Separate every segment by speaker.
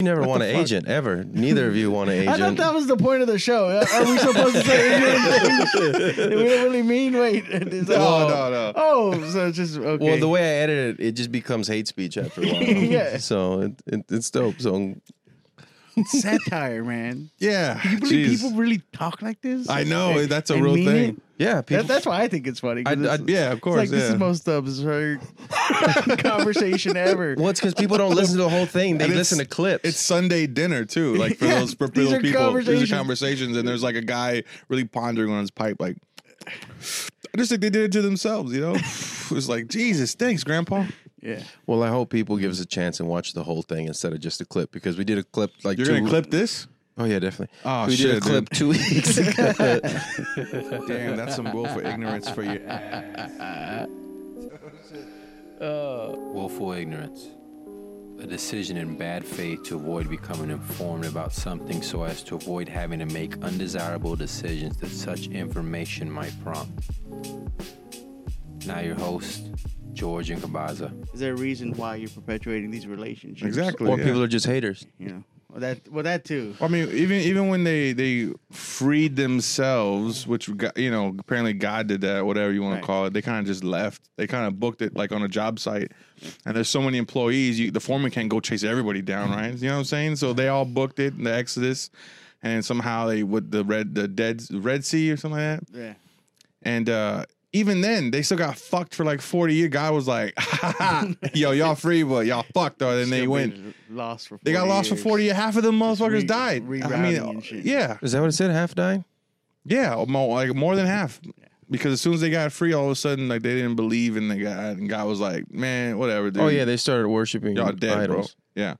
Speaker 1: You never want an
Speaker 2: fuck?
Speaker 1: agent ever. Neither of you want an agent.
Speaker 2: I thought that was the point of the show. Are we supposed to say anything? we don't really mean wait. It's-
Speaker 1: No,
Speaker 2: oh.
Speaker 1: no, no.
Speaker 2: Oh, so it's just okay.
Speaker 1: Well, the way I edit it, it just becomes hate speech after a while.
Speaker 2: Yeah.
Speaker 1: So it, it, it's dope. So
Speaker 2: satire, man.
Speaker 3: Yeah.
Speaker 2: You believe
Speaker 3: jeez.
Speaker 2: people really talk like this?
Speaker 3: I know,
Speaker 2: And-
Speaker 3: that's a
Speaker 2: and
Speaker 3: real
Speaker 2: mean
Speaker 3: thing.
Speaker 2: it?
Speaker 1: yeah, people.
Speaker 2: That, that's why I think it's funny. 'cause
Speaker 1: I-
Speaker 2: it's-
Speaker 1: I-
Speaker 3: Uh, Yeah, of
Speaker 2: it's
Speaker 3: course.
Speaker 2: like
Speaker 3: yeah.
Speaker 2: this is the most absurd conversation ever.
Speaker 1: well, it's because people don't listen to the whole thing. They
Speaker 3: And it's-
Speaker 1: listen to clips.
Speaker 3: It's Sunday dinner too. Like for
Speaker 2: Yeah,
Speaker 3: those for
Speaker 2: these
Speaker 3: those
Speaker 2: are
Speaker 3: people, these
Speaker 2: conversations.
Speaker 3: are conversations, and there's like a guy really pondering on his pipe, like. I just think they did it to themselves, you know. It was like Jesus, thanks, Grandpa.
Speaker 2: Yeah.
Speaker 1: well, I hope people give us a chance and watch the whole thing instead of just a clip because we did a clip like
Speaker 3: You're
Speaker 1: 2
Speaker 3: gonna clip this?
Speaker 1: Oh yeah, definitely.
Speaker 3: Oh,
Speaker 1: we did a
Speaker 3: shit,
Speaker 1: clip
Speaker 3: dude.
Speaker 1: two weeks ago.
Speaker 3: Damn, that's some willful ignorance for you.
Speaker 4: Willful ignorance. A decision in bad faith to avoid becoming informed about something so as to avoid having to make undesirable decisions that such information might prompt. Now, your host, George Incabaza.
Speaker 2: Is there a reason why you're perpetuating these relationships?
Speaker 3: Exactly.
Speaker 1: or
Speaker 3: yeah.
Speaker 1: people are just haters.
Speaker 2: You know, well, that well that too.
Speaker 3: I mean, even even when they they freed themselves, which got, you know apparently God did that, whatever you want
Speaker 2: Right.
Speaker 3: to call it, they kind of just left. They kind of booked it like on a job site, and there's so many employees, you, the foreman can't go chase everybody down,
Speaker 2: Mm-hmm.
Speaker 3: right? You know what I'm saying? So they all booked it, the Exodus, and somehow they with the red the dead Red Sea or something like that.
Speaker 2: Yeah.
Speaker 3: And uh, even then, they still got fucked for like 40 years. God was like, yo, y'all free, but y'all fucked, though. And they
Speaker 2: Still
Speaker 3: went.
Speaker 2: being Lost for 40
Speaker 3: They got lost for
Speaker 2: years.
Speaker 3: 40 years. Half of them motherfuckers
Speaker 2: re-
Speaker 3: died. I mean,
Speaker 2: rerouting and shit.
Speaker 3: yeah.
Speaker 1: Is that what it said? Half dying.
Speaker 3: Yeah, more, like more than half. Because as soon as they got free, all of a sudden, like they didn't believe in the God, and God was like, "Man, whatever, dude."
Speaker 1: Oh yeah, they started worshiping
Speaker 3: y'all dead,
Speaker 1: idols.
Speaker 3: bro. Yeah,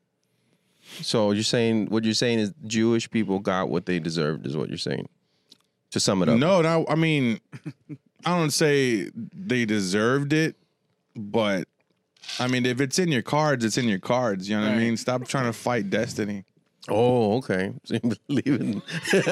Speaker 1: So you're saying what you're saying is Jewish people got what they deserved is what you're saying. To sum it up.
Speaker 3: no, no. I mean, I don't say they deserved it, but I mean, if it's in your cards, it's in your cards. You know what I
Speaker 2: Right.
Speaker 3: mean? Stop trying to fight destiny.
Speaker 1: Oh, okay. So you believe in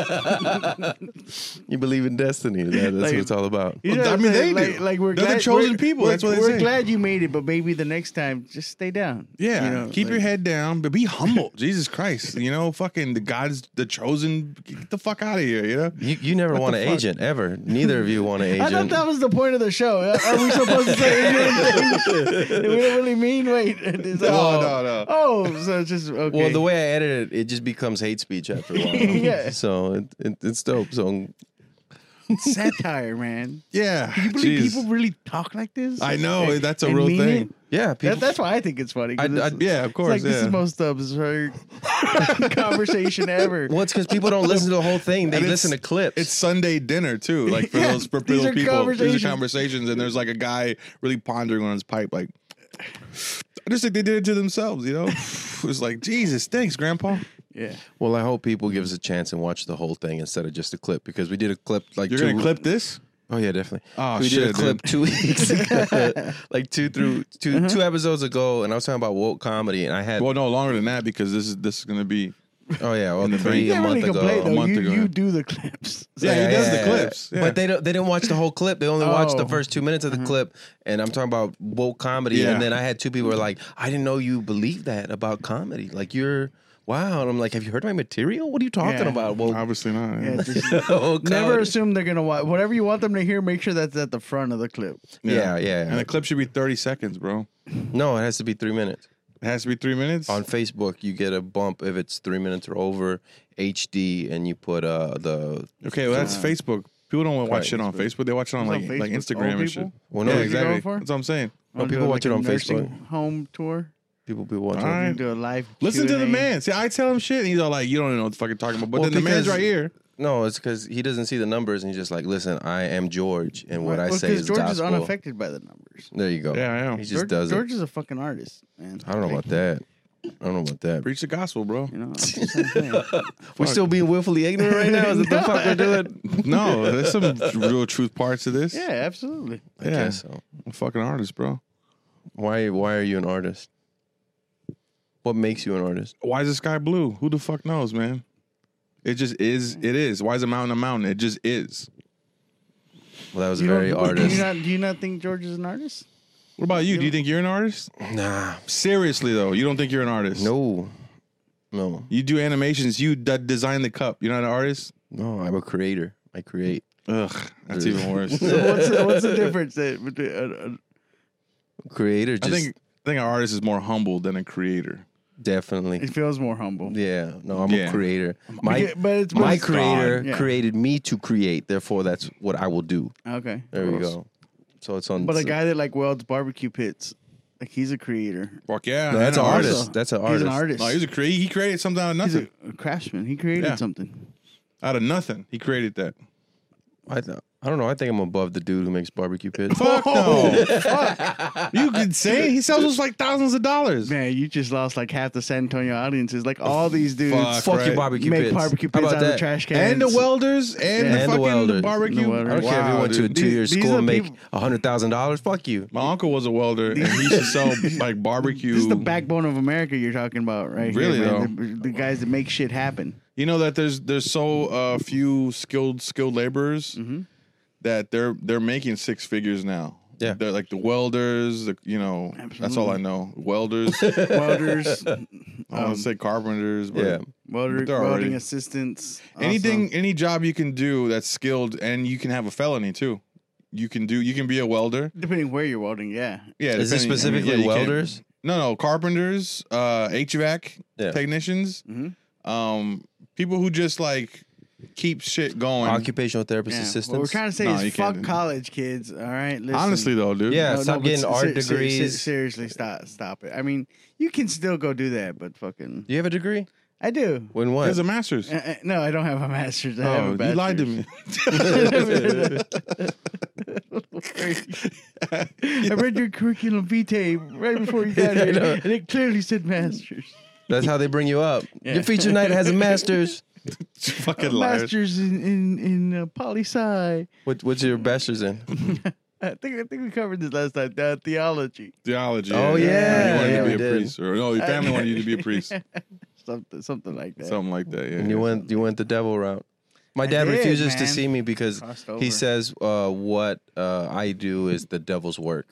Speaker 1: you believe in destiny. That- that's what
Speaker 2: Like-
Speaker 1: it's all about.
Speaker 2: You
Speaker 3: Well,
Speaker 2: know
Speaker 3: I
Speaker 2: what
Speaker 3: mean,
Speaker 2: I'm saying?
Speaker 3: they do.
Speaker 2: like, like we're
Speaker 3: They're the
Speaker 2: glad,
Speaker 3: chosen
Speaker 2: we're-
Speaker 3: people.
Speaker 2: We're,
Speaker 3: That's what they
Speaker 2: we're
Speaker 3: say.
Speaker 2: glad you made it, but maybe the next time, just stay down.
Speaker 3: Yeah,
Speaker 2: You know,
Speaker 3: keep your
Speaker 2: like-
Speaker 3: head down, but be humble. Jesus Christ, you know, fucking the God's the chosen. Get the fuck out of here, you know.
Speaker 1: You, you never want an agent ever. Neither of you want an
Speaker 2: I thought
Speaker 1: agent.
Speaker 2: that was the point of the show. Are are we supposed to say anything? we don't really mean wait. It's like,
Speaker 3: No,
Speaker 2: oh,
Speaker 3: no, no.
Speaker 2: Oh, so it's just okay.
Speaker 1: well, the way I edit it, it just becomes hate speech after a while.
Speaker 2: Yeah.
Speaker 1: So it, it, it's dope. So
Speaker 2: satire, man.
Speaker 3: Yeah,
Speaker 2: You believe
Speaker 3: jeez.
Speaker 2: people really talk like this?
Speaker 3: I know
Speaker 2: And-
Speaker 3: that's a
Speaker 2: and
Speaker 3: real
Speaker 2: mean
Speaker 3: thing.
Speaker 2: it?
Speaker 1: yeah, people,
Speaker 2: That, that's why I think it's funny. 'cause
Speaker 1: I-
Speaker 2: it's-
Speaker 1: I-
Speaker 3: Yeah, of
Speaker 2: it's
Speaker 3: course.
Speaker 2: like this
Speaker 3: yeah.
Speaker 2: is the most absurd conversation ever.
Speaker 1: well, it's because people don't listen to the whole thing. They
Speaker 3: And it's-
Speaker 1: listen to clips.
Speaker 3: It's Sunday dinner too. Like for
Speaker 2: Yeah,
Speaker 3: those for
Speaker 2: these
Speaker 3: those
Speaker 2: are
Speaker 3: people, these
Speaker 2: conversations.
Speaker 3: are conversations, and there's like a guy really pondering on his pipe, like. I just think they did it to themselves, you know. It was like Jesus, thanks, Grandpa.
Speaker 2: Yeah.
Speaker 1: well, I hope people give us a chance and watch the whole thing instead of just a clip because we did a clip like
Speaker 3: You're
Speaker 1: two,
Speaker 3: gonna clip this?
Speaker 1: Oh yeah, definitely.
Speaker 3: Oh,
Speaker 1: we did a
Speaker 3: shit,
Speaker 1: clip two weeks ago, like two through 2
Speaker 3: Mm-hmm.
Speaker 1: two episodes ago, and I was talking about woke comedy, and I had
Speaker 3: Well, no, longer than that because this is this is gonna be.
Speaker 1: oh yeah, well,
Speaker 3: in the
Speaker 1: three
Speaker 3: bank.
Speaker 1: a
Speaker 2: can't
Speaker 1: month
Speaker 2: really complain,
Speaker 1: ago.
Speaker 2: though.
Speaker 3: month
Speaker 2: you,
Speaker 3: ago.
Speaker 2: you do the clips.
Speaker 3: Yeah, he does the clips. Yeah. Mm-hmm.
Speaker 1: But they don't. They didn't watch the whole clip. They only watched the
Speaker 2: Oh.
Speaker 1: first two minutes of the clip, and I'm talking about woke comedy.
Speaker 3: Yeah.
Speaker 1: And then I had two people who were like, "I didn't know you believed that about comedy. Like you're wow." And I'm like, "Have you heard my material? What are you talking
Speaker 2: Yeah.
Speaker 1: about?" Woke,
Speaker 3: Obviously not.
Speaker 2: Yeah, just-
Speaker 1: woke
Speaker 2: never
Speaker 1: comedy.
Speaker 2: assume they're gonna watch whatever you want them to hear. Make sure that's at the front of the clip.
Speaker 1: Yeah, yeah.
Speaker 3: And the clip should be 30 seconds, bro.
Speaker 1: No, it has to be three minutes.
Speaker 3: It has to be three minutes.
Speaker 1: on Facebook, you get a bump if it's three minutes or over HD, and you put uh the
Speaker 3: okay, well that's Facebook. People don't watch
Speaker 1: Right,
Speaker 3: shit on
Speaker 1: Facebook.
Speaker 3: Facebook. They watch it on
Speaker 2: It's
Speaker 3: like
Speaker 2: on
Speaker 3: like
Speaker 2: Facebook.
Speaker 3: Instagram
Speaker 2: Old
Speaker 3: and shit.
Speaker 2: people?
Speaker 1: well,
Speaker 3: Yeah,
Speaker 1: no,
Speaker 2: Is it
Speaker 3: exactly.
Speaker 2: going for?
Speaker 3: That's what I'm saying.
Speaker 2: Wanna do,
Speaker 1: people watch it
Speaker 2: a
Speaker 1: on
Speaker 2: nursing
Speaker 1: Facebook.
Speaker 2: Home tour.
Speaker 1: people be watching.
Speaker 3: All
Speaker 2: You
Speaker 3: right.
Speaker 2: can do a live.
Speaker 3: Listen to the
Speaker 2: Q&A.
Speaker 3: man. See, I tell him shit, and he's all like, "You don't know what the fuck you're talking about." But
Speaker 1: Well,
Speaker 3: then the man's
Speaker 1: because-
Speaker 3: right here.
Speaker 1: No, it's because he doesn't see the numbers, and he's just like, "Listen, I am George, and what I
Speaker 2: Well,
Speaker 1: say
Speaker 2: 'cause
Speaker 1: is
Speaker 2: George
Speaker 1: gospel."
Speaker 2: is unaffected by the numbers.
Speaker 1: There you go.
Speaker 3: Yeah, I am.
Speaker 1: He just
Speaker 2: George,
Speaker 1: does
Speaker 2: George
Speaker 1: it.
Speaker 2: is a fucking artist, man.
Speaker 1: I don't know
Speaker 2: Like,
Speaker 1: about that. I don't know about that.
Speaker 3: Preach the gospel, bro.
Speaker 2: You know, that's what I'm saying.
Speaker 1: We're still being willfully ignorant right now. Is that the fuck we're doing?
Speaker 3: no, there's some real truth parts to this.
Speaker 2: yeah, absolutely.
Speaker 1: I
Speaker 3: Yeah.
Speaker 1: guess so.
Speaker 3: I'm a fucking artist, bro.
Speaker 1: Why? Why are you an artist? What makes you an artist?
Speaker 3: Why is the sky blue? Who the fuck knows, man? It just is. It is. Why is a mountain a mountain? It just is.
Speaker 1: Well, that was
Speaker 2: You don't-
Speaker 1: very
Speaker 2: Do
Speaker 1: artist.
Speaker 2: you, not, do you not think George is an artist?
Speaker 3: What about you? Do you think you're an artist?
Speaker 1: Nah,
Speaker 3: Seriously though, you don't think you're an artist?
Speaker 1: no. No,
Speaker 3: You do animations. You d- design the cup. You're not an artist.
Speaker 1: no, I'm a creator. I create.
Speaker 3: Ugh, that's even worse.
Speaker 2: So what's, the- what's the difference then between? Uh,
Speaker 1: Creator
Speaker 3: I
Speaker 1: just
Speaker 3: think I think an artist is more humble than a creator.
Speaker 2: uh,
Speaker 1: definitely.
Speaker 2: it feels more humble.
Speaker 1: Yeah, no, I'm
Speaker 3: Yeah.
Speaker 1: a creator. My
Speaker 2: Beca- but it's- but
Speaker 1: my
Speaker 2: it's God,
Speaker 1: creator
Speaker 2: yeah.
Speaker 1: created me to create. Therefore, that's what I will do.
Speaker 2: Okay.
Speaker 1: There we go. So it's on.
Speaker 2: But a guy that like welds barbecue pits, like he's a creator.
Speaker 3: Fuck yeah,
Speaker 1: No, that's
Speaker 3: and
Speaker 1: an artist.
Speaker 2: Also,
Speaker 1: That's an
Speaker 2: He's an
Speaker 1: artist.
Speaker 2: artist.
Speaker 3: No, he's a creator. He created something out of
Speaker 2: He's
Speaker 3: nothing.
Speaker 2: a, a craftsman. He created
Speaker 3: Yeah.
Speaker 2: something.
Speaker 3: out of nothing, he created that.
Speaker 1: I, th- I don't know. I think I'm above the dude who makes barbecue pits.
Speaker 3: Fuck no. Fuck. You could say he sells those like thousands of dollars.
Speaker 2: Man, you just lost like half the San Antonio audiences. Like all these dudes
Speaker 3: Fuck,
Speaker 1: Fuck your
Speaker 3: right.
Speaker 1: barbecue
Speaker 2: make
Speaker 1: pits.
Speaker 2: barbecue
Speaker 1: How
Speaker 2: pits
Speaker 1: about
Speaker 2: out of
Speaker 1: that?
Speaker 2: the trash cans.
Speaker 3: And the welders and
Speaker 1: Yeah.
Speaker 3: the
Speaker 1: And the
Speaker 3: fucking
Speaker 1: welder.
Speaker 3: barbecue.
Speaker 2: The welder.
Speaker 1: I don't care if you
Speaker 3: Wow,
Speaker 1: went to a
Speaker 3: dude.
Speaker 1: two year
Speaker 2: These- these
Speaker 1: school
Speaker 2: are
Speaker 1: and make
Speaker 2: people-
Speaker 1: hundred thousand dollars. Fuck you.
Speaker 3: My uncle was a welder and he used to sell like barbecue.
Speaker 2: This is the backbone of America you're talking about, right? here,
Speaker 3: Really,
Speaker 2: man. The, the guys that make shit happen.
Speaker 3: You know that there's there's so uh, few skilled skilled laborers that they're they're making six figures now.
Speaker 1: Yeah.
Speaker 3: they're like the welders. The, you know, that's all I know. Welders. I
Speaker 2: Welders,
Speaker 3: want to say carpenters, but
Speaker 1: Yeah.
Speaker 2: welder,
Speaker 3: But they're
Speaker 2: welding
Speaker 3: already-
Speaker 2: assistants.
Speaker 3: anything, any job you can do that's skilled, and you can have a felony too. You can do. You can be a welder.
Speaker 2: also. depending where you're welding, yeah.
Speaker 3: Yeah,
Speaker 1: Is this
Speaker 3: depending- I mean,
Speaker 1: specifically
Speaker 3: yeah, you can't-
Speaker 1: welders?
Speaker 3: No, no, carpenters, uh, HVAC
Speaker 1: Yeah. Mm-hmm.
Speaker 3: technicians,
Speaker 2: Mhm.
Speaker 3: um, people who just like keep shit going.
Speaker 1: Occupational therapist
Speaker 2: yeah.
Speaker 1: assistants.
Speaker 2: What we're trying to say
Speaker 3: No, you
Speaker 2: is fuck
Speaker 3: can't.
Speaker 2: college, kids. All right, listen.
Speaker 3: Honestly, though, dude.
Speaker 1: Yeah.
Speaker 2: No,
Speaker 1: stop
Speaker 2: no, but
Speaker 1: getting art
Speaker 2: ser- ser- ser-
Speaker 1: degrees.
Speaker 2: seriously, stop, stop it. I mean, you can still go do that, but fucking,
Speaker 1: Do you have a degree?
Speaker 2: I do.
Speaker 1: When what?
Speaker 3: There's a master's.
Speaker 2: Uh, uh, no, I don't have a master's. I have a
Speaker 3: Oh, you lied to
Speaker 2: bachelor's.
Speaker 3: me.
Speaker 2: I read your curriculum vitae right before you got here, and it clearly said master's.
Speaker 1: That's how they bring you up.
Speaker 2: Yeah.
Speaker 1: Your feature night has a master's.
Speaker 3: Fucking liars.
Speaker 2: Master's in in in uh, poli sci.
Speaker 1: What, what's your bachelor's in?
Speaker 2: I think I think we covered this last time. Uh, theology,
Speaker 3: Theology.
Speaker 1: Oh,
Speaker 3: You
Speaker 1: yeah,
Speaker 3: wanted
Speaker 1: yeah,
Speaker 3: to be
Speaker 1: we
Speaker 3: a
Speaker 1: did.
Speaker 3: priest. Or no, your family wanted you to be a priest.
Speaker 2: something something like that.
Speaker 3: Something like that. Yeah.
Speaker 1: And you went you went the devil route. My dad
Speaker 2: did,
Speaker 1: refuses to
Speaker 2: man.
Speaker 1: see me because
Speaker 2: Crossed
Speaker 1: he
Speaker 2: over.
Speaker 1: says uh, what uh, I do is the devil's work.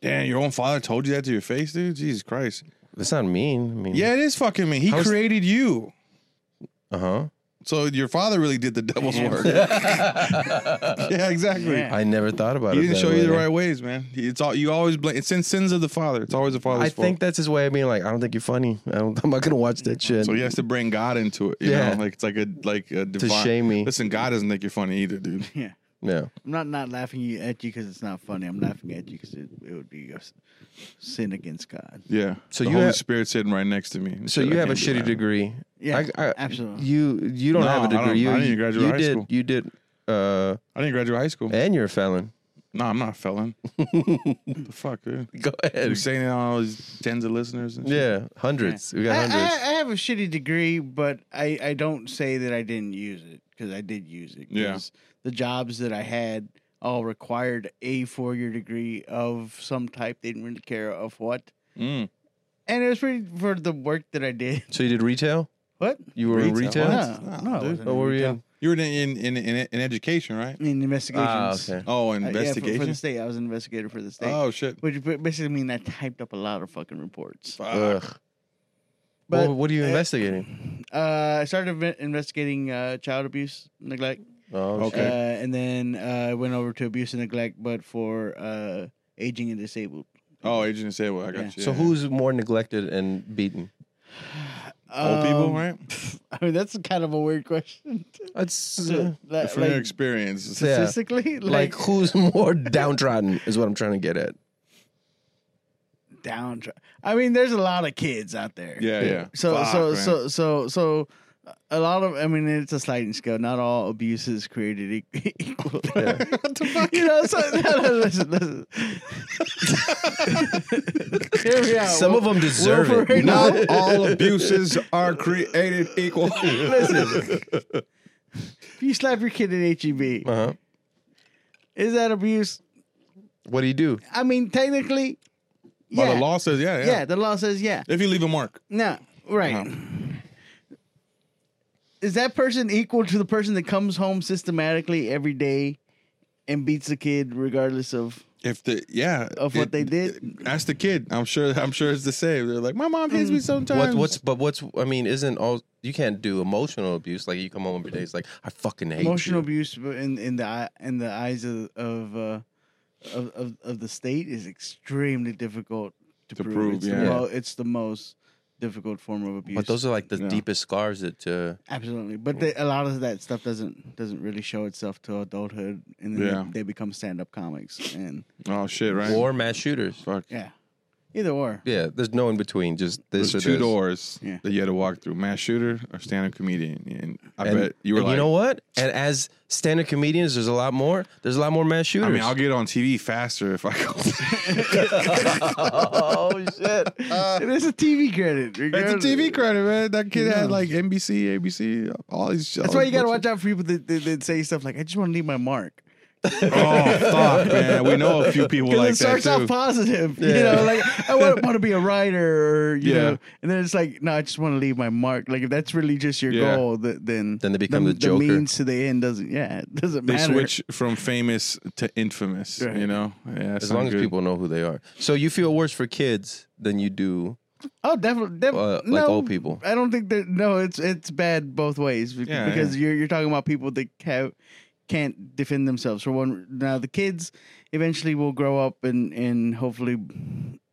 Speaker 3: Damn, your own father told you that to your face, dude? Jesus Christ.
Speaker 1: That's not mean. I mean,
Speaker 3: Yeah, it is fucking me. He
Speaker 1: How's-
Speaker 3: created you.
Speaker 1: Uh huh.
Speaker 3: So your father really did the devil's work. yeah, exactly.
Speaker 2: Yeah.
Speaker 1: I never thought about
Speaker 3: He
Speaker 1: it.
Speaker 3: didn't
Speaker 1: that
Speaker 3: show you the
Speaker 1: way.
Speaker 3: right ways, man. It's all you always blame. It's in sins of the father. It's always the father's
Speaker 1: I
Speaker 3: fault.
Speaker 1: think that's his way of being like, I don't think you're funny. I don't, I'm not gonna watch that shit.
Speaker 3: so he has to bring God into it. You
Speaker 1: Yeah.
Speaker 3: know, like it's like a like a divine.
Speaker 1: shame me.
Speaker 3: Listen, God doesn't think you're funny either, dude.
Speaker 2: yeah.
Speaker 1: yeah.
Speaker 2: I'm not not laughing you- at you because it's not funny. I'm laughing at you because it, it would be a s- sin against God.
Speaker 3: Yeah.
Speaker 1: So
Speaker 3: the
Speaker 1: you
Speaker 3: Holy
Speaker 1: have-
Speaker 3: Spirit sitting right next to me. and
Speaker 1: So
Speaker 3: shit,
Speaker 1: you
Speaker 3: I
Speaker 1: have a
Speaker 3: can't do
Speaker 1: shitty
Speaker 3: that.
Speaker 1: degree.
Speaker 2: Yeah,
Speaker 1: I- I-
Speaker 2: absolutely.
Speaker 1: You you don't
Speaker 3: No,
Speaker 1: have a
Speaker 3: I don't-
Speaker 1: degree. you
Speaker 3: I didn't
Speaker 1: you-
Speaker 3: graduate
Speaker 1: you
Speaker 3: high
Speaker 1: did,
Speaker 3: school.
Speaker 1: You did. Uh,
Speaker 3: I didn't graduate high school.
Speaker 1: and you're a felon.
Speaker 3: No, I'm not a felon. what the fuck, dude?
Speaker 1: Go
Speaker 3: You're
Speaker 1: ahead.
Speaker 3: saying that on all these tens of listeners. And shit?
Speaker 1: Yeah, hundreds. We got
Speaker 3: Eh,
Speaker 2: I, I,
Speaker 1: hundreds.
Speaker 2: I have a shitty degree, but I, I don't say that I didn't use it because I did use it. 'cause
Speaker 3: Yeah.
Speaker 2: The jobs that I had all required a four year degree of some type. They didn't really care of what.
Speaker 3: Mm.
Speaker 2: And it was pretty for the work that I did.
Speaker 1: So you did retail.
Speaker 2: What?
Speaker 1: You were in
Speaker 3: Retail?
Speaker 1: retail.
Speaker 3: What?
Speaker 2: No,
Speaker 3: Nah,
Speaker 2: no, I
Speaker 3: dude.
Speaker 2: wasn't
Speaker 1: What
Speaker 2: in
Speaker 1: were you
Speaker 2: retail.
Speaker 1: in?
Speaker 3: You were in in, in in education, right?
Speaker 2: In investigations.
Speaker 1: Ah, okay.
Speaker 3: Oh,
Speaker 2: Uh, yeah, for-
Speaker 3: investigation.
Speaker 2: for, the state. I was an investigator for the state.
Speaker 3: oh shit.
Speaker 2: Which ba- basically mean I typed up a lot of fucking reports.
Speaker 3: Fuck.
Speaker 1: Ugh.
Speaker 2: But-
Speaker 1: well, what are you
Speaker 2: uh,
Speaker 1: investigating?
Speaker 2: Uh, I started inve- investigating uh, child abuse, neglect,
Speaker 1: Oh,
Speaker 3: Okay.
Speaker 1: shit.
Speaker 2: uh, and then uh, went over to abuse and neglect, but for uh, aging and disabled.
Speaker 3: Oh, agent say well, I got
Speaker 2: Yeah.
Speaker 3: you.
Speaker 1: So
Speaker 3: yeah.
Speaker 1: who's more neglected and beaten?
Speaker 3: old people,
Speaker 2: Um,
Speaker 3: right?
Speaker 2: I mean, that's kind of a weird question.
Speaker 1: That's
Speaker 2: Li- li-
Speaker 3: From your
Speaker 2: like,
Speaker 3: experience,
Speaker 1: Yeah.
Speaker 2: statistically,
Speaker 1: like
Speaker 2: uh, like,
Speaker 1: who's more downtrodden is what I'm trying to get at.
Speaker 2: down. I mean, there's a lot of kids out there.
Speaker 3: yeah, yeah.
Speaker 2: So
Speaker 3: Fuck,
Speaker 2: so
Speaker 3: man.
Speaker 2: so so so a lot of I mean it's a sliding scale. Not all abuse is created e- equal. what the fuck? You know, so no, no, listen, listen. Here we are.
Speaker 1: Some of them deserve
Speaker 2: Wilbur
Speaker 1: it.
Speaker 2: Reynolds.
Speaker 3: Not all abuses are created equal.
Speaker 2: Listen. if you slap your kid in HEB,
Speaker 1: Uh-huh.
Speaker 2: is that abuse?
Speaker 1: What do you do?
Speaker 2: I mean, technically, yeah,
Speaker 3: But the law says, yeah, Uh-huh. yeah.
Speaker 2: yeah. the law says yeah.
Speaker 3: If you leave a mark, um,
Speaker 2: No, right. Is that person equal to the person that comes home systematically every day and beats the kid regardless of
Speaker 3: If the yeah
Speaker 2: Of what they did? Hmm.
Speaker 3: ask the kid. I'm sure. I'm sure it's the same. They're like, my mom hits me sometimes.
Speaker 2: Um,
Speaker 1: What, what's but what's I mean isn't all you can't do emotional abuse like you come home every day it's like I fucking hate
Speaker 2: emotional
Speaker 1: you.
Speaker 2: abuse but in in the eye- in the eyes of of, uh, of of of the state is extremely difficult to,
Speaker 3: To
Speaker 2: prove.
Speaker 3: prove,
Speaker 2: it's,
Speaker 3: yeah.
Speaker 2: the mo- it's the most difficult form of abuse.
Speaker 1: But those are like the
Speaker 3: Yeah.
Speaker 1: deepest scars that uh,
Speaker 2: absolutely, but they, a lot of that stuff doesn't doesn't really show itself to adulthood, and then
Speaker 3: Yeah.
Speaker 2: they, they become stand up comics, and
Speaker 3: oh shit, right?
Speaker 1: or mass shooters.
Speaker 3: Fuck.
Speaker 2: yeah, either or.
Speaker 1: Yeah, there's no in between. Just this or
Speaker 3: There's two
Speaker 1: this.
Speaker 3: doors
Speaker 2: Yeah.
Speaker 3: that you had to walk through: mass shooter or stand-up comedian. And I
Speaker 1: And-
Speaker 3: bet you were
Speaker 1: and you
Speaker 3: like,
Speaker 1: know what? And as stand-up comedians, there's a lot more. There's a lot more mass shooters.
Speaker 3: I mean, I'll get on TV faster if I go.
Speaker 1: oh shit!
Speaker 2: it is a TV credit.
Speaker 3: It's a
Speaker 2: regardless.
Speaker 3: TV credit, man. That kid
Speaker 2: Yeah.
Speaker 3: had like NBC, ABC, all these.
Speaker 2: That's why you gotta watch out for people that, that, that say stuff like, "I just want to leave my mark."
Speaker 3: Oh fuck, man. We know a few people
Speaker 2: Because
Speaker 3: like
Speaker 2: it
Speaker 3: that
Speaker 2: starts
Speaker 3: too.
Speaker 2: off positive, you
Speaker 1: Yeah.
Speaker 2: know, like I want, want to be a writer, or, you
Speaker 3: Yeah.
Speaker 2: know, and then it's like, no, I just want to leave my mark. Like if that's really just your
Speaker 3: Yeah.
Speaker 2: goal, th- then
Speaker 1: Then they become the Joker.
Speaker 2: means to the end doesn't, yeah, it doesn't
Speaker 3: they
Speaker 2: matter.
Speaker 3: switch from famous to infamous.
Speaker 2: Right.
Speaker 3: You know, yeah.
Speaker 1: As long as people know who they are. So you feel worse for kids than you do
Speaker 2: Oh, definitely, def-
Speaker 1: uh, like
Speaker 2: no,
Speaker 1: old people.
Speaker 2: I don't think that. No, it's it's bad both ways bec-
Speaker 3: Yeah,
Speaker 2: because you're you're talking about people that have, can't defend themselves. For one, now the kids eventually will grow up and and hopefully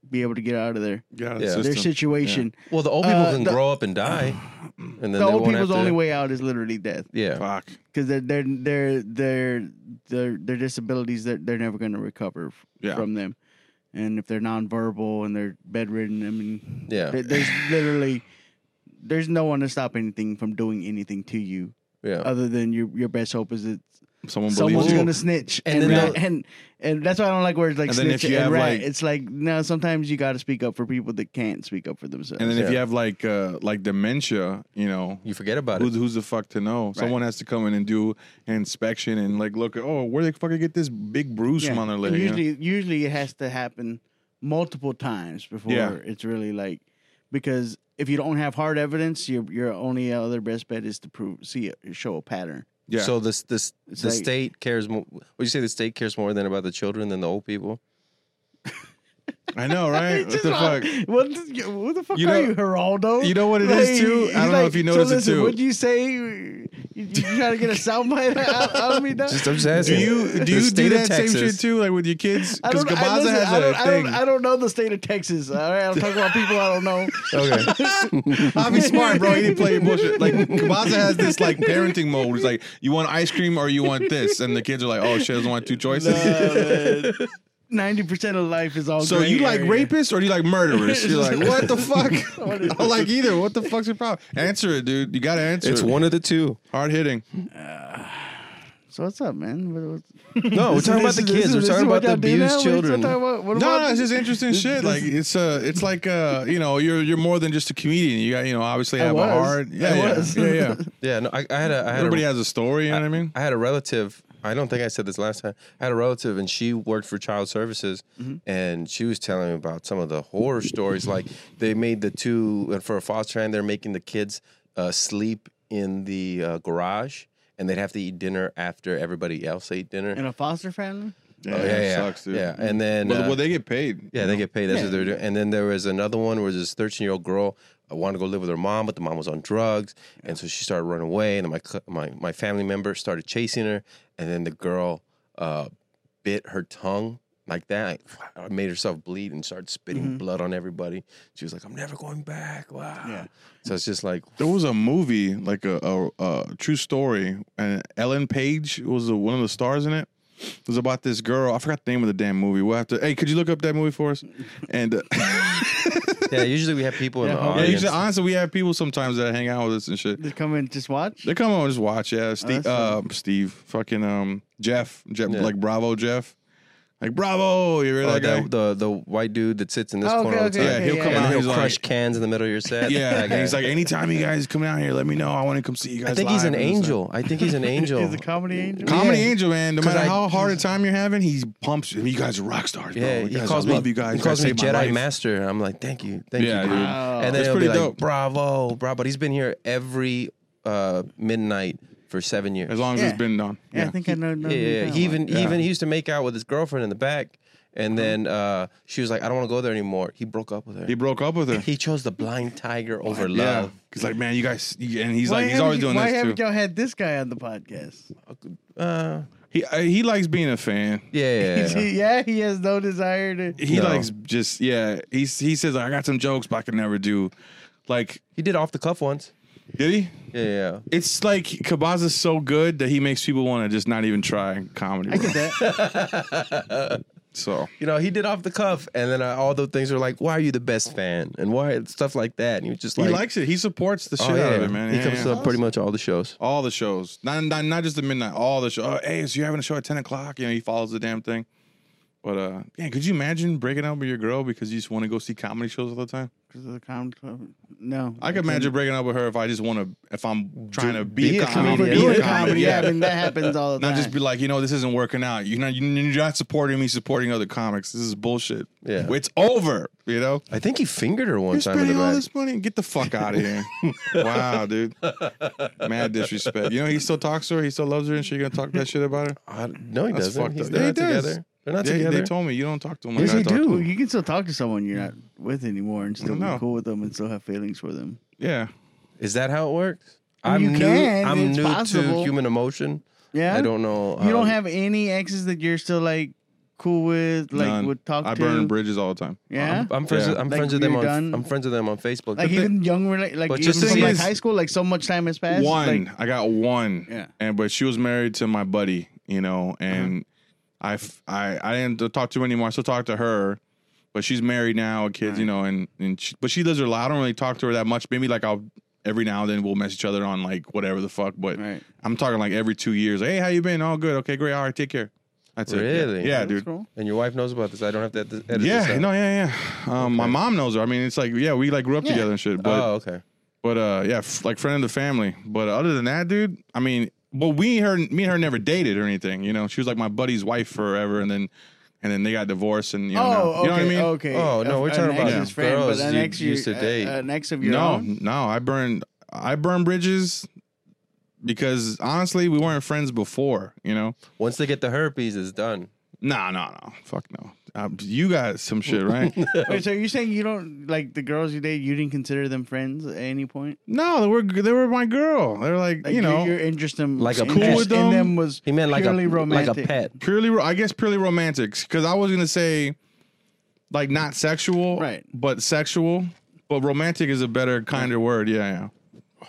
Speaker 2: be able to get out of their
Speaker 3: yeah,
Speaker 1: Yeah.
Speaker 2: their situation.
Speaker 1: Well, the old people
Speaker 2: Uh,
Speaker 1: can
Speaker 2: the-
Speaker 1: grow up and die, and then
Speaker 2: The
Speaker 1: they
Speaker 2: old
Speaker 1: won't have to,
Speaker 2: people's only way out is literally death.
Speaker 1: Yeah,
Speaker 3: Fuck.
Speaker 2: because their their their their their their disabilities they're, they're never going to recover f-
Speaker 3: Yeah.
Speaker 2: from them and if they're nonverbal and they're bedridden i mean
Speaker 1: Yeah.
Speaker 2: there- there's literally there's no one to stop anything from doing anything to you
Speaker 1: yeah.
Speaker 2: other than your your best hope is that
Speaker 3: Someone believes
Speaker 2: someone's
Speaker 3: you.
Speaker 2: going to snitch
Speaker 1: And then
Speaker 2: and and,
Speaker 1: they'll-
Speaker 2: and and that's why i don't like words like
Speaker 3: And then if
Speaker 2: snitch and
Speaker 3: you have,
Speaker 2: rat
Speaker 3: like-
Speaker 2: it's like no sometimes you got to speak up for people that can't speak up for themselves
Speaker 3: and then if
Speaker 1: Yeah.
Speaker 3: you have like uh like dementia, you know,
Speaker 1: you forget about
Speaker 3: who's
Speaker 1: it.
Speaker 3: who's the fuck to know? Someone has to come in and do an inspection and like look. Oh, where the fuck I get this big bruise
Speaker 2: Yeah.
Speaker 3: from on their leg?
Speaker 2: And
Speaker 3: you know?
Speaker 2: Usually, usually it has to happen multiple times before it's really like because if you don't have hard evidence, your your only other best bet is to prove see a, show a pattern.
Speaker 3: Yeah.
Speaker 1: So this this
Speaker 2: It's
Speaker 1: the
Speaker 2: like-
Speaker 1: state cares more. Would you say the state cares more than about the children than the old people?
Speaker 3: I know, right?
Speaker 2: It's
Speaker 3: what
Speaker 2: just
Speaker 3: the
Speaker 2: like,
Speaker 3: fuck?
Speaker 2: What the, what the fuck
Speaker 3: You
Speaker 2: are
Speaker 3: know-
Speaker 2: you, Geraldo?
Speaker 3: you know what it is, too? I
Speaker 2: he's
Speaker 3: don't know if you noticed it,
Speaker 2: so listen,
Speaker 3: too.
Speaker 2: What'd you say? You, you trying to get a soundbite out, out of me now?
Speaker 1: Just, I'm just
Speaker 3: Do
Speaker 1: asking.
Speaker 3: you
Speaker 1: The
Speaker 3: do you do
Speaker 1: state of
Speaker 3: that same
Speaker 1: Texas-
Speaker 3: shit too, like with your kids?
Speaker 2: I
Speaker 3: Because
Speaker 2: don't, I,
Speaker 3: Gabaza
Speaker 2: listen,
Speaker 3: has
Speaker 2: I,
Speaker 3: a
Speaker 2: don't, I, don't,
Speaker 3: thing.
Speaker 2: I don't know the state of Texas. All right, I'm talking about people I don't know.
Speaker 1: Okay.
Speaker 3: I'll be smart, bro. He didn't play bullshit. Like Kabaza has this like parenting mode. It's like you want ice cream or you want this, and the kids are like, "Oh shit, doesn't want two choices."
Speaker 2: Ninety percent of life is all.
Speaker 3: Oh, so
Speaker 2: gray
Speaker 3: you like
Speaker 2: area.
Speaker 3: rapists or do you like murderers? You're like, what the fuck?
Speaker 2: What is
Speaker 3: I don't like either. What the fuck's your problem? Answer it, dude. You gotta answer.
Speaker 1: It's
Speaker 3: it.
Speaker 1: one of the two.
Speaker 3: hard hitting.
Speaker 2: So what's up, man? What, what,
Speaker 1: No, we're
Speaker 2: This is-
Speaker 1: talking about
Speaker 2: this
Speaker 1: the kids.
Speaker 2: is- this
Speaker 1: We're
Speaker 2: is
Speaker 1: talking
Speaker 2: what
Speaker 1: about the
Speaker 2: y'all do now?
Speaker 1: abused
Speaker 2: What are you
Speaker 1: children.
Speaker 2: talking about? What
Speaker 3: No,
Speaker 2: about-
Speaker 3: no, it's just interesting shit. Like it's uh it's like uh, you know, you're you're more than just a comedian. You got, you know, obviously
Speaker 2: I
Speaker 3: have a
Speaker 2: was.
Speaker 3: heart. Yeah,
Speaker 2: I
Speaker 3: yeah,
Speaker 2: was.
Speaker 3: yeah, yeah.
Speaker 1: Yeah, no, I, I had a. I had
Speaker 3: Everybody
Speaker 1: a,
Speaker 3: has a story. You know what I mean?
Speaker 1: I had a relative. I don't think I said this last time. I had a relative, and she worked for child services, and she was telling me about some of the horror stories. Like they made the two and for a foster hand, they're making the kids uh, sleep in the uh, garage, and they'd have to eat dinner after everybody else ate dinner.
Speaker 2: in a foster family?
Speaker 1: Oh, yeah, yeah,
Speaker 3: sucks, dude.
Speaker 1: yeah. And then
Speaker 3: Well,
Speaker 1: uh,
Speaker 3: well, they get paid.
Speaker 1: Yeah, they get paid. That's
Speaker 2: Yeah.
Speaker 1: what they're doing. And then there was another one where this 13 year old girl uh, wanted to go live with her mom, but the mom was on drugs. And so she started running away. And then my, cou- my, my family member started chasing her. And then the girl uh, bit her tongue like that, like, made herself bleed and started spitting
Speaker 3: Mm-hmm.
Speaker 1: blood on everybody. She was like, I'm never going back. Wow.
Speaker 2: Yeah.
Speaker 1: So it's just like,
Speaker 3: There was a movie, like a, a, a true story, and Ellen Page was the, one of the stars in it. It was about this girl. I forgot the name of the damn movie. We'll have to. Hey, could you look up that movie for us? And uh,
Speaker 1: yeah, usually we have people in the
Speaker 2: Yeah,
Speaker 3: yeah,
Speaker 1: audience.
Speaker 3: usually, honestly, we have people sometimes that hang out with us and shit.
Speaker 2: They come and just watch.
Speaker 3: They come on and just watch. Yeah, Steve,
Speaker 2: that's
Speaker 3: uh, Steve, fucking um, Jeff, Jeff,
Speaker 1: Yeah.
Speaker 3: like Bravo, Jeff, like Bravo. You
Speaker 1: Oh,
Speaker 3: remember that
Speaker 1: the, the
Speaker 3: guy?
Speaker 1: the white dude that sits in this
Speaker 2: Oh, okay,
Speaker 1: corner all the time.
Speaker 2: okay,
Speaker 3: Yeah, he'll okay, come yeah,
Speaker 1: and
Speaker 3: out,
Speaker 1: He'll
Speaker 3: he's
Speaker 1: crush
Speaker 3: like-
Speaker 1: cans in the middle of your set.
Speaker 3: Yeah,
Speaker 1: That
Speaker 3: and he's
Speaker 1: guy.
Speaker 3: like, anytime you guys come out here, let me know. I want to come see you guys.
Speaker 1: I think he's an
Speaker 3: live," and this and that.
Speaker 1: angel. I think he's an angel.
Speaker 2: Is a comedy angel?
Speaker 3: Comedy
Speaker 1: Yeah.
Speaker 3: Angel, man. No
Speaker 1: 'Cause
Speaker 3: matter
Speaker 1: I-
Speaker 3: how hard a time you're having, he pumps you. You guys are rock stars, bro.
Speaker 1: Yeah,
Speaker 3: You
Speaker 1: he
Speaker 3: guys-
Speaker 1: calls
Speaker 3: I
Speaker 1: me.
Speaker 3: love you guys.
Speaker 1: He
Speaker 3: You
Speaker 1: calls
Speaker 3: guys
Speaker 1: me
Speaker 3: saved my
Speaker 1: Jedi
Speaker 3: life.
Speaker 1: Master. I'm like, thank you, thank
Speaker 3: Yeah,
Speaker 1: you,
Speaker 3: dude.
Speaker 1: dude.
Speaker 2: Wow.
Speaker 1: And then
Speaker 3: That's
Speaker 1: he'll be
Speaker 3: pretty
Speaker 1: like,
Speaker 3: dope.
Speaker 1: bravo, bravo. But he's been here every uh, midnight for seven years.
Speaker 3: as long as
Speaker 2: Yeah.
Speaker 3: it's been done.
Speaker 2: Yeah, I think I know. know
Speaker 1: yeah, yeah, yeah.
Speaker 2: know
Speaker 1: He even
Speaker 3: Yeah. Uh-huh.
Speaker 1: he even he used to make out with his girlfriend in the back, and then uh, she was like, "I don't want to go there anymore." He broke up with her.
Speaker 3: he broke up with her.
Speaker 1: He chose the blind tiger over
Speaker 3: Yeah,
Speaker 1: love.
Speaker 3: he's like, man, you guys, you- and he's
Speaker 2: Why
Speaker 3: like, he's
Speaker 2: haven't
Speaker 3: always
Speaker 2: you-
Speaker 3: doing
Speaker 2: Why
Speaker 3: this too.
Speaker 2: haven't y'all had this guy on the podcast?
Speaker 1: Uh,
Speaker 3: He uh, he likes being a fan.
Speaker 1: yeah,
Speaker 2: Is
Speaker 1: yeah.
Speaker 2: he- yeah, he has no desire to.
Speaker 3: He
Speaker 1: No.
Speaker 3: likes just yeah. He's he says I got some jokes, but I can never do. Like,
Speaker 1: he did off the cuff once.
Speaker 3: did he?
Speaker 1: Yeah, yeah.
Speaker 3: It's like Kabaza's so good that he makes people want to just not even try comedy.
Speaker 2: I
Speaker 3: bro.
Speaker 2: get that.
Speaker 3: So
Speaker 1: You know, he did off the cuff, and then uh, all the things were like, "Why are you the best fan?" and why stuff like that. And he was just
Speaker 3: he
Speaker 1: like,
Speaker 3: likes it. He supports the shit
Speaker 1: "Oh,
Speaker 3: out of
Speaker 1: yeah."
Speaker 3: it, man.
Speaker 1: He
Speaker 3: Yeah,
Speaker 1: comes
Speaker 3: yeah.
Speaker 1: to pretty much all the shows.
Speaker 3: all the shows, not not, not just the midnight. All the shows. Oh, hey, so you're having a show at ten o'clock? You know, he follows the damn thing. But uh, yeah, could you imagine breaking up with your girl because you just want to go see comedy shows all the time?
Speaker 2: 'Cause of the comedy club. No,
Speaker 3: I could imagine breaking up with her if I just want to, if I'm trying to be,
Speaker 1: be
Speaker 3: a
Speaker 1: a
Speaker 3: comedian,
Speaker 1: comedian.
Speaker 3: Be
Speaker 2: doing
Speaker 3: a
Speaker 2: comedy.
Speaker 3: comedy,
Speaker 2: Yeah,
Speaker 3: yeah.
Speaker 2: I mean that happens all the time.
Speaker 3: Not just be like, you know, this isn't working out. You're not, you're not supporting me, supporting other comics. This is bullshit.
Speaker 1: Yeah.
Speaker 3: it's over. You know,
Speaker 1: I think he fingered her one
Speaker 3: you're
Speaker 1: time in the
Speaker 3: spending all
Speaker 1: back.
Speaker 3: this money. Get the fuck out of here. wow, dude, mad disrespect. You know, he still talks to her. He still loves her, and she's gonna talk that shit about her.
Speaker 1: I- no, he
Speaker 3: That's
Speaker 1: doesn't.
Speaker 3: fucked
Speaker 1: He's,
Speaker 3: up.
Speaker 1: they're
Speaker 3: Yeah,
Speaker 1: not
Speaker 3: he does.
Speaker 1: together. They're not
Speaker 3: They,
Speaker 1: together.
Speaker 3: they told me you don't talk to him.
Speaker 1: Yes,
Speaker 3: I
Speaker 1: they
Speaker 3: talk to
Speaker 1: do.
Speaker 2: Well, you can still talk to someone you're not
Speaker 3: Mm.
Speaker 2: with anymore and still
Speaker 3: No.
Speaker 2: be cool with them and still have feelings for them.
Speaker 3: Yeah,
Speaker 1: Is that how it works?
Speaker 2: I mean, you
Speaker 1: new.
Speaker 2: can,
Speaker 1: I'm
Speaker 2: it's
Speaker 1: new to
Speaker 2: possible.
Speaker 1: human emotion.
Speaker 2: Yeah,
Speaker 1: I don't know.
Speaker 2: You don't
Speaker 1: um,
Speaker 2: have any exes that you're still like cool with, like
Speaker 3: None.
Speaker 2: would talk
Speaker 3: I
Speaker 2: to.
Speaker 3: burn bridges all the time.
Speaker 2: Yeah,
Speaker 1: I'm friends.
Speaker 3: Yeah.
Speaker 1: With, I'm
Speaker 2: Like,
Speaker 1: friends with them
Speaker 2: you're
Speaker 1: on.
Speaker 2: done?
Speaker 1: I'm friends with them on Facebook.
Speaker 2: like
Speaker 1: But
Speaker 2: even young, rela- like
Speaker 1: But
Speaker 2: even
Speaker 1: just
Speaker 3: the
Speaker 2: from
Speaker 3: thing
Speaker 2: like
Speaker 3: is-
Speaker 2: high school, like so much time has passed.
Speaker 3: one.
Speaker 2: like,
Speaker 3: I got one.
Speaker 2: Yeah.
Speaker 3: And but she was married to my buddy, you know,
Speaker 2: Uh-huh.
Speaker 3: and I f I I I didn't talk to her anymore. I still talk to her, but she's married now, with kids, you know, and and she, but she lives her life. I don't really talk to her that much. Maybe like I'll every now and then we'll mess each other on like whatever the fuck. But
Speaker 2: Right.
Speaker 3: I'm talking like every two years. Hey, how you been? All good. Okay, great. All right, take care. That's it.
Speaker 1: Really?
Speaker 3: Yeah, yeah
Speaker 2: that's
Speaker 3: dude.
Speaker 2: cool.
Speaker 1: and your wife knows about this. I don't have to edit edit this.
Speaker 3: Yeah,
Speaker 1: out.
Speaker 3: no, yeah, yeah. Um, My mom knows her. I mean, it's like, yeah, we like grew up
Speaker 2: Yeah.
Speaker 3: together and shit. But
Speaker 1: oh, okay.
Speaker 3: But uh, yeah, f- like friend of the family. But other than that, dude, I mean, well, we her, me and her never dated or anything. You know, she was like my buddy's wife forever, and then, and then they got divorced, and you know, now-
Speaker 2: Oh, okay,
Speaker 3: you know what I mean?
Speaker 2: okay.
Speaker 1: Oh, no,
Speaker 2: Of-
Speaker 1: we're talking
Speaker 2: an
Speaker 1: about
Speaker 2: ex's friend,
Speaker 1: girls
Speaker 2: but an
Speaker 1: you
Speaker 2: ex you-
Speaker 1: used to
Speaker 2: a-
Speaker 1: date.
Speaker 2: an ex of your
Speaker 3: No,
Speaker 2: own.
Speaker 3: no, I burned, I burned bridges because honestly, we weren't friends before. You know,
Speaker 1: Once they get the herpes, it's done.
Speaker 3: nah, nah, no, fuck no. Uh, you got some shit, right?
Speaker 2: Wait, so you're saying you don't like the girls you date? You didn't consider them friends at any point?
Speaker 3: no, they were they were my girl. They were like,
Speaker 2: Like,
Speaker 3: you know,
Speaker 2: your interest in
Speaker 1: Like a
Speaker 2: interest
Speaker 1: pet.
Speaker 2: in them, was
Speaker 1: He meant like
Speaker 2: purely
Speaker 1: a
Speaker 2: romantic.
Speaker 1: like a pet.
Speaker 3: purely ro- i guess purely romantics because i was gonna say like not sexual
Speaker 2: Right.
Speaker 3: but sexual but romantic is a better kinder word yeah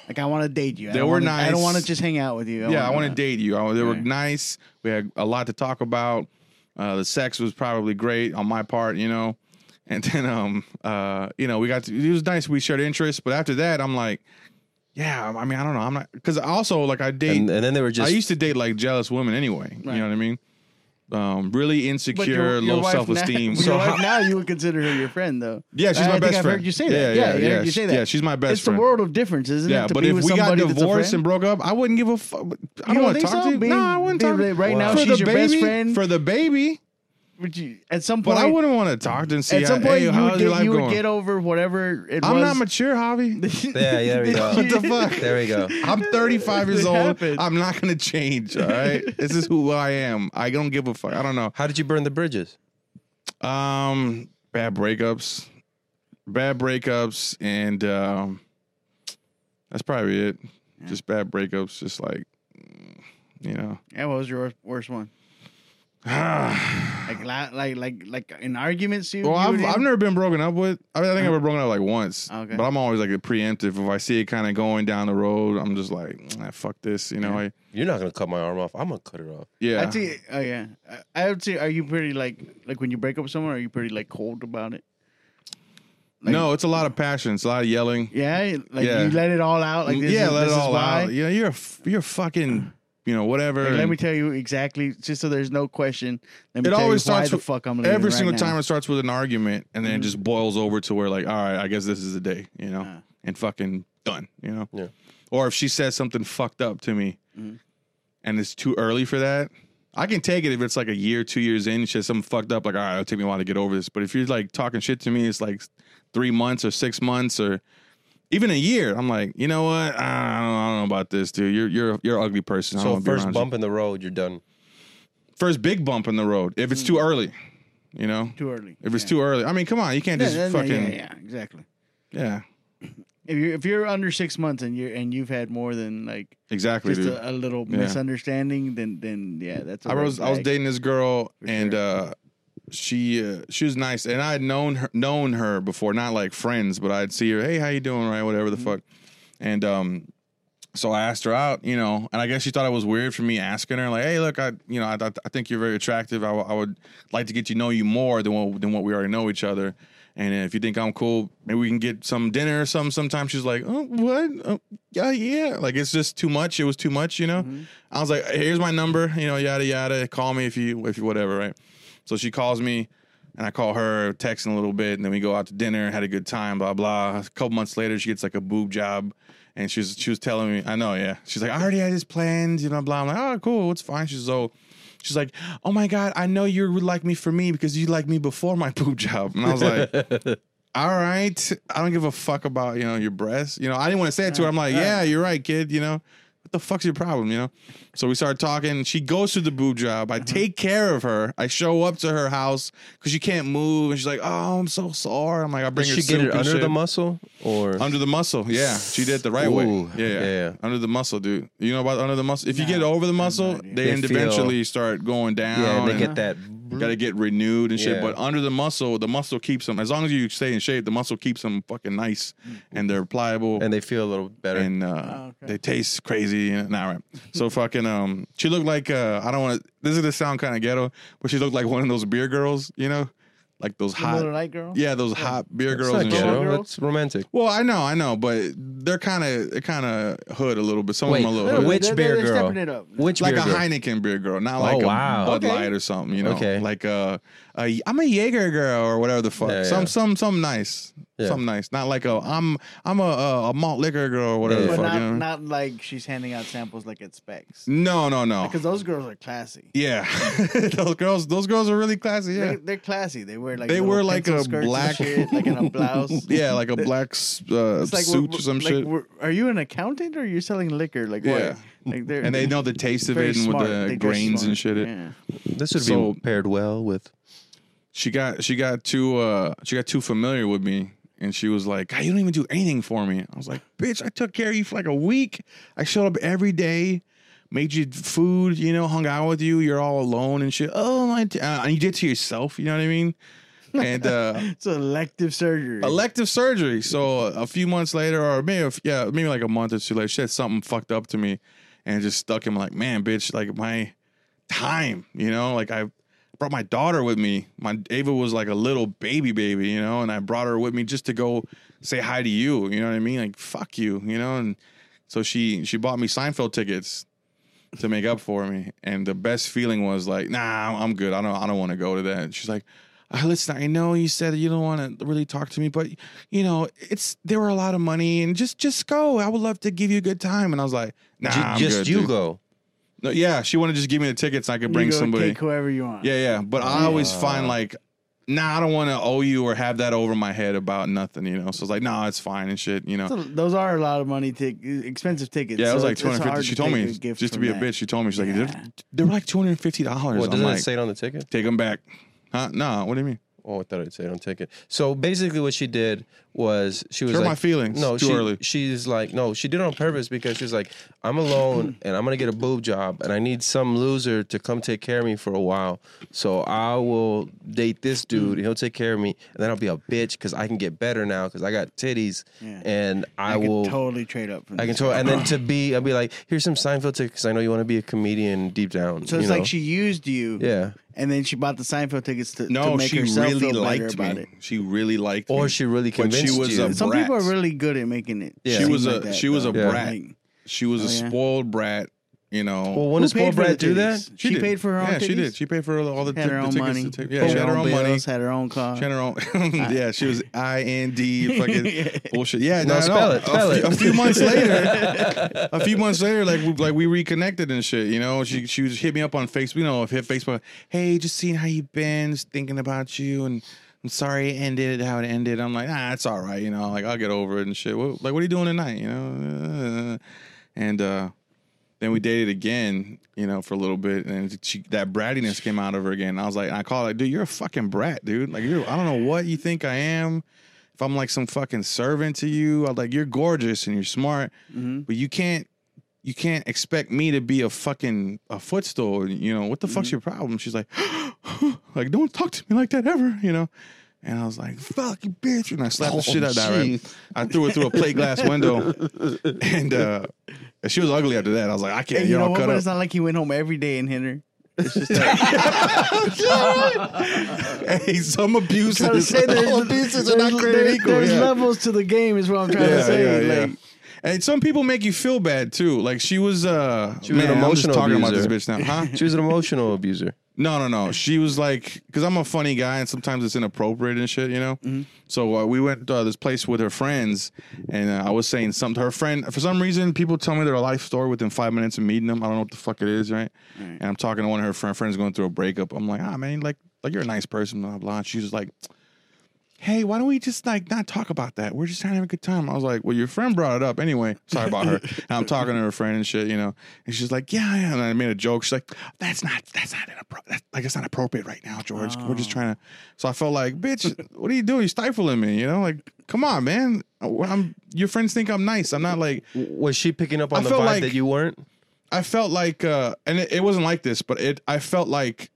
Speaker 2: Like I want to date you. I
Speaker 3: They
Speaker 2: don't
Speaker 3: were
Speaker 2: wanna, I don't
Speaker 3: nice.
Speaker 2: want to just hang out with you.
Speaker 3: yeah yeah i want to date you I, they were
Speaker 2: Right.
Speaker 3: nice we had a lot to talk about uh, the sex was probably great on my part you know and then um uh you know we got to, it was nice we shared interests but after that i'm like yeah i mean i don't know i'm not because also like i date
Speaker 1: And, and then they were just.
Speaker 3: I used to date like jealous women anyway.
Speaker 2: Right.
Speaker 3: You know what I mean? Um, really insecure,
Speaker 2: But your- your
Speaker 3: low
Speaker 2: wife
Speaker 3: self esteem.
Speaker 2: Now, so now you would consider her your friend, though.
Speaker 3: yeah, she's
Speaker 2: I,
Speaker 3: my
Speaker 2: I
Speaker 3: best
Speaker 2: think I've
Speaker 3: friend.
Speaker 2: heard you say that. Yeah, yeah, you say that.
Speaker 3: Yeah, she's my best
Speaker 2: it's
Speaker 3: friend.
Speaker 2: the world of difference, isn't
Speaker 3: yeah,
Speaker 2: it? To
Speaker 3: but
Speaker 2: be
Speaker 3: if
Speaker 2: with
Speaker 3: we got
Speaker 2: somebody that's a
Speaker 3: divorced and
Speaker 2: friend?
Speaker 3: broke up, I wouldn't give a fuck. I
Speaker 2: You
Speaker 3: don't
Speaker 2: don't
Speaker 3: want to
Speaker 2: think
Speaker 3: talk
Speaker 2: so,
Speaker 3: to you.
Speaker 2: babe?
Speaker 3: No, I wouldn't
Speaker 2: Babe,
Speaker 3: talk to
Speaker 2: right now
Speaker 3: for
Speaker 2: Oh, she's
Speaker 3: the
Speaker 2: your best
Speaker 3: baby-
Speaker 2: friend.
Speaker 3: For the baby.
Speaker 2: would you, at some
Speaker 3: But
Speaker 2: point,
Speaker 3: I wouldn't want to talk to and see
Speaker 2: at some
Speaker 3: how,
Speaker 2: point
Speaker 3: hey,
Speaker 2: you,
Speaker 3: how's
Speaker 2: would
Speaker 3: your
Speaker 2: get,
Speaker 3: life
Speaker 2: you would
Speaker 3: going?
Speaker 2: get over whatever it
Speaker 3: I'm
Speaker 2: was.
Speaker 3: not mature, Javi.
Speaker 1: yeah, yeah, there we go.
Speaker 3: What the fuck?
Speaker 1: There we go.
Speaker 3: I'm 35 years
Speaker 2: It
Speaker 3: old.
Speaker 2: happened.
Speaker 3: I'm not going to change, all right? this is who I am. I don't give a fuck. I don't know.
Speaker 1: How did you burn the bridges?
Speaker 3: Um, bad breakups, bad breakups, and um, that's probably it. Just bad breakups. Just like mm, you know,
Speaker 2: yeah, what was your worst- worst one? Like, la- like, like, like an argument? You,
Speaker 3: well,
Speaker 2: you
Speaker 3: I've
Speaker 2: would
Speaker 3: I've
Speaker 2: in?
Speaker 3: never been broken up with. I, mean, I think I've been broken up like once,
Speaker 2: Oh, Okay.
Speaker 3: but I'm always like preemptive. If I see it kind of going down the road, I'm just like, ah, fuck this, you know. I
Speaker 1: You're not gonna cut my arm off. I'm gonna cut her off.
Speaker 3: yeah.
Speaker 2: I'd say, oh yeah, I- I would say, are you pretty like, like when you break up with someone, are you pretty like cold about it? like-
Speaker 3: no, it's a lot of passion. It's a lot of yelling.
Speaker 2: Yeah, like
Speaker 3: Yeah.
Speaker 2: you let it all out. Like this
Speaker 3: yeah,
Speaker 2: is,
Speaker 3: let
Speaker 2: this
Speaker 3: it
Speaker 2: is
Speaker 3: all
Speaker 2: why.
Speaker 3: out. You know, you're a f- you're a fucking you know whatever.
Speaker 2: Like, let
Speaker 3: and-
Speaker 2: me tell you exactly, just so there's no question. Let me
Speaker 3: it
Speaker 2: tell
Speaker 3: always
Speaker 2: you why
Speaker 3: starts
Speaker 2: the
Speaker 3: with-
Speaker 2: fuck I'm leaving
Speaker 3: every
Speaker 2: right
Speaker 3: single
Speaker 2: now. Mm-hmm.
Speaker 3: time it starts with an argument and then it just boils over to where like all right i guess this is the day you know
Speaker 2: Yeah.
Speaker 3: and fucking done you know
Speaker 1: Yeah.
Speaker 3: or if she says something fucked up to me
Speaker 2: Mm-hmm.
Speaker 3: and it's too early for that i can take it if it's like a year two years in she says something fucked up like all right it'll take me a while to get over this but if you're like talking shit to me it's like three months or six months or even a year, I'm like, you know what? I don't, I don't know about this, dude. You're you're you're an ugly person. I don't
Speaker 1: So
Speaker 3: wanna be
Speaker 1: first
Speaker 3: around
Speaker 1: bump in the road, you're done.
Speaker 3: you. first big bump in the road. If it's
Speaker 2: Mm.
Speaker 3: too early, you know,
Speaker 2: Too early.
Speaker 3: if it's
Speaker 2: Yeah.
Speaker 3: too early, I mean, come on, you can't
Speaker 2: Yeah,
Speaker 3: just
Speaker 2: yeah, yeah,
Speaker 3: fucking
Speaker 2: yeah, yeah, exactly.
Speaker 3: yeah,
Speaker 2: If you're if you're under six months and you're and you've had more than like
Speaker 3: exactly,
Speaker 2: just
Speaker 3: dude.
Speaker 2: a, a little
Speaker 3: Yeah.
Speaker 2: misunderstanding, then then yeah, that's. a
Speaker 3: I
Speaker 2: red
Speaker 3: was I was
Speaker 2: flag.
Speaker 3: dating this girl
Speaker 2: For
Speaker 3: and
Speaker 2: sure.
Speaker 3: uh she uh, she was nice and I had known her known her before, not like friends, but I'd see her, hey, how you doing, right? Whatever the
Speaker 2: Mm-hmm.
Speaker 3: fuck. And um so I asked her out, you know, and I guess she thought it was weird for me asking her, like, "Hey, look, I, you know, I, I I think you're very attractive. I, w- I would like to get to know you more than what, than what we already know each other. And if you think I'm cool, maybe we can get some dinner or something." Sometimes she's like, "Oh, what? Oh, yeah, yeah." Like it's just too much. It was too much, you know. I was like, "Here's my number, you know, yada yada. Call me if you if you whatever, right?" So she calls me, and I call her, texting a little bit, and then we go out to dinner, had a good time, blah blah. A couple months later, she gets like a boob job, and she's she was telling me, I know, yeah. She's like, I already had this planned, you know, blah. I'm like, oh, cool, it's fine. She's so. She's like, oh my god, I know you would like me for me because you liked me before my boob job, and I was like. All right, I don't give a fuck about you know your breasts. You know, I didn't want to say it to her. I'm like, yeah, you're right, kid. You know, what the fuck's your problem? You know. So we started talking. She goes to the boob job. I
Speaker 1: Mm-hmm.
Speaker 3: take care of her. I show up to her house because she can't move, and she's like, "Oh, I'm so sore." I'm like, I
Speaker 1: Did
Speaker 3: bring her
Speaker 1: she get
Speaker 3: soup
Speaker 1: it
Speaker 3: and
Speaker 1: under
Speaker 3: shit.
Speaker 1: the muscle or
Speaker 3: Under the muscle, yeah, she did it the right way.
Speaker 1: Ooh,
Speaker 3: Yeah, yeah,
Speaker 1: yeah.
Speaker 3: under the muscle, dude. You know about under the muscle? If you
Speaker 2: No,
Speaker 3: get over the muscle,
Speaker 2: idea.
Speaker 3: they,
Speaker 1: They
Speaker 3: end-
Speaker 1: feel-
Speaker 3: eventually start going down.
Speaker 1: yeah? And they
Speaker 3: and-
Speaker 1: get that.
Speaker 3: Got to get renewed and shit.
Speaker 1: Mm-hmm. Yeah.
Speaker 3: But under the muscle, the muscle keeps them. As long as you stay in shape, the muscle keeps them fucking nice, and they're pliable, and,
Speaker 1: Mm-hmm. And they feel a little better.
Speaker 3: uh,
Speaker 2: Oh, okay.
Speaker 3: they taste crazy. And nah, right. So fucking um, she looked like uh, I don't want to. This is gonna sound kind of ghetto, but she looked like one of those beer girls, you know, like those
Speaker 2: The Miller
Speaker 3: hot,
Speaker 2: Lite girl.
Speaker 3: yeah, those hot beer
Speaker 1: It's
Speaker 3: girls
Speaker 1: not
Speaker 3: and
Speaker 1: ghetto,
Speaker 3: shit.
Speaker 2: girls?
Speaker 1: That's romantic.
Speaker 3: Well, I know, I know, but they're kind of they're kind of hood a little bit. Some
Speaker 1: Wait,
Speaker 3: of them a little
Speaker 2: Little
Speaker 3: hood.
Speaker 2: bit.
Speaker 1: Which
Speaker 2: They're-
Speaker 1: beer
Speaker 2: they're
Speaker 1: girl?
Speaker 2: stepping it up.
Speaker 1: Which
Speaker 3: like
Speaker 1: beer
Speaker 3: a
Speaker 1: girl?
Speaker 3: Heineken beer girl, not like
Speaker 1: wow.
Speaker 3: a Bud
Speaker 2: Okay.
Speaker 3: Light or something. You know,
Speaker 1: Okay.
Speaker 3: like uh, a I'm a Jaeger girl or whatever the fuck.
Speaker 1: Yeah,
Speaker 3: Some
Speaker 1: yeah.
Speaker 3: some some nice,
Speaker 1: Yeah.
Speaker 3: some nice. Not like a I'm I'm a a, a malt liquor girl or whatever
Speaker 1: Yeah.
Speaker 3: the
Speaker 2: But
Speaker 3: fuck.
Speaker 2: not,
Speaker 3: you know?
Speaker 2: not like she's handing out samples like at Specs.
Speaker 3: no no no.
Speaker 2: Because those girls are classy.
Speaker 3: yeah, those girls those girls are really classy. Yeah,
Speaker 2: They're, they're classy. They wear like
Speaker 3: They
Speaker 2: little
Speaker 3: wear, like,
Speaker 2: pencil
Speaker 3: a
Speaker 2: skirts and
Speaker 3: black-
Speaker 2: shit, like in a blouse.
Speaker 3: yeah, like a black s- uh,
Speaker 2: It's like
Speaker 3: suit
Speaker 2: we're-
Speaker 3: or some
Speaker 2: like
Speaker 3: shit.
Speaker 2: we're- Are you an accountant or you're selling liquor? Like
Speaker 3: Yeah.
Speaker 2: what? Like they're
Speaker 3: And they know the taste of
Speaker 2: very
Speaker 3: it and
Speaker 2: smart.
Speaker 3: with
Speaker 2: They
Speaker 3: the
Speaker 2: dress
Speaker 3: grains and shit.
Speaker 2: smart.
Speaker 3: It,
Speaker 2: Yeah.
Speaker 1: This would
Speaker 3: So-
Speaker 1: be paired well with.
Speaker 3: she got she got too uh she got too familiar with me and she was like God, you don't even do anything for me i was like bitch i took care of you for like a week i showed up every day made you food you know hung out with you you're all alone and shit oh my t-. Uh, and you did to yourself you know what i mean and uh
Speaker 2: It's elective surgery.
Speaker 3: elective surgery. So a few months later, or maybe a f- yeah, maybe like a month or two later, she had something fucked up to me, and it just stuck him like, man, bitch, like my time, you know, like I brought my daughter with me. My Ava was like a little baby baby, you know, and I brought her with me just to go say hi to you, you know what I mean? Like fuck you, you know, and so she she bought me Seinfeld tickets to make up for me. And the best feeling was like, nah, I'm- I'm good. I don't I don't want to go to that. And she's like, "Ah, listen, I know you said you don't want to really talk to me, but you know, it's there were a lot of money and just just go. I would love to give you a good time. And I was like, nah,
Speaker 1: Ju-
Speaker 3: I'm
Speaker 1: just
Speaker 3: good,
Speaker 1: you
Speaker 3: dude."
Speaker 1: go.
Speaker 3: No, yeah, she wanted to just give me the tickets. And I could
Speaker 2: You
Speaker 3: bring
Speaker 2: go
Speaker 3: somebody.
Speaker 2: Take whoever you want.
Speaker 3: Yeah, yeah. But I always find like, nah, I don't want to owe you or have that over my head about nothing, you know. So it's like, nah, it's fine and shit, you know.
Speaker 2: So those are a lot of money. Tic- expensive tickets.
Speaker 3: Yeah, it was
Speaker 2: so
Speaker 3: like
Speaker 2: it's- it's
Speaker 3: 250.
Speaker 2: hard
Speaker 3: She told
Speaker 2: take
Speaker 3: me
Speaker 2: a gift
Speaker 3: just to
Speaker 2: from
Speaker 3: be a
Speaker 2: that.
Speaker 3: bitch. She told me she's like,
Speaker 2: Yeah.
Speaker 3: they're, they were like 250 dollars.
Speaker 1: What
Speaker 3: I'm
Speaker 1: doesn't
Speaker 3: like,
Speaker 1: it say it on the ticket?
Speaker 3: take them back? Huh? Nah. What do you mean?
Speaker 1: Oh, I thought it'd say it on ticket. So basically, what she did was she was
Speaker 3: Hurt
Speaker 1: like,
Speaker 3: my feelings
Speaker 1: No,
Speaker 3: too
Speaker 1: she,
Speaker 3: early.
Speaker 1: she's like, no, she did it on purpose because she's like, I'm alone and I'm gonna get a boob job and I need some loser to come take care of me for a while. So I will date this dude. He'll take care of me, and then I'll be a bitch because I can get better now because I got titties
Speaker 2: Yeah.
Speaker 1: and I,
Speaker 2: I, can
Speaker 1: will.
Speaker 2: totally trade up. From
Speaker 1: I can
Speaker 2: this.
Speaker 1: tell, and then to be, I'll be like, "Here's some Seinfeld tickets. 'cause I know you want to be a comedian deep down."
Speaker 2: So it's
Speaker 1: you know?
Speaker 2: like she used you.
Speaker 1: yeah,
Speaker 2: And then she bought the Seinfeld tickets to, to
Speaker 3: No,
Speaker 2: make
Speaker 3: she
Speaker 2: herself
Speaker 3: really
Speaker 2: feel better
Speaker 3: liked
Speaker 2: about
Speaker 3: me. She really liked me.
Speaker 1: or she really
Speaker 3: But she
Speaker 1: convinced
Speaker 3: was
Speaker 1: you.
Speaker 3: a-
Speaker 2: it. Some people
Speaker 3: Brats.
Speaker 2: are really good at making it.
Speaker 1: Yeah.
Speaker 3: She
Speaker 2: seem
Speaker 3: was a-
Speaker 2: like that,
Speaker 3: she was a
Speaker 2: though.
Speaker 1: Yeah.
Speaker 3: brat.
Speaker 2: Like,
Speaker 3: she was
Speaker 2: Oh,
Speaker 3: a
Speaker 2: yeah.
Speaker 3: spoiled brat. You know.
Speaker 1: well, when
Speaker 2: who
Speaker 1: does Paul
Speaker 2: paid for the
Speaker 1: Brad do that?
Speaker 2: titties? She,
Speaker 3: did.
Speaker 2: paid for her own.
Speaker 3: Yeah, she
Speaker 2: titties?
Speaker 3: did. She paid for all the,
Speaker 2: Had
Speaker 3: ti-
Speaker 2: her own
Speaker 3: tickets.
Speaker 2: money.
Speaker 3: To take, yeah, she had her own money.
Speaker 2: bills, Had her own car.
Speaker 1: Uh,
Speaker 3: She had her own. yeah, she was I N D fucking bullshit. Yeah,
Speaker 1: No,
Speaker 3: no, no.
Speaker 1: spell it,
Speaker 3: A
Speaker 1: spell
Speaker 3: few-
Speaker 1: it.
Speaker 3: A few months later, a few months later, like we, like we reconnected and shit. You know, she she was hit me up on Facebook. You know, hit Facebook. Hey, just seeing how you been. Just thinking about you and I'm sorry it ended how it ended. I'm like, ah, it's all right, you know, like I'll get over it and shit. What, like, what are you doing tonight? You know? Uh, And uh then we dated again, you know, for a little bit, and she, that brattiness came out of her again. I was like, I called like, dude, you're a fucking brat, dude. Like, you're, I don't know what you think I am. If I'm like some fucking servant to you, I was like, you're gorgeous and you're smart,
Speaker 2: Mhm.
Speaker 3: but you can't, you can't expect me to be a fucking a footstool. You know what the
Speaker 2: Mm-hmm.
Speaker 3: fuck's your problem? She's like, like don't talk to me like that ever, you know. And I was like, fuck you, bitch. And I slapped
Speaker 2: Oh,
Speaker 3: the shit out of that. Right? I threw it through a plate glass window. And uh, she was ugly after that. I was like, I can't,
Speaker 2: And you
Speaker 3: y'all
Speaker 2: know what?
Speaker 3: cut
Speaker 2: But
Speaker 3: up.
Speaker 2: it's not like he went home every day and hit her.
Speaker 3: hey, some
Speaker 2: Trying to
Speaker 3: abuses.
Speaker 2: say there's-
Speaker 3: All abuses are
Speaker 2: there's-
Speaker 3: not created
Speaker 2: there-
Speaker 3: equal.
Speaker 2: There's
Speaker 3: yeah.
Speaker 2: levels to the game, is what I'm trying to
Speaker 3: Yeah,
Speaker 2: say.
Speaker 3: yeah, yeah.
Speaker 2: like,
Speaker 3: And some people make you feel bad too. Like she was, uh,
Speaker 1: She was
Speaker 3: man,
Speaker 1: an
Speaker 3: I'm just
Speaker 1: emotional
Speaker 3: talking
Speaker 1: abuser.
Speaker 3: about this bitch now, huh?
Speaker 1: She was an emotional abuser.
Speaker 3: No, no, no. She was like, because I'm a funny guy, and sometimes it's inappropriate and shit, you know. So uh, we went uh, this place with her friends, and uh, I was saying something. to Her friend, for some reason, people tell me their life story within five minutes of meeting them. I don't know what the fuck it is, right? And I'm talking to one of her friend, friends going through a breakup. I'm like, ah, man, like, like you're a nice person, blah blah. And she was like, hey, why don't we just like not talk about that? We're just trying to have a good time. I was like, well, your friend brought it up anyway. Sorry about her. and I'm talking to her friend and shit, you know. And she's like, yeah, yeah. And I made a joke. She's like, that's not, that's not inappropriate. That's, like, it's not appropriate right now, George. We're just trying to. So I felt like, bitch, what are you doing? You're stifling me, you know? Like, come on, man. I'm, your friends think I'm nice. I'm not like,
Speaker 1: Was she picking up on
Speaker 3: I
Speaker 1: the vibe
Speaker 3: felt like-
Speaker 1: that you weren't?
Speaker 3: I felt like, uh, and it, it wasn't like this, but it, I felt like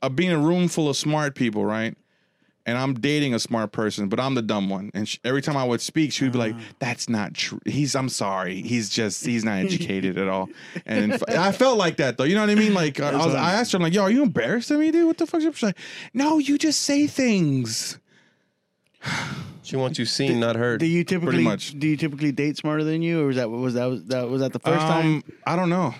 Speaker 3: uh, being in a room full of smart people, right? And I'm dating a smart person, but I'm the dumb one. And she, every time I would speak, she would be like,
Speaker 2: Uh-huh.
Speaker 3: "That's not true. He's, I'm sorry. He's just, he's not educated at all." And f- I felt like that though. You know what I mean? Like I, I was, I asked her, I'm like, "Yo, are you embarrassed of me, dude? What the fuck?" She's like, "No, you just say things."
Speaker 1: She wants you seen, not heard.
Speaker 2: do you typically
Speaker 3: much.
Speaker 2: do you typically date smarter than you, or was that was that was that was that the first time?
Speaker 3: Um, I don't know.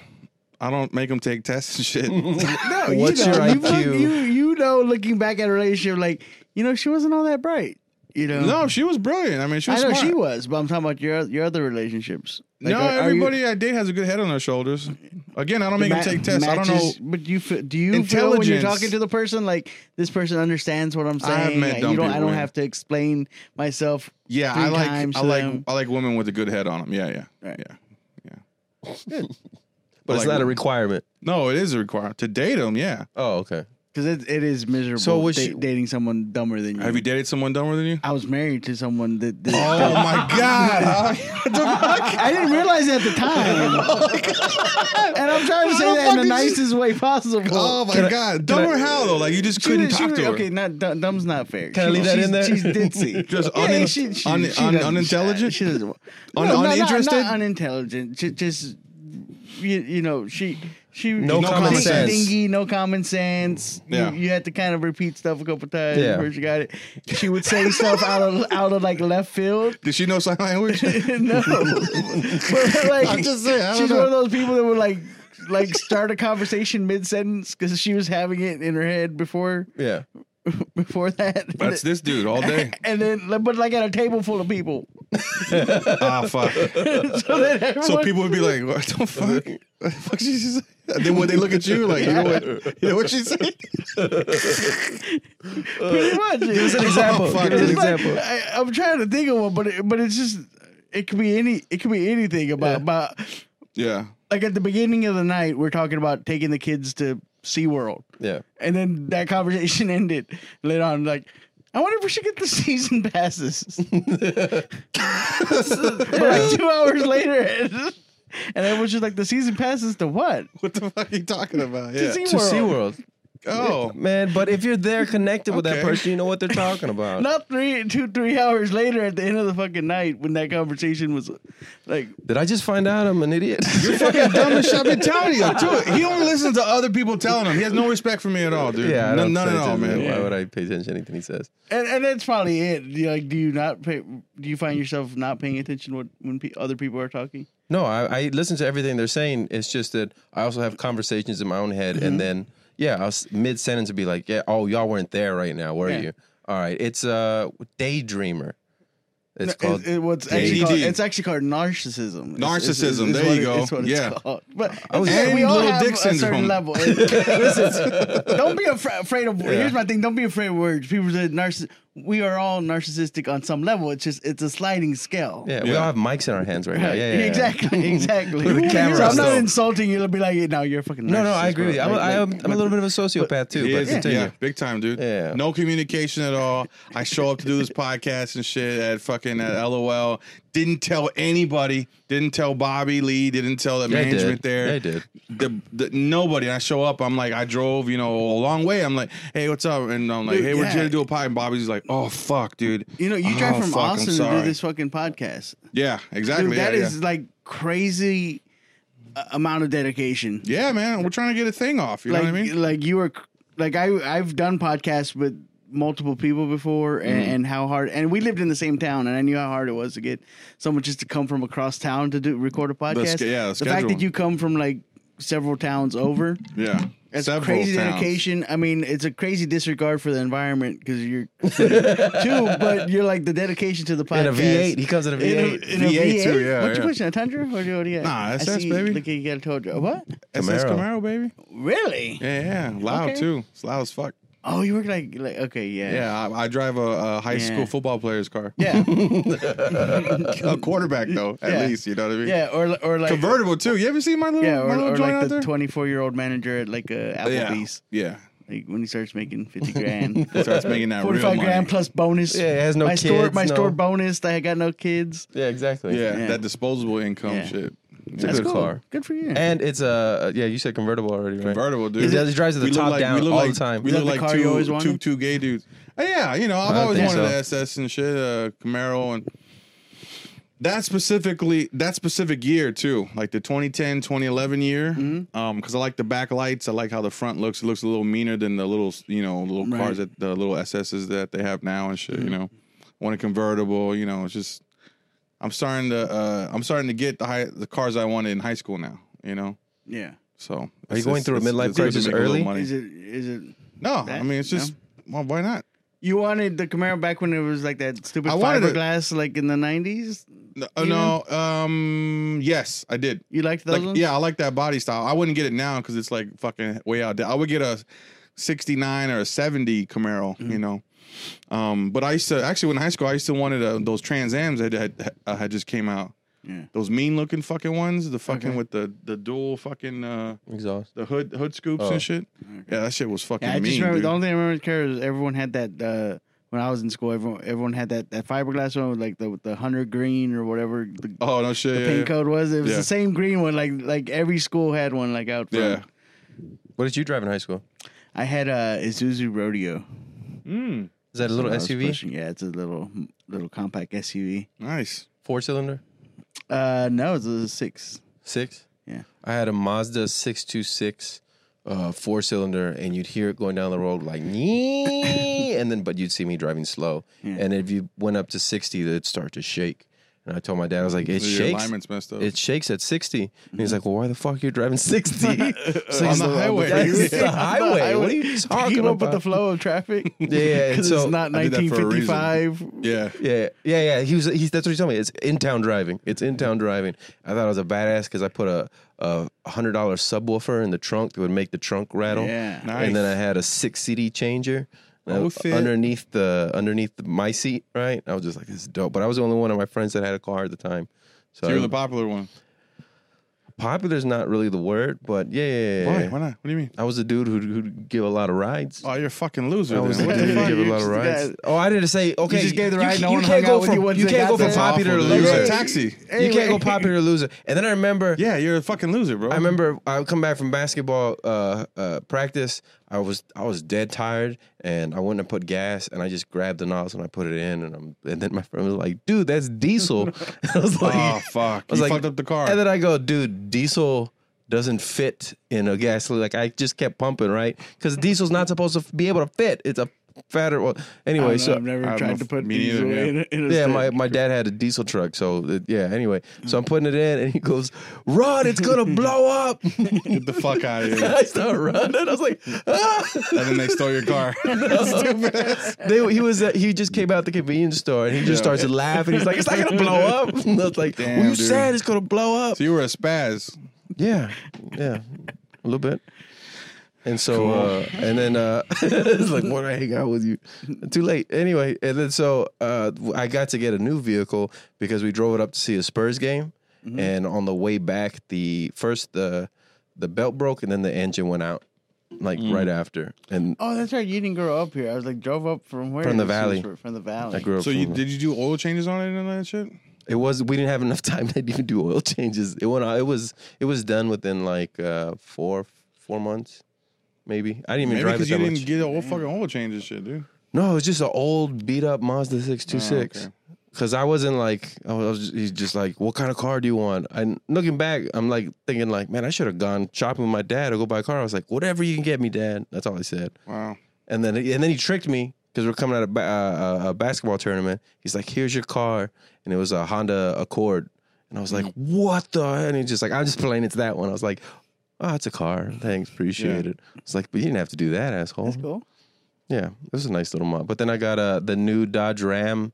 Speaker 3: I don't make them take tests and shit.
Speaker 2: No,
Speaker 1: what's your
Speaker 2: you,
Speaker 1: IQ?
Speaker 2: You, you you know, looking back at a relationship, like you know, she wasn't all that bright. You know,
Speaker 3: no, she was brilliant. I mean, she
Speaker 2: I
Speaker 3: was
Speaker 2: know
Speaker 3: smart.
Speaker 2: she was, but I'm talking about your your other relationships. Like,
Speaker 3: no,
Speaker 2: are- are you-
Speaker 3: everybody I date has a good head on their shoulders. Again, I don't make
Speaker 2: Ma-
Speaker 3: them take tests. I don't know.
Speaker 2: matches- But you feel, do you feel when you're
Speaker 3: Intelligence.
Speaker 2: talking to the person like this person understands what I'm saying?
Speaker 3: I have met
Speaker 2: you
Speaker 3: dumb
Speaker 2: don't. I
Speaker 3: people,
Speaker 2: don't
Speaker 3: yeah.
Speaker 2: have to explain myself.
Speaker 3: Yeah,
Speaker 2: three
Speaker 3: I like
Speaker 2: times
Speaker 3: I
Speaker 2: to
Speaker 3: like
Speaker 2: them.
Speaker 3: I like women with a good head on them. Yeah, yeah,
Speaker 2: Right.
Speaker 3: yeah.
Speaker 1: but it's
Speaker 3: like-
Speaker 1: not a requirement.
Speaker 3: No, it is a requirement to date them. Yeah.
Speaker 1: Oh, okay.
Speaker 2: Because it, it is miserable.
Speaker 1: So was
Speaker 2: da-
Speaker 1: she-
Speaker 2: dating someone dumber than you.
Speaker 3: Have you dated someone dumber than you?
Speaker 2: I was married to someone that. that
Speaker 3: Oh my god!
Speaker 2: I didn't realize it at the time.
Speaker 3: Oh
Speaker 2: and I'm trying to say that in the nicest way possible.
Speaker 3: Oh my god! Dumber how though? Like you just
Speaker 2: She
Speaker 3: couldn't
Speaker 2: was- she
Speaker 3: talk
Speaker 2: was-
Speaker 3: to her.
Speaker 2: Okay, not dumb, dumb's not fair.
Speaker 1: Can I leave that
Speaker 2: she's-
Speaker 1: in there?
Speaker 2: She's ditzy.
Speaker 3: Just
Speaker 2: Yeah,
Speaker 3: unin-
Speaker 2: she- she-
Speaker 3: un-
Speaker 2: she
Speaker 3: un-
Speaker 2: doesn't-
Speaker 3: unintelligent?
Speaker 2: She doesn't.
Speaker 3: Un-
Speaker 2: not-
Speaker 3: uninterested?
Speaker 2: Not, unintelligent. She, just you, you know she she
Speaker 1: No
Speaker 3: No common
Speaker 2: ding-
Speaker 3: sense.
Speaker 2: Dingy, no common sense.
Speaker 3: Yeah.
Speaker 2: You, you had to kind of repeat stuff a couple times
Speaker 1: Yeah.
Speaker 2: before she got it. She would say stuff out of out of like left field.
Speaker 3: Did she know sign language?
Speaker 2: no, but like
Speaker 3: I'm just saying, I don't
Speaker 2: she's
Speaker 3: know.
Speaker 2: one of those people that would like like start a conversation mid sentence because she was having it in her head before
Speaker 1: Yeah.
Speaker 2: before that.
Speaker 3: That's this dude all day.
Speaker 2: and then, but like at a table full of people.
Speaker 3: ah fuck.
Speaker 2: So, then everyone,
Speaker 3: So people would be like, "What the fuck? What the fuck she say?" And then when they look at you, like, you know what? You know what she said?
Speaker 2: pretty much. Give
Speaker 1: us an example.
Speaker 3: fuck.
Speaker 1: Give us an example.
Speaker 2: I, I'm trying to think of one, but it, but it's just it could be any it could be anything about about
Speaker 3: Yeah.
Speaker 2: like at the beginning of the night we're talking about taking the kids to SeaWorld.
Speaker 1: Yeah.
Speaker 2: And then that conversation ended later on. Like, I wonder if we should get the season passes. But like two hours later, and everyone's just like, the season passes to what?
Speaker 3: What the fuck are you talking about?
Speaker 2: To
Speaker 3: Yeah.
Speaker 1: To
Speaker 2: SeaWorld.
Speaker 1: SeaWorld.
Speaker 3: Oh.
Speaker 1: Man, but if you're there connected with that
Speaker 3: Okay.
Speaker 1: person, you know what they're talking about.
Speaker 2: Not three, two, three hours later at the end of the fucking night when that conversation was like,
Speaker 1: Did I just find out I'm an idiot?
Speaker 3: You're fucking dumb as shit. I've been telling you. Too. He only listens to other people telling him. He has no respect for me at all, dude.
Speaker 1: yeah, I
Speaker 3: no,
Speaker 1: don't
Speaker 3: none
Speaker 1: pay
Speaker 3: at all,
Speaker 1: attention.
Speaker 3: man.
Speaker 1: Why would I pay attention to anything he says?
Speaker 2: and, and that's probably it. Do you, Like, do you not pay, do you find yourself not paying attention when, when pe- other people are talking?
Speaker 1: No, I, I listen to everything they're saying. It's just that I also have conversations in my own head, and then yeah, I was mid sentence would be like, yeah, oh, y'all weren't there right now, were
Speaker 2: Yeah.
Speaker 1: you? All right, it's a uh, daydreamer. It's
Speaker 2: No,
Speaker 1: called
Speaker 2: it, it- what's
Speaker 1: dating.
Speaker 2: actually called,
Speaker 3: ADD.
Speaker 2: it's actually called narcissism. It's- it's-
Speaker 3: Narcissism,
Speaker 2: it's
Speaker 3: there
Speaker 2: what
Speaker 3: you
Speaker 2: it-
Speaker 3: go.
Speaker 2: it's what it's
Speaker 3: Yeah.
Speaker 2: called. But
Speaker 1: I was-
Speaker 2: yeah, we
Speaker 3: And
Speaker 2: all
Speaker 3: little
Speaker 2: have
Speaker 3: dick
Speaker 2: a
Speaker 3: syndrome.
Speaker 2: certain level. And- listen, don't be afra- afraid of. Here's my thing: don't be afraid of words. People say narciss. We are all narcissistic on some level. It's just it's a sliding scale.
Speaker 1: yeah, we
Speaker 3: Yeah.
Speaker 1: all have mics in our hands right now. Yeah, yeah, yeah.
Speaker 2: exactly, exactly.
Speaker 1: With the
Speaker 2: so
Speaker 1: cameras,
Speaker 2: I'm not
Speaker 1: though.
Speaker 2: insulting you. It'll be like, no, you're a fucking.
Speaker 1: No, no,
Speaker 2: narcissist,
Speaker 1: I agree with you.
Speaker 2: bro."
Speaker 1: I'm, a-
Speaker 2: Like-
Speaker 1: I am,
Speaker 2: like-
Speaker 1: I'm a little bit of a sociopath too.
Speaker 3: He
Speaker 1: but
Speaker 3: is,
Speaker 1: continue.
Speaker 3: yeah, big time, dude.
Speaker 1: Yeah.
Speaker 3: No communication at all. I show up to do this podcast and shit at fucking at LOL. Didn't tell anybody. Didn't tell Bobby Lee. Didn't tell the
Speaker 1: I did.
Speaker 3: management there.
Speaker 1: I did.
Speaker 3: The, the, nobody. And I show up. I'm like, I drove, you know, a long way. I'm like, hey, what's up? And I'm like,
Speaker 2: Dude,
Speaker 3: hey, we're
Speaker 2: yeah.
Speaker 3: here to do a pod. And Bobby's like, oh fuck, dude.
Speaker 2: You know, you
Speaker 3: oh,
Speaker 2: drive from
Speaker 3: fuck, I'm
Speaker 2: Austin to do
Speaker 3: sorry.
Speaker 2: this fucking podcast.
Speaker 3: Yeah, exactly.
Speaker 2: Dude, that
Speaker 3: yeah,
Speaker 2: is like crazy uh, amount of dedication.
Speaker 3: yeah. yeah, man. We're trying to get a thing off. You
Speaker 2: like,
Speaker 3: know what I mean?
Speaker 2: like you were, like I, I've done podcasts with multiple people before, and,
Speaker 3: Mm-hmm.
Speaker 2: and how hard. And we lived in the same town, and I knew how hard it was to get someone just to come from across town to do record a podcast.
Speaker 3: sch- yeah, the
Speaker 2: the fact
Speaker 3: schedule.
Speaker 2: that you come from like several towns over.
Speaker 3: Yeah.
Speaker 2: That's
Speaker 3: Several
Speaker 2: crazy
Speaker 3: towns.
Speaker 2: dedication. I mean, it's a crazy disregard for the environment because you're too, but you're like the dedication to the podcast.
Speaker 1: In a V8, he comes in a
Speaker 2: In a,
Speaker 1: V8.
Speaker 2: in a
Speaker 3: V8
Speaker 2: V8,
Speaker 3: too, yeah,
Speaker 2: What you
Speaker 3: yeah.
Speaker 2: pushing a Tundra? What do you, what do you got?
Speaker 3: Nah,
Speaker 2: I
Speaker 3: SS,
Speaker 2: see-
Speaker 3: baby.
Speaker 2: Look, you got a Tundra. What?
Speaker 3: SS
Speaker 1: Camaro.
Speaker 3: Camaro, baby.
Speaker 2: Really?
Speaker 3: Yeah, yeah. Loud
Speaker 2: Okay.
Speaker 3: too. It's loud as fuck.
Speaker 2: Oh, you work like like okay, yeah,
Speaker 3: Yeah, I, I drive a, a high
Speaker 2: Yeah.
Speaker 3: school football player's car.
Speaker 2: yeah, yeah,
Speaker 3: a quarterback though, at
Speaker 2: Yeah.
Speaker 3: least. You know what I mean?
Speaker 2: or or like
Speaker 3: Convertible too. You ever seen my little
Speaker 2: yeah,
Speaker 3: my
Speaker 2: or,
Speaker 3: little
Speaker 2: or
Speaker 3: joint out
Speaker 2: like the
Speaker 3: there?
Speaker 2: twenty four year old manager at like a Applebee's,
Speaker 3: yeah.
Speaker 2: like when he starts making fifty grand,
Speaker 3: yeah. Starts making that
Speaker 2: forty
Speaker 3: real
Speaker 2: five
Speaker 3: money.
Speaker 2: grand plus bonus.
Speaker 1: Yeah, it has no
Speaker 2: my store
Speaker 1: kids,
Speaker 2: my
Speaker 1: no-
Speaker 2: store bonus. I got no kids.
Speaker 1: Yeah, exactly.
Speaker 3: yeah,
Speaker 2: Yeah.
Speaker 3: that disposable income
Speaker 2: Yeah.
Speaker 3: shit. It's
Speaker 1: That's
Speaker 3: a good
Speaker 1: cool. car.
Speaker 2: Good for you.
Speaker 1: And it's a yeah. You said convertible already, right?
Speaker 3: convertible, dude.
Speaker 1: Is it- it drives it the
Speaker 3: We look
Speaker 1: top
Speaker 3: like-
Speaker 1: down
Speaker 3: we look
Speaker 1: all
Speaker 3: like,
Speaker 1: the time.
Speaker 3: We
Speaker 2: Is that
Speaker 3: look like
Speaker 2: the car
Speaker 3: two,
Speaker 2: you always
Speaker 3: two,
Speaker 2: wanted?
Speaker 3: two gay dudes. Uh, yeah, you know, I've
Speaker 1: I
Speaker 3: always
Speaker 1: think
Speaker 3: wanted
Speaker 1: so.
Speaker 3: the SS and shit, uh, Camaro and that specifically that specific year too like the 2010 2011 year um because i like the back lights i like how the front looks it looks a little meaner than the little you know little
Speaker 2: Right.
Speaker 3: cars that the little ss's that they have now and shit you know want a convertible you know it's just i'm starting to uh i'm starting to get the high the cars i wanted in high school now you know
Speaker 2: yeah,
Speaker 3: so are
Speaker 1: you going through a midlife crisis early?
Speaker 2: is it is it?
Speaker 3: no, I
Speaker 2: That-
Speaker 3: mean it's just well, why not?
Speaker 2: You wanted the Camaro back when it was like that stupid
Speaker 3: I wanted it-
Speaker 2: fiberglass, like in the nineties.
Speaker 3: No, uh, no um, yes, I did.
Speaker 2: You liked those
Speaker 3: Like,
Speaker 2: ones?
Speaker 3: yeah, I like that body style. I wouldn't get it now because it's like fucking way out there. I would get a '69 or a '70 Camaro,
Speaker 2: Mm-hmm.
Speaker 3: you know. Um, but I used to actually when in high school I used to wanted uh those Trans Am's that had, uh, had just came out.
Speaker 2: Yeah.
Speaker 3: Those mean looking fucking ones, the fucking
Speaker 2: Okay.
Speaker 3: with the the dual fucking uh
Speaker 1: Exhaust.
Speaker 3: the hood hood scoops
Speaker 1: Oh.
Speaker 3: and shit. Yeah, that shit was fucking
Speaker 2: Yeah, I
Speaker 3: mean.
Speaker 2: just remember
Speaker 3: dude.
Speaker 2: the only thing I remember care is everyone had that uh, when I was in school. Everyone everyone had that that fiberglass one with like the with the hunter green or whatever the,
Speaker 3: oh no shit.
Speaker 2: the
Speaker 3: yeah,
Speaker 2: pin
Speaker 3: yeah.
Speaker 2: code was. It was
Speaker 3: Yeah.
Speaker 2: the same green one. Like like every school had one. Like out front.
Speaker 3: Yeah.
Speaker 1: What did you drive in high school?
Speaker 2: I had a Isuzu rodeo.
Speaker 3: Mm,
Speaker 1: Is that a little
Speaker 2: I was
Speaker 1: SUV,
Speaker 2: pushing- Yeah, it's a little little compact SUV.
Speaker 3: nice.
Speaker 1: four cylinder,
Speaker 2: Uh, no, it's a six.
Speaker 1: six?
Speaker 2: Yeah.
Speaker 1: I had a Mazda six two six. Uh, four cylinder, and you'd hear it going down the road like, "Nee," and then, but you'd see me driving slow. And if you went up to 60, it'd start to shake. And I told my dad, I was like, it
Speaker 3: Your
Speaker 1: shakes.
Speaker 3: alignment's messed up.
Speaker 1: It shakes at 60. And he's like, Well, why the fuck are you driving 60? on
Speaker 3: Uh, the highway.
Speaker 1: That's
Speaker 2: On the
Speaker 1: the highway. What are you
Speaker 2: Keep
Speaker 1: talking
Speaker 2: up
Speaker 1: about?
Speaker 2: with the flow of traffic.
Speaker 1: Yeah, yeah.
Speaker 2: because
Speaker 1: so-
Speaker 2: it's not
Speaker 3: I did that for a reason.
Speaker 2: 1955.
Speaker 3: yeah.
Speaker 1: Yeah, yeah, yeah. He was. He's, that's what he told me. It's in town driving. It's in town driving. I thought I was a badass because I put a a hundred dollar subwoofer in the trunk that would make the trunk rattle.
Speaker 2: Yeah.
Speaker 1: and then I had a six CD changer. uh,
Speaker 3: Oh, shit.
Speaker 1: underneath the underneath my seat, right? I was just like, "This is dope." But I was the only one of my friends that had a car at the time, so,
Speaker 3: You were the popular one.
Speaker 1: popular is not really the word. But yeah, yeah, yeah,
Speaker 3: Why?
Speaker 1: yeah.
Speaker 3: Why not? What do you mean?
Speaker 1: I was the dude who'd, who'd give a lot of rides.
Speaker 3: Oh, you're a fucking loser.
Speaker 1: I was
Speaker 3: then.
Speaker 1: the
Speaker 3: What
Speaker 1: dude
Speaker 3: the
Speaker 1: who'd
Speaker 3: fuck?
Speaker 1: give a
Speaker 2: You're
Speaker 1: lot of
Speaker 2: just the
Speaker 1: rides.
Speaker 2: guy-
Speaker 1: Oh, I didn't say okay.
Speaker 2: just gave the ride, no one
Speaker 1: can't
Speaker 2: hung
Speaker 1: go
Speaker 2: out with
Speaker 1: from
Speaker 2: you once
Speaker 1: you
Speaker 2: they
Speaker 1: can't go
Speaker 2: got
Speaker 1: from
Speaker 2: there.
Speaker 1: popular to
Speaker 3: Awful, dude. You're
Speaker 1: loser.
Speaker 3: a taxi.
Speaker 1: You can't go popular to loser. And then I remember,
Speaker 3: Yeah, you're a fucking loser, bro.
Speaker 1: I remember I would come back from basketball uh, uh, practice. I was I was dead tired, and I went and put gas, and I just grabbed the nozzle and I put it in, and I'm, and then my friend was like, "Dude, that's diesel." I was like,
Speaker 3: Oh fuck!
Speaker 1: I was
Speaker 3: you
Speaker 1: like,
Speaker 3: fucked up the car.
Speaker 1: And then I go, dude, diesel doesn't fit in a gasoline. Like I just kept pumping, right? Because diesel's not supposed to be able to fit. It's a fatter. Well,
Speaker 2: I don't
Speaker 1: anyway,
Speaker 2: know,
Speaker 1: so
Speaker 2: I've never
Speaker 3: I don't
Speaker 2: tried
Speaker 3: know
Speaker 2: to
Speaker 3: if-
Speaker 2: put
Speaker 3: me
Speaker 2: these
Speaker 3: neither,
Speaker 2: away
Speaker 3: yeah.
Speaker 2: in a, in a
Speaker 1: yeah,
Speaker 2: stack.
Speaker 1: my, my dad had a diesel truck, so it, yeah. Anyway, so I'm putting it in, and he goes, "Run! It's gonna blow up!"
Speaker 3: Get the fuck out of here.
Speaker 1: I start running. I was like, "Ah!"
Speaker 3: And then they stole your car.
Speaker 1: They, he was at, he just came out the convenience store, and he just
Speaker 3: Yeah.
Speaker 1: starts laughing. He's like, "It's not gonna blow up." And I was like,
Speaker 3: Damn,
Speaker 1: "Well, you
Speaker 3: dude.
Speaker 1: said it's gonna blow up."
Speaker 3: so you were a spaz.
Speaker 1: Yeah, yeah, a little bit. And so, uh, and then uh, it's like, what do I hang out with you? Too late. Anyway, and then so uh, I got to get a new vehicle because we drove it up to see a Spurs game,
Speaker 3: Mm-hmm.
Speaker 1: and on the way back, the first the the belt broke, and then the engine went out, like
Speaker 3: Mm.
Speaker 1: right after. And
Speaker 2: Oh, that's right. You didn't grow up here. I was like, drove up from where?
Speaker 1: From the
Speaker 2: This is
Speaker 1: valley.
Speaker 2: where- From the valley.
Speaker 1: I grew up.
Speaker 3: So you
Speaker 1: from-
Speaker 3: did you do oil changes on it and all that shit?
Speaker 1: It was we didn't have enough time to even do oil changes. It went. out- It was it was done within like uh, four four months, maybe. I didn't even
Speaker 3: Maybe
Speaker 1: drive it
Speaker 3: because
Speaker 1: that
Speaker 3: you
Speaker 1: much.
Speaker 3: didn't get all fucking oil changes shit, dude.
Speaker 1: No, it was just an old beat up Mazda six two six.
Speaker 3: okay.
Speaker 1: Cause I wasn't like I was. Just, he's just like, what kind of car do you want? And looking back, I'm like thinking like, man, I should have gone shopping with my dad or go buy a car. I was like, whatever you can get me, dad. That's all I said.
Speaker 3: Wow.
Speaker 1: And then and then he tricked me because we're coming out of ba- uh, a- a basketball tournament. He's like, here's your car, and it was a Honda Accord. And I was like, what the? And he's just like, I'm just playing. It's that one. I was like, oh, it's a car. Thanks, appreciate
Speaker 3: Yeah.
Speaker 1: it. It's like, but you didn't have to do that, asshole.
Speaker 2: That's cool.
Speaker 1: Yeah, it was a nice little mod. But then I got uh, the new Dodge Ram,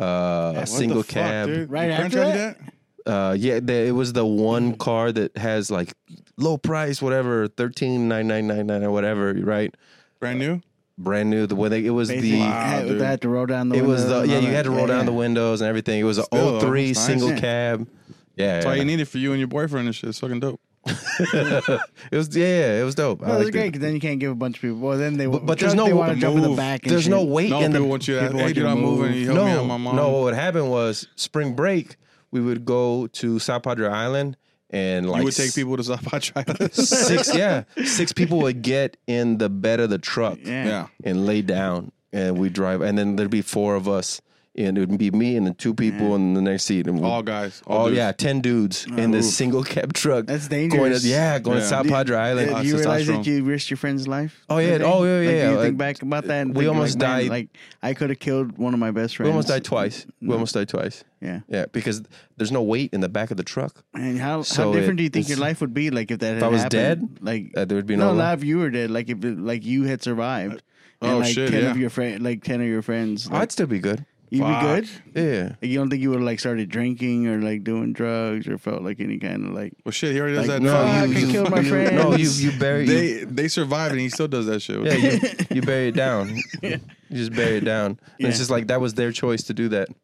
Speaker 1: uh, a
Speaker 3: What the
Speaker 1: single
Speaker 3: fuck,
Speaker 1: cab.
Speaker 3: dude?
Speaker 2: Right
Speaker 3: Your parents
Speaker 2: after
Speaker 3: already
Speaker 2: that?
Speaker 3: did
Speaker 1: Uh, yeah, the, it was the one car that has like low price, whatever, thirteen nine nine nine nine or whatever, right?
Speaker 3: Brand new?
Speaker 1: Brand new. The way they, it was
Speaker 2: Basically,
Speaker 1: the.
Speaker 2: I had,
Speaker 3: Wow,
Speaker 2: I had to roll down the
Speaker 1: It was
Speaker 2: windows
Speaker 1: the
Speaker 2: and
Speaker 1: yeah.
Speaker 2: all
Speaker 1: You
Speaker 2: that.
Speaker 1: had to roll
Speaker 2: Yeah,
Speaker 1: down
Speaker 2: yeah.
Speaker 1: the windows and everything. It was an
Speaker 3: Still,
Speaker 1: old 03
Speaker 3: it's nice.
Speaker 1: single
Speaker 2: Yeah.
Speaker 1: cab.
Speaker 3: That's all you
Speaker 1: Yeah,
Speaker 3: needed for you and your boyfriend and shit. It's fucking dope.
Speaker 1: it was yeah. It was dope. I
Speaker 2: Well, it's
Speaker 1: liked it.
Speaker 2: great because then you can't give a bunch of people. Well, then they
Speaker 1: But- but there's
Speaker 2: Chuck,
Speaker 1: no
Speaker 2: they want to
Speaker 1: move.
Speaker 2: jump in the back. And
Speaker 1: There's
Speaker 2: shit.
Speaker 1: no weight
Speaker 3: No,
Speaker 1: in
Speaker 3: people
Speaker 1: the
Speaker 3: want you to
Speaker 2: people
Speaker 3: hey,
Speaker 2: want you
Speaker 3: dude,
Speaker 2: to
Speaker 3: I'm
Speaker 2: move.
Speaker 3: moving. You help
Speaker 1: no,
Speaker 3: me out, my mom.
Speaker 1: No, what happened was spring break, we would go to South Padre Island and like
Speaker 3: you would take
Speaker 1: s-
Speaker 3: people to stop by trials.
Speaker 1: six yeah. Six people would get in the bed of the truck
Speaker 2: Yeah.
Speaker 3: yeah.
Speaker 1: and lay down and we drive and then there'd be four of us and it would be me and the two people in the next seat and
Speaker 3: All guys.
Speaker 1: Oh
Speaker 3: All dudes.
Speaker 1: yeah, ten dudes in this single cab truck.
Speaker 2: Oh, That's
Speaker 1: Going to,
Speaker 2: dangerous.
Speaker 1: yeah, going to
Speaker 3: Yeah.
Speaker 1: South Padre Island.
Speaker 2: Did you realize that you risked your friend's life?
Speaker 1: Oh, yeah.
Speaker 2: that day?
Speaker 1: Oh, yeah,
Speaker 2: Like,
Speaker 1: yeah,
Speaker 2: do you
Speaker 1: yeah.
Speaker 2: think back about that. And
Speaker 1: We
Speaker 2: think,
Speaker 1: almost
Speaker 2: like, man,
Speaker 1: died.
Speaker 2: Like I could have killed one of my best friends.
Speaker 1: we almost died twice. We almost died twice.
Speaker 2: Yeah.
Speaker 1: Yeah, because there's no weight in the back of the truck.
Speaker 2: And how
Speaker 1: So
Speaker 2: how different
Speaker 1: it-
Speaker 2: do you think
Speaker 1: it's-
Speaker 2: your life would be like if that? If had
Speaker 1: I was
Speaker 2: happened? like
Speaker 1: Uh, there would be
Speaker 2: no,
Speaker 1: no
Speaker 2: not if you were dead. Like if it- like you had survived. And
Speaker 3: Oh,
Speaker 2: like
Speaker 3: shit,
Speaker 2: Ten of
Speaker 3: yeah.
Speaker 2: your friend, like ten of your friends. Like,
Speaker 1: I'd still be good.
Speaker 2: you'd be
Speaker 3: Fuck.
Speaker 2: good.
Speaker 1: Yeah.
Speaker 2: Like, you don't think you would have like started drinking or like doing drugs or felt like any kind of like.
Speaker 3: Well, shit, he already does
Speaker 2: Like,
Speaker 3: that.
Speaker 2: no,
Speaker 3: now.
Speaker 2: Fuck, you- I killed my friend.
Speaker 1: No, you you bury you-
Speaker 3: They they survive and he still does that shit.
Speaker 1: Yeah, you, you bury it down. You just bury it down. And
Speaker 2: Yeah.
Speaker 1: It's just like that was their choice to do that.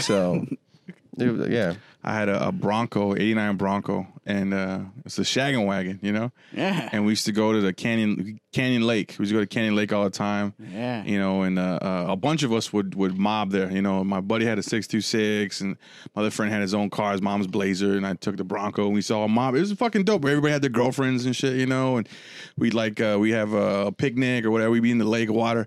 Speaker 1: So, it- yeah.
Speaker 3: I had a, a Bronco, '89 Bronco, and uh, it's a shaggin' wagon, you know.
Speaker 2: Yeah.
Speaker 3: And we used to go to the canyon, Canyon Lake. We used to go to Canyon Lake all the time.
Speaker 2: Yeah.
Speaker 3: You know, and uh, uh, a bunch of us would would mob there. You know, my buddy had a six two six, and my other friend had his own car, his mom's Blazer, and I took the Bronco. And we saw a mob. It was fucking dope. where Everybody had their girlfriends and shit, you know. And we would like uh, we have a picnic or whatever. We'd be in the lake water.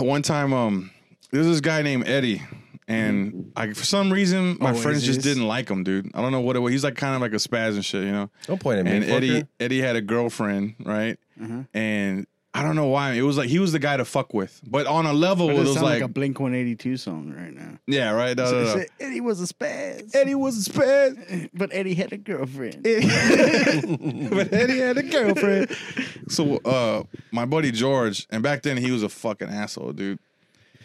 Speaker 3: One time, um, there's this guy named Eddie. And I, for some reason, my
Speaker 2: Always
Speaker 3: friends just
Speaker 2: Oh, is.
Speaker 3: didn't like him, dude. I don't know what it was. He's like kind of like a spaz and shit, you know.
Speaker 2: Oh,
Speaker 1: Don't point at me.
Speaker 3: And
Speaker 1: fucker.
Speaker 3: Eddie Eddie had a girlfriend, right?
Speaker 2: Mm-hmm.
Speaker 3: And I don't know why. It was like he was the guy to fuck with, but on a level
Speaker 2: But
Speaker 3: it
Speaker 2: it
Speaker 3: was
Speaker 2: sounds like,
Speaker 3: like,
Speaker 2: a Blink One Eighty Two song right now.
Speaker 3: yeah, right. No, no, no.
Speaker 2: It said, Eddie was a spaz,
Speaker 3: Eddie was a spaz,
Speaker 2: but Eddie had a girlfriend.
Speaker 3: but Eddie had a girlfriend. so uh, my buddy George, and back then he was a fucking asshole, dude.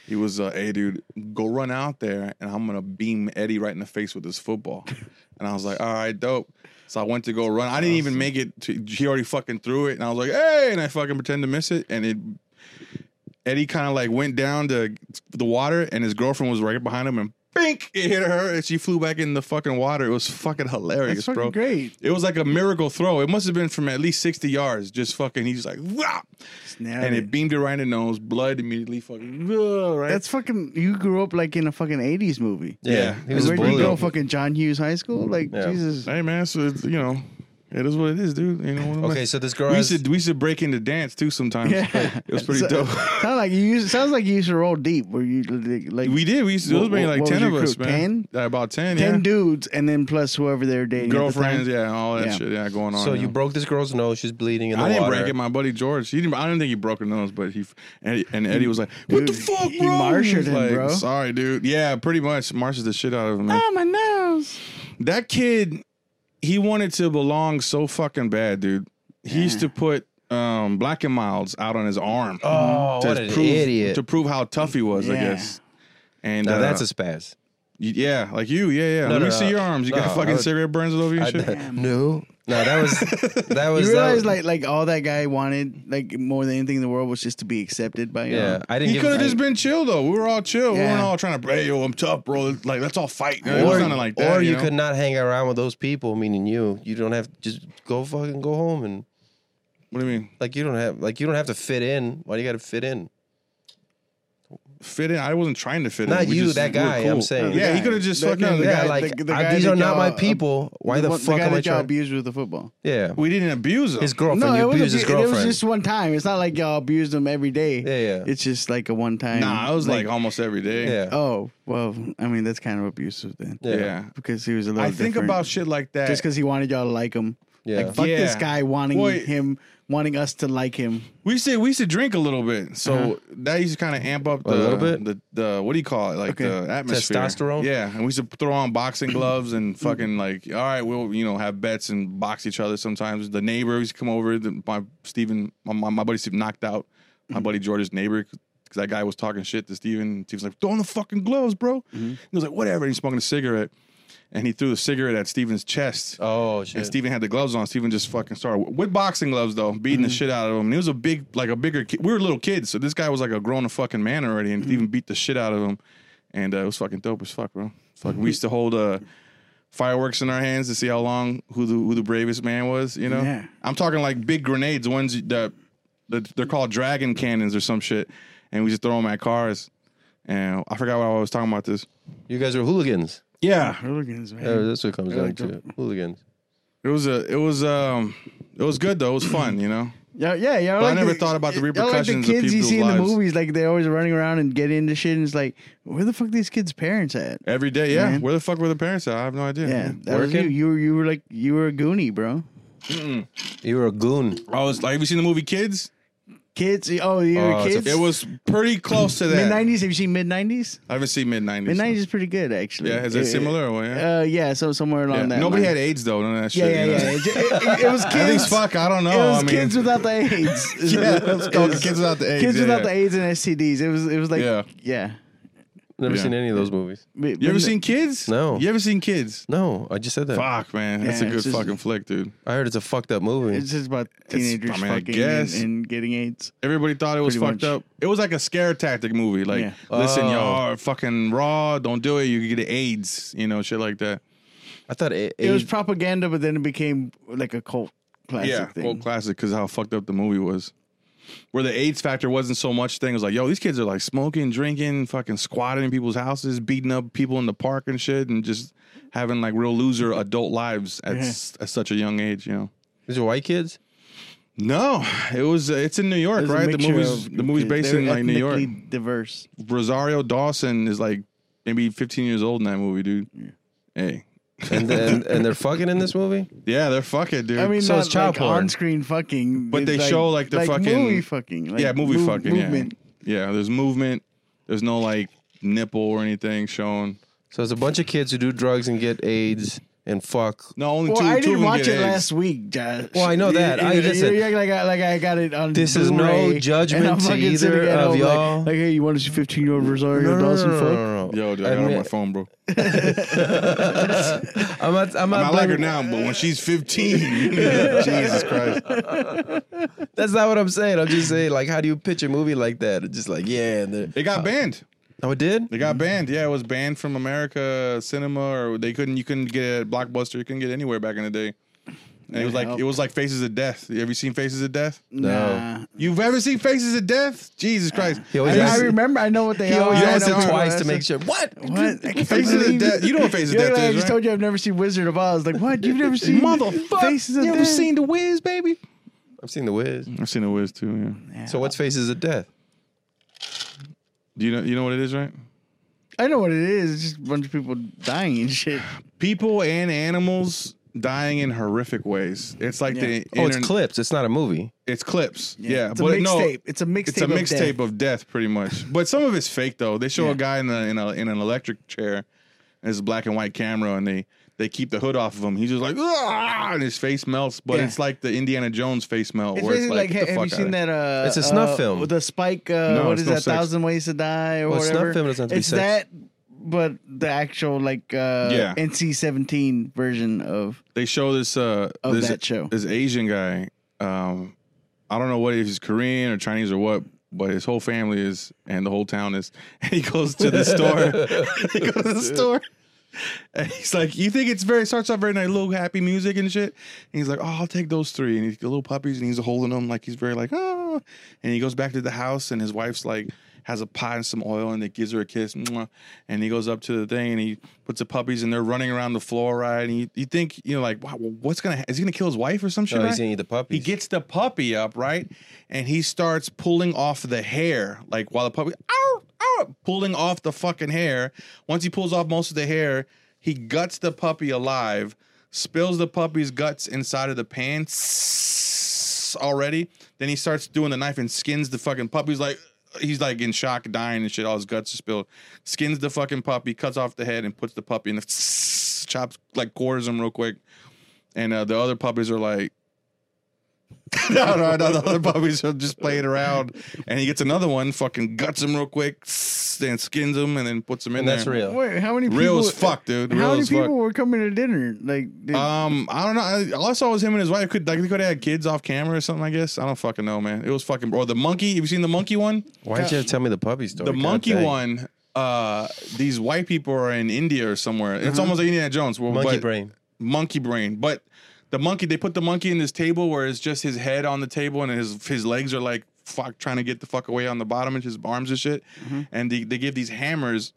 Speaker 3: He was, uh, hey, dude, go run out there, and I'm gonna beam Eddie right in the face with this football. And I was like, all right, dope. So I went to go run. I didn't even make it. To, he already fucking threw it, and I was like, hey, and I fucking pretend to miss it, and it. Eddie kind of like went down to the water, and his girlfriend was right behind him, and bink, it hit her, and she flew back in the fucking water. It was fucking hilarious,
Speaker 2: That's
Speaker 3: bro.
Speaker 2: fucking great.
Speaker 3: It was like a miracle throw. It must have been from at least sixty yards. Just fucking, he's like, wow,
Speaker 2: Nailed
Speaker 3: and
Speaker 2: it.
Speaker 3: it beamed it right in the nose. Blood immediately fucking, "Whoa," right?
Speaker 2: That's fucking. You grew up like in a fucking eighties movie.
Speaker 1: yeah.
Speaker 3: yeah.
Speaker 1: He was a
Speaker 2: Where did you go?
Speaker 1: bully.
Speaker 2: Fucking John Hughes High School? Like
Speaker 1: Yeah.
Speaker 2: Jesus.
Speaker 3: hey man, so it's, you know, It is what it is, dude. You know. What am I-
Speaker 1: Okay, so this girl
Speaker 3: we
Speaker 1: has-
Speaker 3: should we should break into dance too sometimes.
Speaker 2: Yeah.
Speaker 3: It was pretty
Speaker 2: So-
Speaker 3: dope.
Speaker 2: Sounds like you used, sounds like you used to roll deep where you like
Speaker 3: we did. We used to. It was
Speaker 2: What-
Speaker 3: maybe
Speaker 2: what-
Speaker 3: like
Speaker 2: what was
Speaker 3: ten of
Speaker 2: your
Speaker 3: us,
Speaker 2: crew?
Speaker 3: man. Yeah, About ten.
Speaker 2: ten
Speaker 3: yeah.
Speaker 2: dudes and then plus whoever they're dating. at the time.
Speaker 3: girlfriends, yeah, all that
Speaker 2: Yeah.
Speaker 3: shit, yeah, going on.
Speaker 1: So you
Speaker 3: yeah.
Speaker 1: broke this girl's nose. She's bleeding in the
Speaker 3: I didn't
Speaker 1: water.
Speaker 3: break it. My buddy George, he didn't. I didn't think he broke a nose, but he and, and Eddie was like, "What the
Speaker 2: Dude,
Speaker 3: fuck, bro?"
Speaker 2: he marshaled
Speaker 3: was
Speaker 2: him,
Speaker 3: like,
Speaker 2: bro.
Speaker 3: Sorry, dude. Yeah, pretty much marshaled the shit out of him. man.
Speaker 1: Ah.
Speaker 2: Oh my nose.
Speaker 3: That kid, he wanted to belong so fucking bad, dude. He used to put um, black and milds out on his arm
Speaker 1: Oh,
Speaker 3: Mm-hmm. to
Speaker 1: what an
Speaker 3: prove
Speaker 1: idiot!
Speaker 3: to prove how tough he was. I
Speaker 2: Yeah.
Speaker 3: guess. And
Speaker 1: now
Speaker 3: uh,
Speaker 1: that's a spaz.
Speaker 3: yeah, like you, yeah, yeah.
Speaker 1: No,
Speaker 3: Let
Speaker 1: no,
Speaker 3: me
Speaker 1: no.
Speaker 3: see your arms. You
Speaker 1: No,
Speaker 3: got
Speaker 1: I
Speaker 3: fucking
Speaker 1: would-
Speaker 3: cigarette burns all over your
Speaker 1: I-
Speaker 3: shit.
Speaker 1: no, no, that was that was. that
Speaker 2: You realize
Speaker 1: was-
Speaker 2: like like all that guy wanted like more than anything in the world was just to be accepted by um, you.
Speaker 1: yeah, I didn't.
Speaker 3: He
Speaker 1: give
Speaker 3: could
Speaker 1: a-
Speaker 3: have just been chill though. We were all chill. We
Speaker 2: Yeah.
Speaker 3: weren't all trying to, hey, yo, I'm tough, bro. Like, let's all fight. You know, it
Speaker 1: Or-
Speaker 3: was nothing like that.
Speaker 1: Or you,
Speaker 3: know?
Speaker 1: could not hang around with those people. Meaning you, you don't have just go fucking go home and
Speaker 3: What do you mean?
Speaker 1: like you don't have like you don't have to fit in. Why do you got to fit in?
Speaker 3: Fit in? I wasn't trying to fit in.
Speaker 1: Not
Speaker 3: We
Speaker 1: you,
Speaker 3: just-
Speaker 1: that
Speaker 3: we were
Speaker 1: guy, I'm saying.
Speaker 3: Yeah,
Speaker 2: The
Speaker 3: he
Speaker 2: guy.
Speaker 3: could have just
Speaker 2: The-
Speaker 3: fucking.
Speaker 2: no, the
Speaker 1: yeah,
Speaker 2: guy-
Speaker 1: like
Speaker 2: the- the
Speaker 1: I-
Speaker 2: guy
Speaker 1: these
Speaker 2: that
Speaker 1: are not
Speaker 2: y'all
Speaker 1: my
Speaker 2: ab-
Speaker 1: people. Why the,
Speaker 2: one-
Speaker 1: fuck
Speaker 2: guy
Speaker 1: am I
Speaker 2: that y'all
Speaker 1: trying?
Speaker 2: abused with the football?
Speaker 1: yeah,
Speaker 3: we didn't abuse him.
Speaker 1: his girlfriend. you
Speaker 2: it
Speaker 1: abused
Speaker 2: was,
Speaker 1: his
Speaker 2: a- it was
Speaker 1: girlfriend.
Speaker 2: just one time. It's not like y'all abused them every day.
Speaker 1: Yeah, yeah.
Speaker 2: It's just like a one time.
Speaker 3: nah, I was like, almost every day.
Speaker 1: yeah.
Speaker 2: oh well. I mean, that's kind of abusive then,
Speaker 1: yeah,
Speaker 3: Yeah.
Speaker 2: because he was a little.
Speaker 3: I think
Speaker 2: different.
Speaker 3: about shit like that.
Speaker 2: just because he wanted y'all to like him.
Speaker 1: Yeah.
Speaker 2: Like fuck
Speaker 3: Yeah.
Speaker 2: this guy wanting
Speaker 3: Boy-
Speaker 2: him, wanting us to like him.
Speaker 3: we used to we used to drink a little bit, so that used to kind of amp up the
Speaker 1: Uh-huh. A little bit?
Speaker 3: the, the what do you call it like
Speaker 2: Okay.
Speaker 3: the atmosphere
Speaker 1: Testosterone? Mm.
Speaker 3: Yeah, and we used to throw on boxing gloves and fucking like all right, we'll you know have bets and box each other. Sometimes the neighbor used to come over. The, my Steven, my, my, my buddy Steven knocked out
Speaker 1: Mm-hmm.
Speaker 3: my buddy George's neighbor because that guy was talking shit to Steven. Steven's like throw on the fucking gloves, bro.
Speaker 1: Mm-hmm.
Speaker 3: He was like whatever. And he's smoking a cigarette. And he threw the cigarette at Steven's chest.
Speaker 1: Oh
Speaker 3: And
Speaker 1: shit.
Speaker 3: Steven had the gloves on. Steven just fucking started with boxing gloves though, beating the shit out of him. And he was a big, like a bigger kid. We were little kids, so this guy was like a grown fucking man already, and Steven beat the shit out of him. And uh, it was fucking dope as fuck, bro. Fuck, we used to hold uh, fireworks in our hands to see how long who the who the bravest man was. You know,
Speaker 2: Yeah.
Speaker 3: I'm talking like big grenades, ones that, that they're called dragon cannons or some shit, and we just throw them at cars. And I forgot what I was talking about this.
Speaker 1: You guys are hooligans.
Speaker 3: Yeah,
Speaker 2: Hooligans, man.
Speaker 3: Uh,
Speaker 1: Yeah, that's what it comes
Speaker 2: Yeah,
Speaker 1: down
Speaker 2: like
Speaker 1: to. Hooligans.
Speaker 3: it was a it was um it was good though. It was fun, you know.
Speaker 2: Yeah, yeah, yeah.
Speaker 3: I never thought about the repercussions of
Speaker 2: Like the kids you
Speaker 3: people's
Speaker 2: see in the
Speaker 3: lives.
Speaker 2: movies, like they're always running around and getting into shit, and it's like, where the fuck these kids' parents at?
Speaker 3: Every day, yeah.
Speaker 2: Man.
Speaker 3: Where the fuck were the parents at? I have no idea.
Speaker 2: Yeah, that was you.
Speaker 1: Working?
Speaker 2: You were, you were like, you were a goonie, bro.
Speaker 1: You were a goon.
Speaker 3: I was like, have you seen the movie Kids?
Speaker 2: Kids, oh, you were
Speaker 1: Oh, it's a-
Speaker 2: kids.
Speaker 3: It was pretty close to
Speaker 2: mid
Speaker 3: that.
Speaker 2: nineties. Have you seen mid nineties?
Speaker 3: I haven't seen mid
Speaker 2: Mid
Speaker 3: nineties.
Speaker 2: nineties is pretty good, actually.
Speaker 3: Yeah, is it similar or what? Yeah.
Speaker 2: Uh, yeah, so somewhere along
Speaker 3: Yeah.
Speaker 2: that.
Speaker 3: Nobody
Speaker 2: line.
Speaker 3: had AIDS though. None of that
Speaker 2: Yeah,
Speaker 3: shit.
Speaker 2: yeah,
Speaker 3: you know?
Speaker 2: yeah. It, it- it was kids.
Speaker 3: Everything's fuck. I don't know.
Speaker 2: It was
Speaker 3: I mean,
Speaker 2: kids without the AIDS.
Speaker 3: yeah, let's go. Kids without the AIDS.
Speaker 2: kids
Speaker 3: yeah,
Speaker 2: without
Speaker 3: yeah.
Speaker 2: the AIDS and STDs. It was. It was like.
Speaker 3: Yeah.
Speaker 2: Yeah.
Speaker 1: Never
Speaker 3: Yeah.
Speaker 1: seen any of those movies.
Speaker 2: Mid-
Speaker 3: You ever
Speaker 2: mid-
Speaker 3: seen Kids?
Speaker 1: No.
Speaker 3: You ever seen Kids?
Speaker 1: No, I just said that.
Speaker 3: Fuck, man. That's
Speaker 2: Yeah,
Speaker 3: a
Speaker 2: it's
Speaker 3: good
Speaker 2: just-
Speaker 3: fucking flick, dude.
Speaker 1: I heard it's a fucked up movie.
Speaker 2: It's just about
Speaker 3: I mean,
Speaker 2: teenagers
Speaker 3: I
Speaker 2: fucking
Speaker 3: guess.
Speaker 2: and, and getting AIDS.
Speaker 3: Everybody thought it was
Speaker 2: Pretty
Speaker 3: fucked
Speaker 2: much.
Speaker 3: up. It was like a scare tactic movie. Like,
Speaker 2: Yeah.
Speaker 3: listen,
Speaker 1: Oh.
Speaker 3: y'all are fucking raw. Don't do it. You could get AIDS. You know, shit like that.
Speaker 1: I thought it,
Speaker 2: It was propaganda, but then it became like a cult classic
Speaker 3: yeah,
Speaker 2: thing.
Speaker 3: well, classic because how fucked up the movie was. Where the AIDS factor wasn't so much thing. It was like, yo, these kids are like smoking, drinking, fucking squatting in people's houses, beating up people in the park and shit, and just having like real loser adult lives at, s- at such a young age, you know.
Speaker 1: these are white kids.
Speaker 3: No, it was. uh, It's in New
Speaker 2: It
Speaker 3: York,
Speaker 2: was a
Speaker 3: right? The
Speaker 2: mixture
Speaker 3: movie's
Speaker 2: of-
Speaker 3: the movie's based
Speaker 2: they're
Speaker 3: in like New York.
Speaker 2: ethnically Diverse.
Speaker 3: Rosario Dawson is like maybe 15 years old in that movie, dude. Hey,
Speaker 1: and, and and they're fucking in this movie.
Speaker 3: yeah, they're fucking, dude.
Speaker 2: I mean,
Speaker 1: So
Speaker 2: not
Speaker 1: it's child
Speaker 2: like
Speaker 1: porn.
Speaker 2: on-screen fucking.
Speaker 3: But
Speaker 2: it's
Speaker 3: they show, like, the fucking-
Speaker 2: movie fucking. Like,
Speaker 3: yeah, movie
Speaker 2: move-
Speaker 3: fucking.
Speaker 2: movement.
Speaker 3: Yeah, yeah. There's movement. There's no like nipple or anything shown.
Speaker 1: So it's a bunch of kids who do drugs and get AIDS and fuck.
Speaker 3: No, only
Speaker 2: Well,
Speaker 3: two.
Speaker 2: I
Speaker 3: two of
Speaker 2: didn't
Speaker 3: them
Speaker 2: watch
Speaker 3: get
Speaker 2: it
Speaker 3: AIDS.
Speaker 2: last week, Josh.
Speaker 1: Well, I know that. I-
Speaker 2: You- you-
Speaker 1: listen.
Speaker 2: you act like I, like I got it on.
Speaker 1: This is no
Speaker 2: Blu-ray, and
Speaker 1: judgment
Speaker 2: I'm
Speaker 1: to
Speaker 2: fucking
Speaker 1: either
Speaker 2: sitting at
Speaker 1: of
Speaker 2: home like-
Speaker 1: y'all.
Speaker 2: Like, hey, you want to see 15 year old Rosario Dawson fuck?
Speaker 3: Yo, dude, I got it on my phone, bro.
Speaker 1: I'm not. I'm
Speaker 3: I
Speaker 1: not
Speaker 3: might like her
Speaker 1: blaming,
Speaker 3: now, but when she's 15, Jesus Christ.
Speaker 1: That's not what I'm saying. I'm just saying, like, how do you pitch a movie like that? It's just like, yeah. And they're-
Speaker 3: It got banned.
Speaker 1: oh, it did.
Speaker 3: It
Speaker 2: Mm-hmm.
Speaker 3: got banned. Yeah, it was banned from America cinema, or they couldn't. You couldn't get a blockbuster. You couldn't get anywhere back in the day. And it was like
Speaker 2: help.
Speaker 3: it was like Faces of Death. You ever seen Faces of Death?
Speaker 2: Nah.
Speaker 3: You've ever seen Faces of Death? Jesus Christ!
Speaker 1: He
Speaker 2: I,
Speaker 1: always
Speaker 2: I
Speaker 1: asks-
Speaker 2: remember. I know what they
Speaker 1: he
Speaker 2: are.
Speaker 1: always
Speaker 2: I
Speaker 1: asks
Speaker 2: know
Speaker 1: it
Speaker 2: what
Speaker 1: twice
Speaker 2: they
Speaker 1: to
Speaker 2: are.
Speaker 1: make sure. What?
Speaker 2: What? I can't
Speaker 3: Faces of
Speaker 2: believe-
Speaker 3: Death- you know what Faces of
Speaker 2: You know,
Speaker 3: Death
Speaker 2: I
Speaker 3: is,
Speaker 2: just
Speaker 3: right?
Speaker 2: told you I've never seen Wizard of Oz. Like what? You've never seen
Speaker 3: Motherfucker!
Speaker 2: Faces of
Speaker 3: you ever
Speaker 2: Death?
Speaker 3: seen The Wiz, baby?
Speaker 1: I've seen The Wiz.
Speaker 3: I've seen The Wiz too. Yeah.
Speaker 1: So what's Faces of Death? Oh,
Speaker 3: Do you know you know what it is, right?
Speaker 2: I know what it is. It's just a bunch of people dying and shit.
Speaker 3: People and animals dying in horrific ways. It's like the
Speaker 1: Oh, it's
Speaker 3: intern-
Speaker 1: clips. It's not a movie.
Speaker 3: It's clips. Yeah,
Speaker 2: it's a
Speaker 3: but no,
Speaker 2: mixtape. It's a mixtape.
Speaker 3: it's a
Speaker 2: of
Speaker 3: mixtape
Speaker 2: death.
Speaker 3: of death, pretty much. But some of it's fake though. They show
Speaker 2: Yeah.
Speaker 3: a guy in a, in, a, in an electric chair, and it's a black and white camera, and they they keep the hood off of him. He's just like, "Ah," and his face melts. But
Speaker 2: Yeah.
Speaker 3: it's like the Indiana Jones face melt.
Speaker 2: It's
Speaker 3: where
Speaker 2: basically
Speaker 3: it's like,
Speaker 2: like, ha-
Speaker 3: "Get the
Speaker 2: have you
Speaker 3: fuck
Speaker 2: seen
Speaker 3: outta here."
Speaker 2: that? Uh,
Speaker 1: It's a snuff
Speaker 2: uh,
Speaker 1: film.
Speaker 2: with The Spike. Uh,
Speaker 3: No,
Speaker 2: what
Speaker 3: it's
Speaker 2: is
Speaker 3: no
Speaker 2: that?
Speaker 3: sex.
Speaker 2: Thousand ways to die or
Speaker 1: Well, it's
Speaker 2: whatever.
Speaker 1: snuff film, it doesn't have to be
Speaker 2: It's
Speaker 1: sex.
Speaker 2: that, but the actual like uh,
Speaker 3: Yeah.
Speaker 2: NC-17 version of
Speaker 3: They show this uh
Speaker 2: Of
Speaker 3: this,
Speaker 2: that show.
Speaker 3: this Asian guy. Um, I don't know what if he's Korean or Chinese or what. But his whole family is, and the whole town is. And he goes to the store. he goes to the store. And he's like, you think it's very starts off very nice, little happy music and shit. And he's like, oh, I'll take those three. And he's the little puppies, and he's holding them like he's very like, oh. And he goes back to the house, and his wife's like has a pot and some oil, and it gives her a kiss. Mwah. And he goes up to the thing, and he puts the puppies, and they're running around the floor, right? And you, you think you know like, wow, what's gonna ha- is he gonna kill his wife or some shit?
Speaker 1: No,
Speaker 3: right?
Speaker 1: Oh, he's gonna eat the puppies.
Speaker 3: He gets the puppy up, right? And he starts pulling off the hair, like while the puppy, ow, ow, pulling off the fucking hair. Once he pulls off most of the hair, he guts the puppy alive, spills the puppy's guts inside of the pan already. Then he starts doing the knife and skins the fucking puppy. He's like, he's like in shock, dying and shit. All his guts are spilled. Skins the fucking puppy, cuts off the head, and puts the puppy in the chops, like quarters him real quick. And uh, the other puppies are like, no, no, no. The other puppies are just playing around, and he gets another one, fucking guts him real quick, then skins him, and then puts him in
Speaker 1: And
Speaker 3: there.
Speaker 1: that's real.
Speaker 2: Wait, how many people?
Speaker 3: Real as fuck, dude.
Speaker 2: how
Speaker 3: Real
Speaker 2: many
Speaker 3: as
Speaker 2: people
Speaker 3: fuck.
Speaker 2: were coming to dinner? Like, did,
Speaker 3: Um, I don't know. I, all I saw was him and his wife. Could like they could have had kids off camera or something. I guess I don't fucking know, man. It was fucking. Or the monkey. Have you seen the monkey one?
Speaker 1: Why did you have to tell me the puppy story?
Speaker 3: The
Speaker 1: God
Speaker 3: monkey
Speaker 1: dang.
Speaker 3: one. Uh, these white people are in India or somewhere. It's almost like Indiana Jones. Well,
Speaker 1: Uh-huh. Monkey
Speaker 3: but-
Speaker 1: brain.
Speaker 3: monkey brain. But the monkey, they put the monkey in this table where it's just his head on the table and his his legs are like fuck trying to get the fuck away on the bottom and his arms and shit. And they, they give these hammers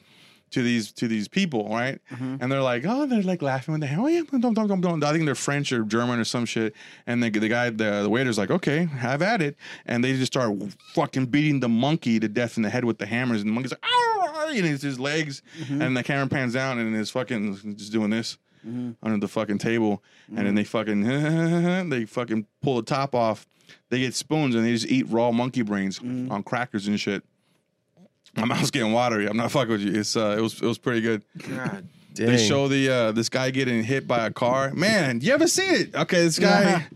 Speaker 3: to these to these people, right? And they're like, oh, they're like laughing when they oh yeah, don't don't don't don't. I think they're French or German or some shit. And the the guy the, the waiter's like, okay, have at it. And they just start fucking beating the monkey to death in the head with the hammers. And the monkey's like, ah, and it's his legs. And the camera pans down and it's fucking just doing this under the fucking table, and then they fucking they fucking pull the top off. They get spoons and they just eat raw monkey brains on crackers and shit. My mouth's getting watery. I'm not fucking with you. It's uh, it was it was pretty good.
Speaker 1: God
Speaker 3: They
Speaker 1: dang.
Speaker 3: show the uh, this guy getting hit by a car. Man, you ever seen it? Okay, this guy,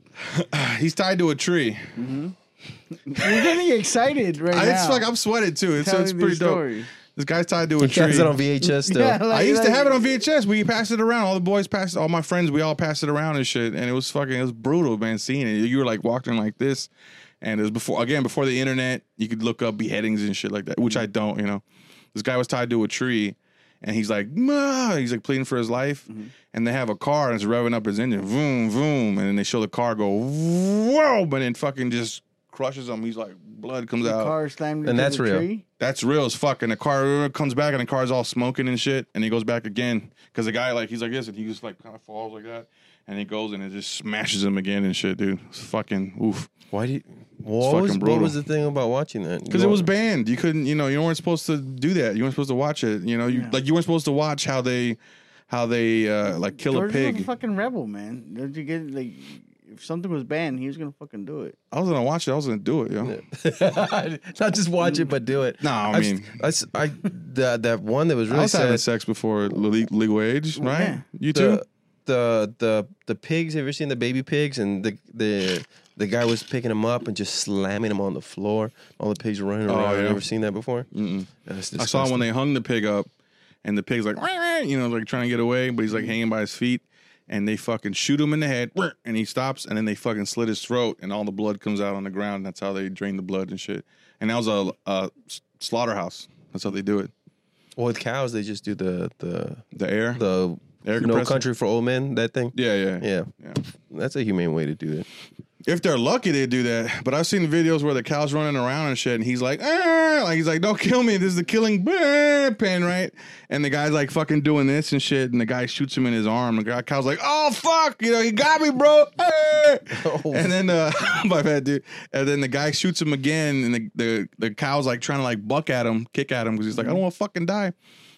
Speaker 3: he's tied to a tree.
Speaker 2: you're getting excited right
Speaker 3: I,
Speaker 2: now.
Speaker 3: it's like I'm sweated too. It's,
Speaker 2: Tell
Speaker 3: it's
Speaker 2: me
Speaker 3: pretty
Speaker 2: the
Speaker 3: dope.
Speaker 2: story.
Speaker 3: This guy's tied to a
Speaker 1: He
Speaker 3: tree.
Speaker 1: has it on VHS still.
Speaker 2: Yeah, like-
Speaker 3: I used to
Speaker 2: like-
Speaker 3: have it on VHS. We passed it around. All the boys passed. All my friends, we all passed it around and shit. And it was fucking. It was brutal, man. Seeing it, you were like walking like this. And it was before again before the internet. You could look up beheadings and shit like that, which I
Speaker 2: Mm-hmm.
Speaker 3: don't. You know, this guy was tied to a tree, and he's like, "Ma," he's like pleading for his life.
Speaker 2: Mm-hmm.
Speaker 3: And they have a car and it's revving up his engine, boom, boom, and then they show the car go, whoa, but then fucking just crushes him. He's like, blood comes
Speaker 2: the
Speaker 3: out.
Speaker 2: car slammed into
Speaker 1: that's
Speaker 2: the
Speaker 1: real.
Speaker 2: tree.
Speaker 3: That's real as fuck. And the car comes back and the car's all smoking and shit. And he goes back again. Cause the guy, like, he's like this and he just, like, kind of falls like that. And he goes and it just smashes him again and shit, dude. It's fucking oof.
Speaker 1: Why do you? What
Speaker 3: fucking
Speaker 1: was, what
Speaker 3: brutal.
Speaker 1: was the thing about watching that?
Speaker 3: Cause it was banned. You couldn't, you know, you weren't supposed to do that. You weren't supposed to watch it. You know, you like, you weren't supposed to watch how they, how they, uh, like, kill a
Speaker 2: George was a
Speaker 3: pig.
Speaker 2: fucking rebel, man. Don't you get like if something was banned, he was gonna fucking do it.
Speaker 3: I was gonna watch it. I was gonna do it, yo.
Speaker 1: not just watch it, but do it.
Speaker 3: No, I
Speaker 1: I've-
Speaker 3: mean-
Speaker 1: I, s- I- the- that one that was
Speaker 3: I
Speaker 1: really
Speaker 3: was having
Speaker 1: sad.
Speaker 3: sex before le- legal age, right?
Speaker 2: Yeah.
Speaker 3: You too.
Speaker 1: The, the the the pigs. Have you ever seen the baby pigs? And the the the guy was picking them up and just slamming them on the floor. All the pigs were running around.
Speaker 3: Oh, yeah.
Speaker 1: You ever seen that before? Mm-mm.
Speaker 3: I saw when they hung the pig up, and the pig's like, "Wah, wah," you know, like trying to get away, but he's like hanging by his feet, and they fucking shoot him in the head, "Wah," and he stops, and then they fucking slit his throat, and all the blood comes out on the ground. That's how they drain the blood and shit. And that was a, a s- slaughterhouse. That's how they do it.
Speaker 1: Well, with cows, they just do the the
Speaker 3: The air,
Speaker 1: the
Speaker 3: Air
Speaker 1: No
Speaker 3: compressor.
Speaker 1: country for old men. That thing.
Speaker 3: Yeah, yeah,
Speaker 1: Yeah. That's a humane way to do that.
Speaker 3: If they're lucky, they do that. But I've seen videos where the cow's running around and shit, and he's like, "Ah," like he's like, "Don't kill me! This is the killing bear pen, right?" And the guy's like fucking doing this and shit, and the guy shoots him in his arm. The guy, cow's like, "Oh fuck! You know he got me, bro!" Ah!"
Speaker 1: Oh.
Speaker 3: And then uh, my bad, dude. And then the guy shoots him again, and the the, the cow's like trying to like buck at him, kick at him because he's like, "I don't want to fucking die."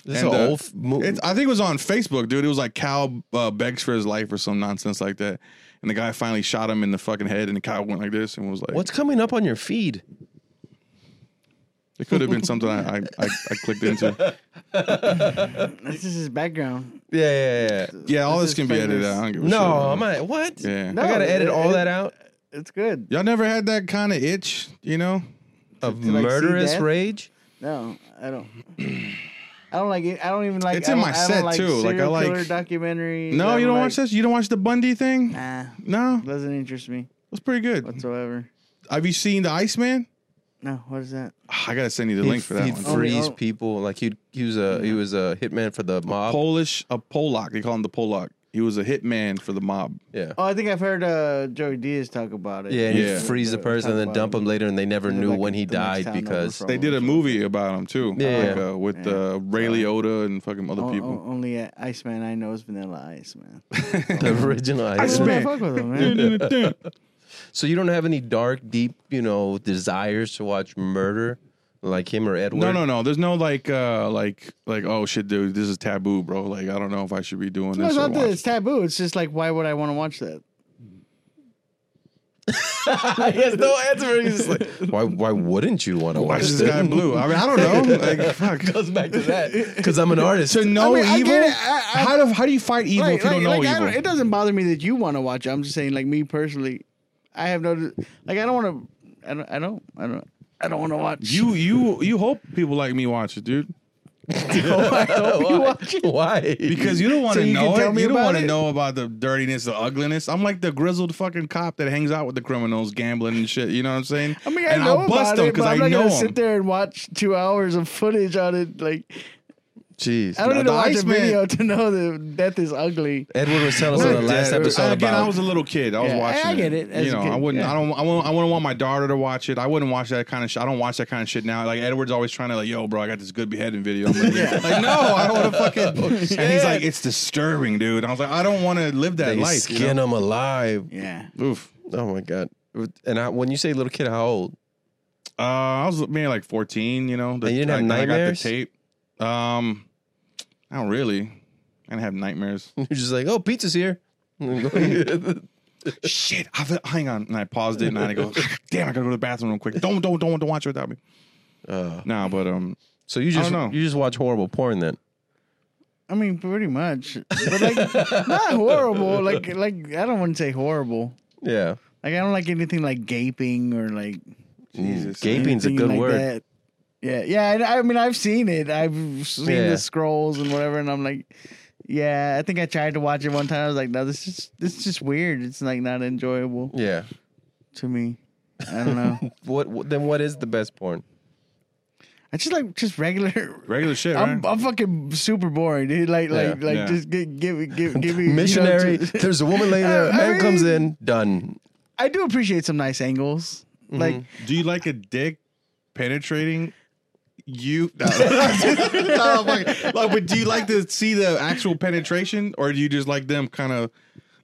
Speaker 1: This is
Speaker 3: And,
Speaker 1: an
Speaker 3: uh,
Speaker 1: old f- mo-
Speaker 3: It's, I think it was on Facebook, dude. It was like Cal uh, begs for his life or some nonsense like that. And the guy finally shot him in the fucking head, and the cow went like this and was like,
Speaker 1: What's coming up on your feed?
Speaker 3: It could have been something I, I, I, I clicked into.
Speaker 2: This is his background.
Speaker 1: Yeah, yeah, yeah.
Speaker 3: Yeah, all
Speaker 2: This
Speaker 3: this, can
Speaker 2: is
Speaker 3: be edited
Speaker 2: famous.
Speaker 3: out. I don't give a shit.
Speaker 1: No, I'm not. What?
Speaker 3: Yeah.
Speaker 1: I gotta
Speaker 2: No,
Speaker 1: edit
Speaker 2: it-
Speaker 1: all
Speaker 2: it-
Speaker 1: that out
Speaker 2: It's good.
Speaker 3: Y'all never had that kind of itch, you know?
Speaker 1: of
Speaker 2: like, see
Speaker 1: murderous
Speaker 2: that?
Speaker 1: rage.
Speaker 2: No, I don't. I don't like it. I don't even like.
Speaker 3: It's
Speaker 2: I
Speaker 3: in
Speaker 2: don't-
Speaker 3: my
Speaker 2: I don't
Speaker 3: set, too. Like, I
Speaker 2: serial
Speaker 3: like-
Speaker 2: killer documentaries.
Speaker 3: No,
Speaker 2: I
Speaker 3: you don't watch
Speaker 2: like-
Speaker 3: this? You don't watch the Bundy thing?
Speaker 2: Nah,
Speaker 3: No?
Speaker 2: doesn't interest me
Speaker 3: That's pretty good.
Speaker 2: whatsoever.
Speaker 3: Have you seen The Iceman?
Speaker 2: No, what is that?
Speaker 3: Ah, I got to send you the link for that
Speaker 1: he'd
Speaker 3: one.
Speaker 2: Oh,
Speaker 1: freeze
Speaker 2: yeah.
Speaker 1: people. Like he'd, he was a he was a hitman for the mob.
Speaker 3: Polish, a Polak. They call him the Polak. He was a hitman for the mob.
Speaker 1: yeah.
Speaker 2: Oh, I think I've heard uh, Joey Diaz talk about it. Uh,
Speaker 1: Yeah, and
Speaker 3: Yeah.
Speaker 1: he'd freeze the person and then dump him later, and they never
Speaker 2: They're
Speaker 1: knew
Speaker 2: like
Speaker 1: when he
Speaker 2: the next
Speaker 1: died
Speaker 2: town over
Speaker 1: because
Speaker 2: from.
Speaker 3: They did a movie about him, too.
Speaker 1: Yeah.
Speaker 3: Like, uh, with uh, Ray Liotta and fucking other
Speaker 2: O-
Speaker 3: people.
Speaker 2: o- only uh, Iceman I know is Vanilla Ice, man.
Speaker 1: the original
Speaker 2: That's why
Speaker 1: Iceman.
Speaker 2: I fuck with him, man.
Speaker 1: So you don't have any dark, deep, you know, desires to watch murder like him or Edward.
Speaker 3: No, no, no. There's no like, uh, like, like, oh shit, dude, this is taboo, bro. Like, I don't know if I should be doing
Speaker 2: No,
Speaker 3: this.
Speaker 2: it's
Speaker 3: or
Speaker 2: not that
Speaker 3: watch-
Speaker 2: it's taboo. It's just like, why would I want to watch that?
Speaker 1: he has no answer. He's just like, why? Why wouldn't you want to
Speaker 3: Watch
Speaker 1: watch
Speaker 3: this
Speaker 1: that?
Speaker 3: guy in blue. I mean, I don't know. Like, fuck.
Speaker 1: Goes back to that because I'm an artist.
Speaker 3: To know
Speaker 2: mean, I
Speaker 3: evil,
Speaker 2: get it. I- I-
Speaker 3: how do how do you fight evil
Speaker 2: Like-
Speaker 3: if you
Speaker 2: like-
Speaker 3: don't know
Speaker 2: like, I
Speaker 3: evil?
Speaker 2: don't- it doesn't bother me that you want to watch it. I'm just saying, like me personally, I have no. Like I don't want to. I don't. I don't. I don't. I don't want to watch.
Speaker 3: you you you hope people like me watch it, dude,
Speaker 1: why? Why?
Speaker 3: because you don't want to
Speaker 2: you can
Speaker 3: know
Speaker 2: tell
Speaker 3: it.
Speaker 2: me
Speaker 3: You don't
Speaker 2: about
Speaker 3: want to
Speaker 2: it?
Speaker 3: know about the dirtiness, the ugliness. I'm like the grizzled fucking cop that hangs out with the criminals, gambling and shit. You know what I'm saying?
Speaker 2: I mean, I
Speaker 3: and
Speaker 2: know
Speaker 3: I'll bust
Speaker 2: about
Speaker 3: them
Speaker 2: it, but
Speaker 3: I
Speaker 2: I'm not
Speaker 3: know
Speaker 2: gonna
Speaker 3: them.
Speaker 2: sit there and watch two hours of footage on it. Like
Speaker 1: Jeez.
Speaker 2: I don't
Speaker 3: No,
Speaker 2: need to
Speaker 3: the
Speaker 2: watch a
Speaker 3: Iceman-
Speaker 2: video to know that death is ugly.
Speaker 1: Edward was telling us on the last
Speaker 3: Yeah,
Speaker 1: episode
Speaker 3: again, I
Speaker 1: about
Speaker 3: was a little kid. I was
Speaker 2: Yeah,
Speaker 3: watching.
Speaker 2: I get it, as
Speaker 3: you
Speaker 2: a
Speaker 3: know,
Speaker 2: kid,
Speaker 3: I wouldn't.
Speaker 2: yeah.
Speaker 3: I don't. I wouldn't. I wouldn't want my daughter to watch it. I wouldn't watch that kind of shit. I don't watch that kind of shit now. Like Edward's always trying to like, yo, bro, I got this good beheading video. I'm like, like, no, I don't want to fucking. and he's like, it's disturbing, dude. I was like, I don't want to live
Speaker 1: they
Speaker 3: that life.
Speaker 1: skin
Speaker 3: you know?
Speaker 1: him alive.
Speaker 2: Yeah.
Speaker 3: Oof.
Speaker 1: Oh my god. And I, when you say little kid, how old?
Speaker 3: Uh, I was maybe like 14. You know, the,
Speaker 1: And you didn't have
Speaker 3: like, when I got
Speaker 1: nightmares?
Speaker 3: the tape. Um, I don't really. I didn't have nightmares.
Speaker 1: You're just like, oh, pizza's here.
Speaker 3: shit, I've, hang on. And I paused it and I go, damn, I gotta go to the bathroom real quick. Don't, don't, don't want to watch it without me.
Speaker 1: Uh,
Speaker 3: Nah, but um,
Speaker 1: so you
Speaker 3: don't
Speaker 1: just
Speaker 3: know.
Speaker 1: you just watch horrible porn then?
Speaker 2: I mean, pretty much, but like not horrible. Like, like I don't want to say horrible.
Speaker 1: Yeah.
Speaker 2: Like I don't like anything like gaping or like
Speaker 1: mm,
Speaker 3: Jesus.
Speaker 1: Gaping's a
Speaker 2: anything
Speaker 1: good
Speaker 2: like
Speaker 1: word.
Speaker 2: that. Yeah, yeah. and I, I mean, I've seen it. I've seen
Speaker 1: Yeah.
Speaker 2: the scrolls and whatever, and I'm like, yeah. I think I tried to watch it one time. I was like, no, this is this is just weird. It's like not enjoyable
Speaker 1: Yeah.
Speaker 2: to me. I don't know.
Speaker 1: What, what then? What is the best porn?
Speaker 2: I just like just regular.
Speaker 3: Regular shit, right?
Speaker 2: I'm, I'm fucking super boring, dude. Like, like,
Speaker 1: Yeah.
Speaker 2: like,
Speaker 3: Yeah.
Speaker 2: just give, give, give, give me you know,
Speaker 1: Missionary.
Speaker 2: just-
Speaker 1: there's a woman laying there. A
Speaker 2: I- I
Speaker 1: man comes
Speaker 2: mean-
Speaker 1: in. Done.
Speaker 2: I do appreciate some nice angles.
Speaker 1: Mm-hmm.
Speaker 2: Like,
Speaker 3: Do you like a dick penetrating you? No. No, I'm like, like, but do you like to see the actual penetration, or do you just like them kind of,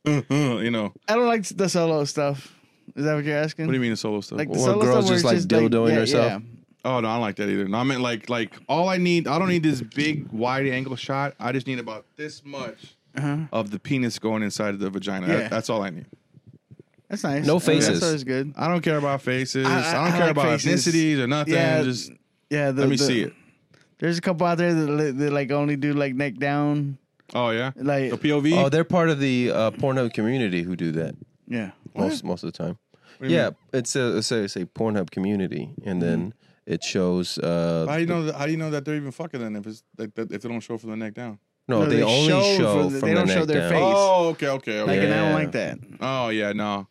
Speaker 3: uh, uh, you know?
Speaker 2: I don't like the solo stuff. Is that what you're asking?
Speaker 3: What do you mean a solo stuff?
Speaker 2: Like the
Speaker 1: Or
Speaker 2: solo
Speaker 1: girls
Speaker 2: stuff where
Speaker 1: just,
Speaker 2: it's
Speaker 1: like,
Speaker 2: just
Speaker 1: dildoing
Speaker 2: yeah,
Speaker 1: herself?
Speaker 2: yeah.
Speaker 3: oh no, I don't like that either. No, I meant like like all I need. I don't need this big wide angle shot. I just need about this much. Of the penis going inside of the vagina. That-
Speaker 2: Uh-huh. Yeah.
Speaker 3: that's all I need.
Speaker 2: That's nice.
Speaker 1: No
Speaker 2: I mean,
Speaker 1: faces.
Speaker 2: That's always good.
Speaker 3: I don't care about faces. I,
Speaker 2: I- I-
Speaker 3: don't
Speaker 2: I
Speaker 3: care
Speaker 2: like
Speaker 3: about
Speaker 2: faces.
Speaker 3: ethnicities or nothing.
Speaker 2: Yeah,
Speaker 3: just
Speaker 2: Yeah, the,
Speaker 3: let me
Speaker 2: the-
Speaker 3: see it.
Speaker 2: There's a couple out there that, li- that like only do like neck down,
Speaker 3: Oh yeah,
Speaker 2: like
Speaker 3: the POV.
Speaker 1: Oh, they're part of the uh, Pornhub community who do that
Speaker 2: yeah.
Speaker 1: most most of the time.
Speaker 3: do you
Speaker 1: Yeah, it's a it's a, it's a Pornhub community, and then
Speaker 2: Mm-hmm.
Speaker 1: it shows. Uh,
Speaker 3: How do you know? That, how do you know that they're even fucking then if it's like, that, if they don't show from the neck down?
Speaker 1: no,
Speaker 2: No,
Speaker 1: they,
Speaker 2: they
Speaker 1: only
Speaker 2: show
Speaker 1: show,
Speaker 2: for the-
Speaker 1: from
Speaker 2: they
Speaker 1: the
Speaker 2: don't show
Speaker 1: neck
Speaker 2: their
Speaker 1: down.
Speaker 2: face.
Speaker 3: Oh, okay, okay,
Speaker 2: Like,
Speaker 3: okay.
Speaker 2: and I don't
Speaker 1: Yeah.
Speaker 2: like that.
Speaker 3: Oh yeah, no.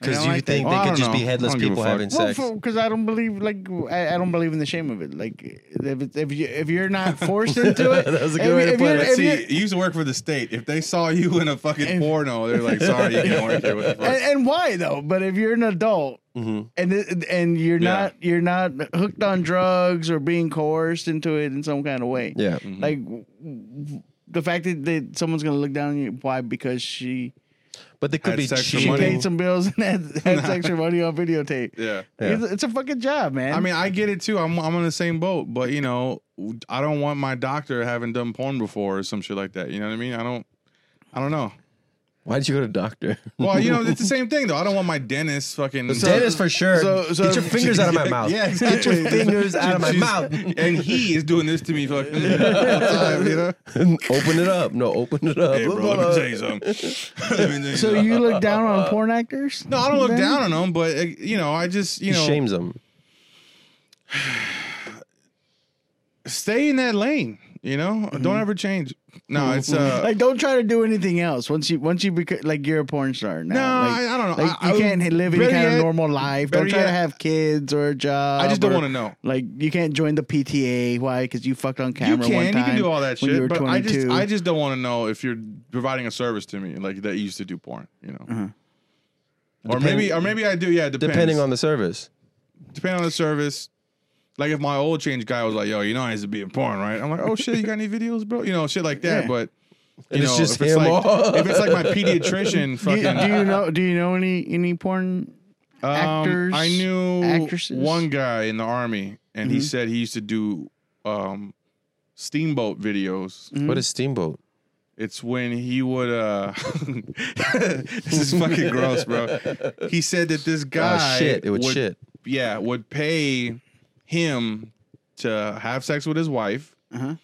Speaker 2: I don't
Speaker 1: Because you
Speaker 2: like that.
Speaker 1: think
Speaker 3: Oh, I
Speaker 1: they could
Speaker 3: don't
Speaker 1: just be
Speaker 3: know. I
Speaker 1: headless
Speaker 3: don't give a
Speaker 1: people
Speaker 3: fuck.
Speaker 1: having
Speaker 2: Well,
Speaker 1: sex.
Speaker 2: because I don't believe like I, I don't believe in the shame of it. Like if it's, if you if you're not forced into it,
Speaker 1: That was a good
Speaker 2: if,
Speaker 1: way to
Speaker 2: if
Speaker 1: put
Speaker 2: you're-
Speaker 1: it.
Speaker 2: if
Speaker 3: See,
Speaker 2: you're-
Speaker 3: you used to work for the state. If they saw you in a fucking
Speaker 2: If-
Speaker 3: porno, they're like, "Sorry, you can't work here." What the fuck?
Speaker 2: and, and why though? But if you're an adult
Speaker 1: Mhm.
Speaker 2: and it- and you're
Speaker 3: Mm-hmm. Yeah.
Speaker 2: not you're not hooked on drugs or being coerced into it in some kind of way,
Speaker 1: Yeah.
Speaker 3: Mm-hmm.
Speaker 2: like w- w- the fact that, that someone's gonna look down on you, why? Because she
Speaker 1: But they could
Speaker 3: Had
Speaker 1: be
Speaker 3: sex for
Speaker 1: cheating.
Speaker 2: she
Speaker 3: money.
Speaker 2: paid some bills and had, had extra money on videotape.
Speaker 3: Yeah.
Speaker 1: Yeah.
Speaker 2: It's, it's a fucking job, man.
Speaker 3: I mean, I get it too. I'm I'm on the same boat, but you know, I don't want my doctor having done porn before or some shit like that. You know what I mean? I don't. I don't know.
Speaker 1: Why did you go to doctor?
Speaker 3: Well, you know, it's the same thing though. I don't want my dentist fucking.
Speaker 1: Dennis for sure.
Speaker 2: so- so-
Speaker 1: Get your fingers out of my mouth.
Speaker 3: Yeah,
Speaker 1: Get
Speaker 3: exactly.
Speaker 1: your fingers out of my
Speaker 3: She's-
Speaker 1: mouth.
Speaker 3: and he is doing this to me fucking all the time, you know?
Speaker 1: open it up. No, open it up.
Speaker 3: Hey, bro, let me tell you something. Let me tell you
Speaker 2: so
Speaker 3: something.
Speaker 2: you look down on porn actors?
Speaker 3: no, I don't look
Speaker 2: then?
Speaker 3: down on him, but uh, you know, I just you
Speaker 1: He
Speaker 3: know
Speaker 1: shames them.
Speaker 3: stay in that lane. You know,
Speaker 1: Mm-hmm.
Speaker 3: don't ever change. No, it's uh,
Speaker 2: Like, don't try to do anything else once you once you become like you're a porn star now.
Speaker 3: no,
Speaker 2: like,
Speaker 3: I, I don't know.
Speaker 2: like,
Speaker 3: I,
Speaker 2: you
Speaker 3: I-
Speaker 2: can't h- live any
Speaker 3: better
Speaker 2: kind of
Speaker 3: yet-
Speaker 2: normal life. Don't
Speaker 3: better
Speaker 2: try to
Speaker 3: yet-
Speaker 2: have kids or a job.
Speaker 3: I just don't
Speaker 2: or-
Speaker 3: want to know.
Speaker 2: Like, you can't join the PTA. Why? Because you fucked on camera.
Speaker 3: you can,
Speaker 2: one
Speaker 3: you
Speaker 2: time
Speaker 3: can do all that
Speaker 2: when
Speaker 3: shit.
Speaker 2: You were
Speaker 3: but
Speaker 2: 22.
Speaker 3: I just, I just don't want to know if you're providing a service to me like that you used to do porn. You know,
Speaker 2: Uh-huh.
Speaker 3: or maybe, or maybe I do. Yeah, it depends.
Speaker 1: Depending on the service.
Speaker 3: depending on the service. Like if my old change guy was like, "Yo, you know I used to be in porn, right?" I'm like, "Oh shit, you got any videos, bro?" You know, shit like that.
Speaker 2: Yeah.
Speaker 3: But you
Speaker 1: And it's
Speaker 3: know,
Speaker 1: just
Speaker 3: if, it's
Speaker 1: him
Speaker 3: like,
Speaker 1: all.
Speaker 3: if it's like my pediatrician,
Speaker 2: do,
Speaker 3: fucking
Speaker 2: you, do you know? Do you know any any porn?
Speaker 3: um,
Speaker 2: actors,
Speaker 3: I knew
Speaker 2: actresses?
Speaker 3: one guy in the army, and he
Speaker 2: Mhm.
Speaker 3: said he used to do um, steamboat videos.
Speaker 2: Mhm.
Speaker 1: What is Steamboat?
Speaker 3: It's when he would. uh This is fucking gross, bro. He said that this guy
Speaker 1: oh, shit. It would, shit.
Speaker 3: yeah, would pay him to have sex with his wife,
Speaker 2: Uh-huh.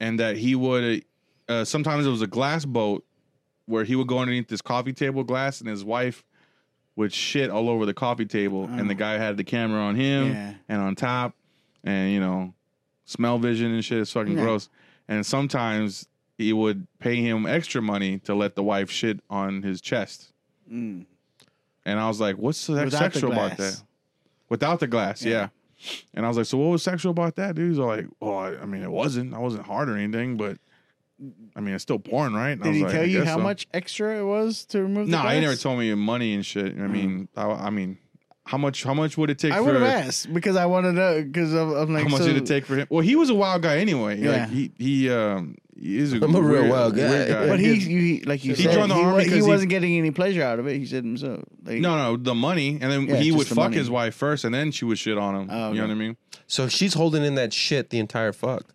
Speaker 3: and that he would. Uh, sometimes it was a glass boat where he would go underneath this coffee table glass, and his wife would shit all over the coffee table, and the
Speaker 2: Oh.
Speaker 3: guy had the camera on him
Speaker 2: Yeah.
Speaker 3: and on top, and you know, smell vision and shit is fucking
Speaker 2: Yeah.
Speaker 3: gross. And sometimes he would pay him extra money to let the wife shit on his chest.
Speaker 2: Mm.
Speaker 3: And I was like, what's so
Speaker 2: Without the
Speaker 3: sexual about
Speaker 2: glass.
Speaker 3: that? Without the glass, yeah.
Speaker 2: Yeah.
Speaker 3: And I was like, so what was sexual about that? Dude, he's all like, well, I, I mean, it wasn't. I wasn't hard or anything, but I mean, it's still porn, right? And I
Speaker 2: Did
Speaker 3: was
Speaker 2: he
Speaker 3: like,
Speaker 2: tell
Speaker 3: I
Speaker 2: you
Speaker 3: guess
Speaker 2: how
Speaker 3: so.
Speaker 2: much extra it was to remove? the
Speaker 3: No, he never
Speaker 2: glass? Mm.
Speaker 3: told me money and shit. I mean, I, I mean, how much? How much would it take?
Speaker 2: I
Speaker 3: for
Speaker 2: would have asked because I want to know because I'm, I'm like
Speaker 3: how much
Speaker 2: so,
Speaker 3: did it take for him? Well, he was a wild guy anyway.
Speaker 2: Yeah.
Speaker 3: Like he he um he is a
Speaker 1: I'm a real
Speaker 3: weird-
Speaker 1: wild guy.
Speaker 3: weird
Speaker 2: But he,
Speaker 1: Because-
Speaker 2: you, like you
Speaker 3: He
Speaker 2: said,
Speaker 3: joined the
Speaker 2: he,
Speaker 3: army
Speaker 2: wa- he
Speaker 3: because he-
Speaker 2: wasn't getting any pleasure out of it. He said himself. Like,
Speaker 3: no, no, the money, and then
Speaker 2: Yeah,
Speaker 3: he
Speaker 2: just
Speaker 3: would
Speaker 2: the
Speaker 3: fuck
Speaker 2: money.
Speaker 3: his wife first, and then she would shit on him.
Speaker 2: Oh,
Speaker 3: You know
Speaker 2: okay.
Speaker 3: what I mean?
Speaker 1: So she's holding in that shit the entire fuck.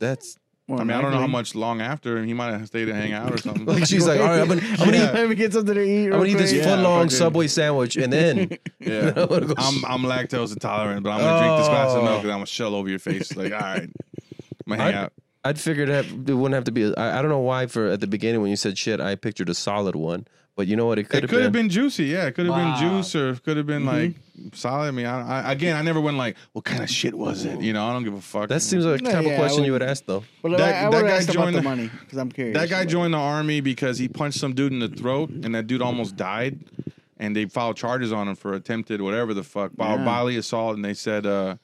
Speaker 1: That's
Speaker 2: more
Speaker 3: I mean, I don't know
Speaker 2: likely.
Speaker 3: how much long after, and he might have stayed to hang out or something.
Speaker 1: like she's like, all right, I'm gonna, I'm gonna
Speaker 2: Yeah.
Speaker 1: eat,
Speaker 2: Let me get something to
Speaker 1: I'm
Speaker 2: eat. real
Speaker 1: gonna eat this
Speaker 2: quick.
Speaker 3: Yeah,
Speaker 1: foot long
Speaker 3: fucking-
Speaker 1: Subway sandwich, and then
Speaker 3: yeah,
Speaker 1: I'm gonna go-
Speaker 3: I'm I'm lactose intolerant, but I'm gonna drink this glass of milk, and I'm gonna shell over your face. Like, all right, I'm gonna hang
Speaker 1: I'd-
Speaker 3: out.
Speaker 1: I'd figured it, have, it wouldn't have to be. I, I don't know why. For at the beginning when you said shit, I pictured a solid one, but you know what? It could
Speaker 3: It
Speaker 1: have
Speaker 3: could
Speaker 1: been.
Speaker 3: have been juicy, yeah. It could have
Speaker 4: Wow.
Speaker 3: been juice, or it could have been like solid. I mean, I, I, again, I never went like, what kind of shit was it? You know, I don't give a fuck.
Speaker 1: That seems like the
Speaker 2: No,
Speaker 1: type
Speaker 2: yeah,
Speaker 1: of
Speaker 2: I
Speaker 1: question you would
Speaker 2: wouldn't-
Speaker 1: ask, though.
Speaker 2: But
Speaker 3: That-
Speaker 2: I, I
Speaker 3: that
Speaker 2: would
Speaker 3: guy
Speaker 2: ask about
Speaker 3: joined
Speaker 2: the
Speaker 3: the-
Speaker 2: money because I'm curious.
Speaker 3: That guy
Speaker 2: Like,
Speaker 3: joined the army because he punched some dude in the throat, and that dude almost died. And they filed charges on him for attempted whatever the fuck
Speaker 2: Yeah.
Speaker 3: yeah. bodily assault. And they said uh,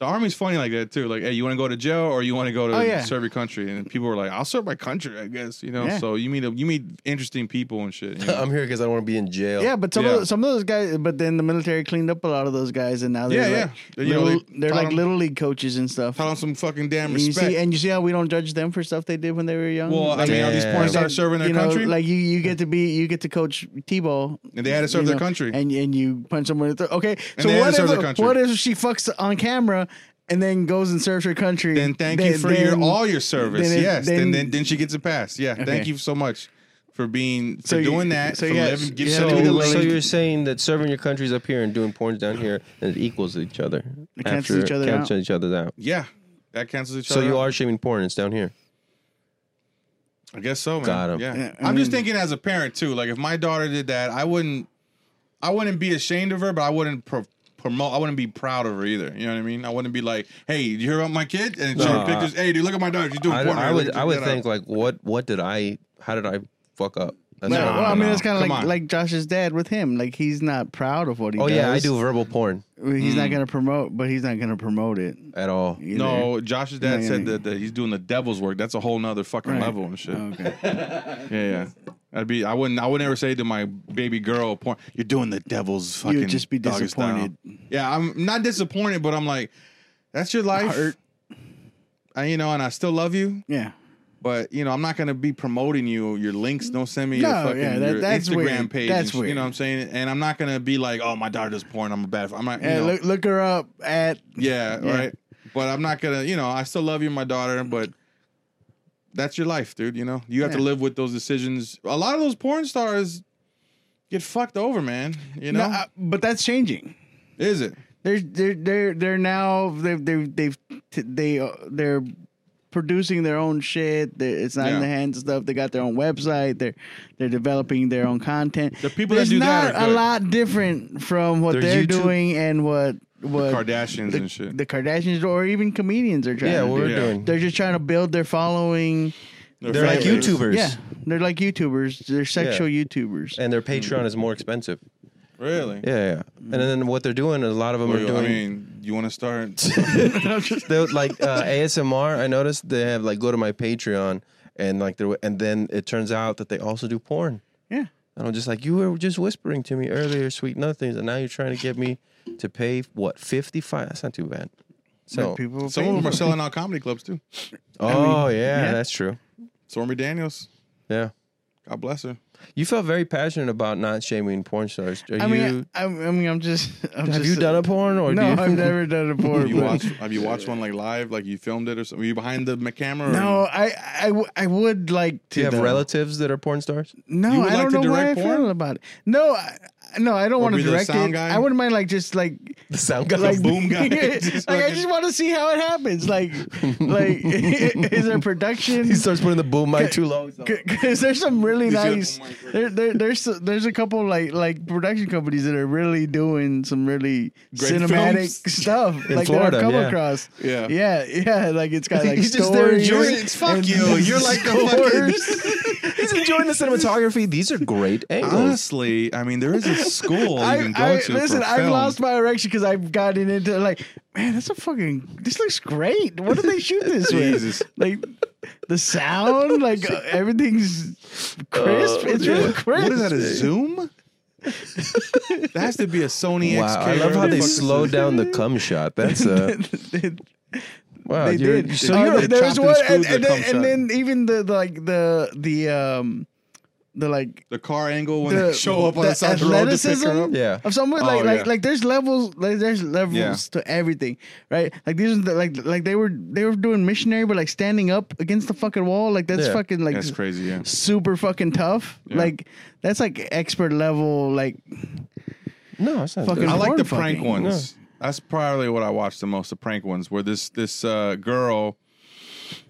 Speaker 3: the army's funny like that too. Like, hey, you want to go to jail or you want to go to
Speaker 2: Oh, yeah.
Speaker 3: serve your country? And people were like, I'll serve my country, I guess. You know.
Speaker 2: Yeah.
Speaker 3: So you meet a, you meet interesting people and shit. You know?
Speaker 1: I'm here because I don't want to be in jail.
Speaker 2: Yeah, but some
Speaker 3: Yeah.
Speaker 2: of the, some of those guys. But then the military cleaned up a lot of those guys, and now they're
Speaker 3: Yeah,
Speaker 2: like
Speaker 3: yeah. You know,
Speaker 2: little,
Speaker 3: they
Speaker 2: they, are
Speaker 3: taught
Speaker 2: like
Speaker 3: them-
Speaker 2: little league coaches and stuff.
Speaker 3: Tell them some fucking damn
Speaker 2: And you
Speaker 3: respect.
Speaker 2: see, and you see how we don't judge them for stuff they did when they were young.
Speaker 3: well, I
Speaker 2: Like,
Speaker 3: mean, are these
Speaker 1: Damn.
Speaker 3: porn
Speaker 2: like,
Speaker 3: stars serving their
Speaker 2: you know,
Speaker 3: country?
Speaker 2: Like you, you get to be, you get to coach T-ball,
Speaker 3: and they had to serve
Speaker 2: you
Speaker 3: their
Speaker 2: know,
Speaker 3: country.
Speaker 2: and and you punch someone. In the throat. okay,
Speaker 3: And
Speaker 2: so
Speaker 3: they had to
Speaker 2: what
Speaker 3: serve their
Speaker 2: if
Speaker 3: country.
Speaker 2: what if she fucks on camera and then goes and serves her country?
Speaker 3: then thank you for your
Speaker 2: then-
Speaker 3: all your service.
Speaker 2: then it-
Speaker 3: yes. Then,
Speaker 2: then-
Speaker 3: then then she gets a pass. Yeah. Thank
Speaker 2: Okay.
Speaker 3: you so much for being for
Speaker 2: So you-
Speaker 3: doing that.
Speaker 2: so
Speaker 3: for
Speaker 2: yeah,
Speaker 3: living, give
Speaker 2: yeah,
Speaker 3: so,
Speaker 2: so-
Speaker 3: the
Speaker 1: So
Speaker 3: lane.
Speaker 1: you're saying that serving your countries up here and doing porns down here, and it equals each other.
Speaker 2: It cancels
Speaker 1: After-
Speaker 2: each other uh,
Speaker 1: cancels each other out.
Speaker 3: yeah. That cancels each
Speaker 1: So
Speaker 3: other.
Speaker 1: you
Speaker 3: out.
Speaker 1: are shaming porn. It's down here.
Speaker 3: I guess so, man.
Speaker 1: Got 'em.
Speaker 3: Yeah.
Speaker 2: Yeah, I
Speaker 3: I'm just
Speaker 2: mean-
Speaker 3: thinking as a parent too. Like if my daughter did that, I wouldn't I wouldn't be ashamed of her, but I wouldn't pro- promote I wouldn't be proud of her either. You know what I mean? I wouldn't be like, "Hey, did you hear about my kid?" And show
Speaker 1: No,
Speaker 3: her pictures. "Hey, dude, look at my daughter. She's doing
Speaker 1: I,
Speaker 3: porn."
Speaker 1: I
Speaker 3: right?
Speaker 1: would
Speaker 3: Look at
Speaker 1: I would
Speaker 3: that
Speaker 1: think
Speaker 3: out."
Speaker 1: like what what did I how did I fuck up? That's
Speaker 2: But,
Speaker 3: No,
Speaker 1: right.
Speaker 2: well, I mean,
Speaker 3: no,
Speaker 2: it's kind of
Speaker 3: come
Speaker 2: like
Speaker 3: on.
Speaker 2: like Josh's dad with him. Like he's not proud of what he
Speaker 1: oh
Speaker 2: does.
Speaker 1: yeah, I do Mm. verbal porn
Speaker 2: He's not gonna promote, but he's not gonna promote it.
Speaker 1: at all.
Speaker 2: either.
Speaker 3: No, Josh's dad
Speaker 2: Yeah, yeah,
Speaker 3: said
Speaker 2: yeah.
Speaker 3: That, that he's doing the devil's work. That's a whole nother fucking
Speaker 2: Right.
Speaker 3: level and shit.
Speaker 2: Okay.
Speaker 3: Yeah, yeah. I'd be. I wouldn't. I would never say to my baby girl, "Porn, you're doing the devil's fucking."
Speaker 2: You'd just be
Speaker 3: doggy style."
Speaker 2: disappointed.
Speaker 3: Yeah, I'm not disappointed, but I'm like, that's your life.
Speaker 2: Hurt.
Speaker 3: I, you know, and I still love you,
Speaker 2: Yeah.
Speaker 3: but you know, I'm not gonna be promoting you. Your links don't send me
Speaker 2: No,
Speaker 3: your fucking
Speaker 2: yeah, that-
Speaker 3: your
Speaker 2: that's
Speaker 3: Instagram
Speaker 2: weird.
Speaker 3: page.
Speaker 2: That's
Speaker 3: and shit, You
Speaker 2: weird.
Speaker 3: know what I'm saying? And I'm not gonna be like, oh, my daughter does porn. I'm a bad. I'm not. You
Speaker 2: Yeah,
Speaker 3: know,
Speaker 2: look, look her up at
Speaker 3: yeah,
Speaker 2: Yeah.
Speaker 3: right. But I'm not gonna, you know, I still love you, my daughter, but that's your life, dude. You know, you have to
Speaker 2: Yeah.
Speaker 3: live with those decisions. A lot of those porn stars get fucked over, man. You know,
Speaker 2: No, uh, but that's changing.
Speaker 3: is it?
Speaker 2: They're they're they're they're now they've they've they've t- they uh, they're producing their own shit. They're, it's not in
Speaker 3: Yeah.
Speaker 2: the hands of stuff. They got their own website. They're they're developing their own content.
Speaker 3: The people that
Speaker 2: There's
Speaker 3: do
Speaker 2: not
Speaker 3: that are
Speaker 2: a
Speaker 3: good.
Speaker 2: lot different from what
Speaker 1: Their
Speaker 2: they're
Speaker 1: YouTube-
Speaker 2: doing and what what
Speaker 3: Kardashians
Speaker 2: the,
Speaker 3: and shit.
Speaker 2: the Kardashians or even comedians are trying.
Speaker 1: Yeah,
Speaker 2: to
Speaker 1: we're
Speaker 2: do.
Speaker 3: Yeah.
Speaker 1: doing.
Speaker 2: They're just trying to build their following.
Speaker 1: They're like
Speaker 3: favorites.
Speaker 1: YouTubers.
Speaker 2: Yeah, they're like YouTubers. They're sexual YouTubers.
Speaker 1: And their Patreon is more expensive.
Speaker 3: Really?
Speaker 1: Yeah, yeah. And then what they're doing, a lot of them
Speaker 3: Well,
Speaker 1: are
Speaker 3: you-
Speaker 1: doing.
Speaker 3: I mean, you want to start?
Speaker 1: they would, like uh, ASMR. I noticed they have like go to my Patreon and like there and then it turns out that they also do porn.
Speaker 2: yeah.
Speaker 1: And I'm just like, you were just whispering to me earlier, sweet nothings, and now you're trying to get me to pay what fifty five. That's not too bad. So,
Speaker 2: But people
Speaker 3: Some of them are selling out comedy clubs too.
Speaker 1: oh yeah,
Speaker 2: yeah.
Speaker 1: that's true.
Speaker 3: Stormy Daniels,
Speaker 1: Yeah,
Speaker 3: God bless her.
Speaker 1: you felt very passionate about not shaming porn stars. Are
Speaker 2: I
Speaker 1: you?
Speaker 2: mean, I, I mean, I'm just. I'm
Speaker 1: have you
Speaker 2: just,
Speaker 1: done a porn or
Speaker 2: No,
Speaker 1: Do you,
Speaker 2: I've never done it before.
Speaker 3: Have you
Speaker 2: but-
Speaker 3: watched? Have you watched one like live? Like you filmed it or something? Were you behind the camera? or-
Speaker 2: No, I, I, w- I would like to.
Speaker 1: do you have
Speaker 2: though.
Speaker 1: relatives that are porn stars?
Speaker 2: No,
Speaker 3: You would
Speaker 2: I
Speaker 3: like
Speaker 2: don't
Speaker 3: to
Speaker 2: know why I
Speaker 3: direct porn?
Speaker 2: feel about it. No, I, no, I don't want to
Speaker 3: be the
Speaker 2: direct
Speaker 3: sound
Speaker 2: it.
Speaker 3: guy?
Speaker 2: I wouldn't mind like just like
Speaker 1: The sound guy,
Speaker 2: like
Speaker 3: boom guy.
Speaker 2: like
Speaker 3: Just
Speaker 2: I
Speaker 3: fucking-
Speaker 2: just want to see how it happens. Like, like is there production?
Speaker 1: he starts putting the boom mic too low.
Speaker 2: Because there's some really
Speaker 3: These are the
Speaker 2: nice.
Speaker 3: ones where-
Speaker 2: There, there, there's there's a couple like like production companies that are really doing some really
Speaker 3: Great
Speaker 2: cinematic
Speaker 3: films.
Speaker 2: stuff.
Speaker 1: In
Speaker 2: like
Speaker 1: Florida,
Speaker 2: that I've come
Speaker 1: yeah.
Speaker 2: across.
Speaker 3: Yeah.
Speaker 2: yeah, yeah. Like it's got like
Speaker 1: He's just there
Speaker 2: stories.
Speaker 1: enjoying it.
Speaker 3: It's fuck
Speaker 2: and
Speaker 3: you. You're like a fucking.
Speaker 2: scores.
Speaker 1: He's enjoying the cinematography. These are great angles.
Speaker 3: Honestly, I mean, there is a school you
Speaker 2: I,
Speaker 3: can go
Speaker 2: I
Speaker 3: to.
Speaker 2: listen.
Speaker 3: for
Speaker 2: I've
Speaker 3: film.
Speaker 2: lost my erection because I've gotten into like, man, that's a fucking. This looks great. What did they shoot this
Speaker 3: Jesus.
Speaker 2: with? Like the sound, like uh, everything's crisp. it's really crisp.
Speaker 3: Uh, What is that? A Zoom? that has to be a Sony
Speaker 1: Wow,
Speaker 3: XK.
Speaker 1: I love how
Speaker 3: whatever the
Speaker 1: they
Speaker 3: fuck this
Speaker 1: slow
Speaker 3: is.
Speaker 1: down the cum shot. That's uh,
Speaker 3: Oh,
Speaker 1: wow.
Speaker 2: they
Speaker 1: you're-
Speaker 2: did.
Speaker 1: So
Speaker 2: Uh,
Speaker 1: you're
Speaker 2: there- there was
Speaker 3: chopped and
Speaker 2: one,
Speaker 3: screwed
Speaker 2: and,
Speaker 3: that
Speaker 2: and then,
Speaker 3: comes
Speaker 2: and
Speaker 3: out.
Speaker 2: then even the like the the um the like
Speaker 3: The car angle when
Speaker 2: the
Speaker 3: they show up on
Speaker 2: the
Speaker 3: the side of the road to pick
Speaker 2: athleticism
Speaker 3: her up.
Speaker 1: Yeah.
Speaker 2: of someone
Speaker 3: Oh,
Speaker 2: like like
Speaker 3: yeah.
Speaker 2: like there's levels like there's levels
Speaker 3: Yeah.
Speaker 2: to everything right like these are the, like like they were they were doing missionary but like standing up against the fucking wall like that's
Speaker 1: Yeah.
Speaker 2: fucking like
Speaker 3: That's crazy. Yeah.
Speaker 2: super fucking tough like that's like expert level like
Speaker 1: no, it's not.
Speaker 2: Fucking-
Speaker 3: I
Speaker 1: good.
Speaker 3: like the
Speaker 2: Porn
Speaker 3: prank
Speaker 2: fucking.
Speaker 3: ones. That's probably what I watch the most. The prank ones where this this uh, girl.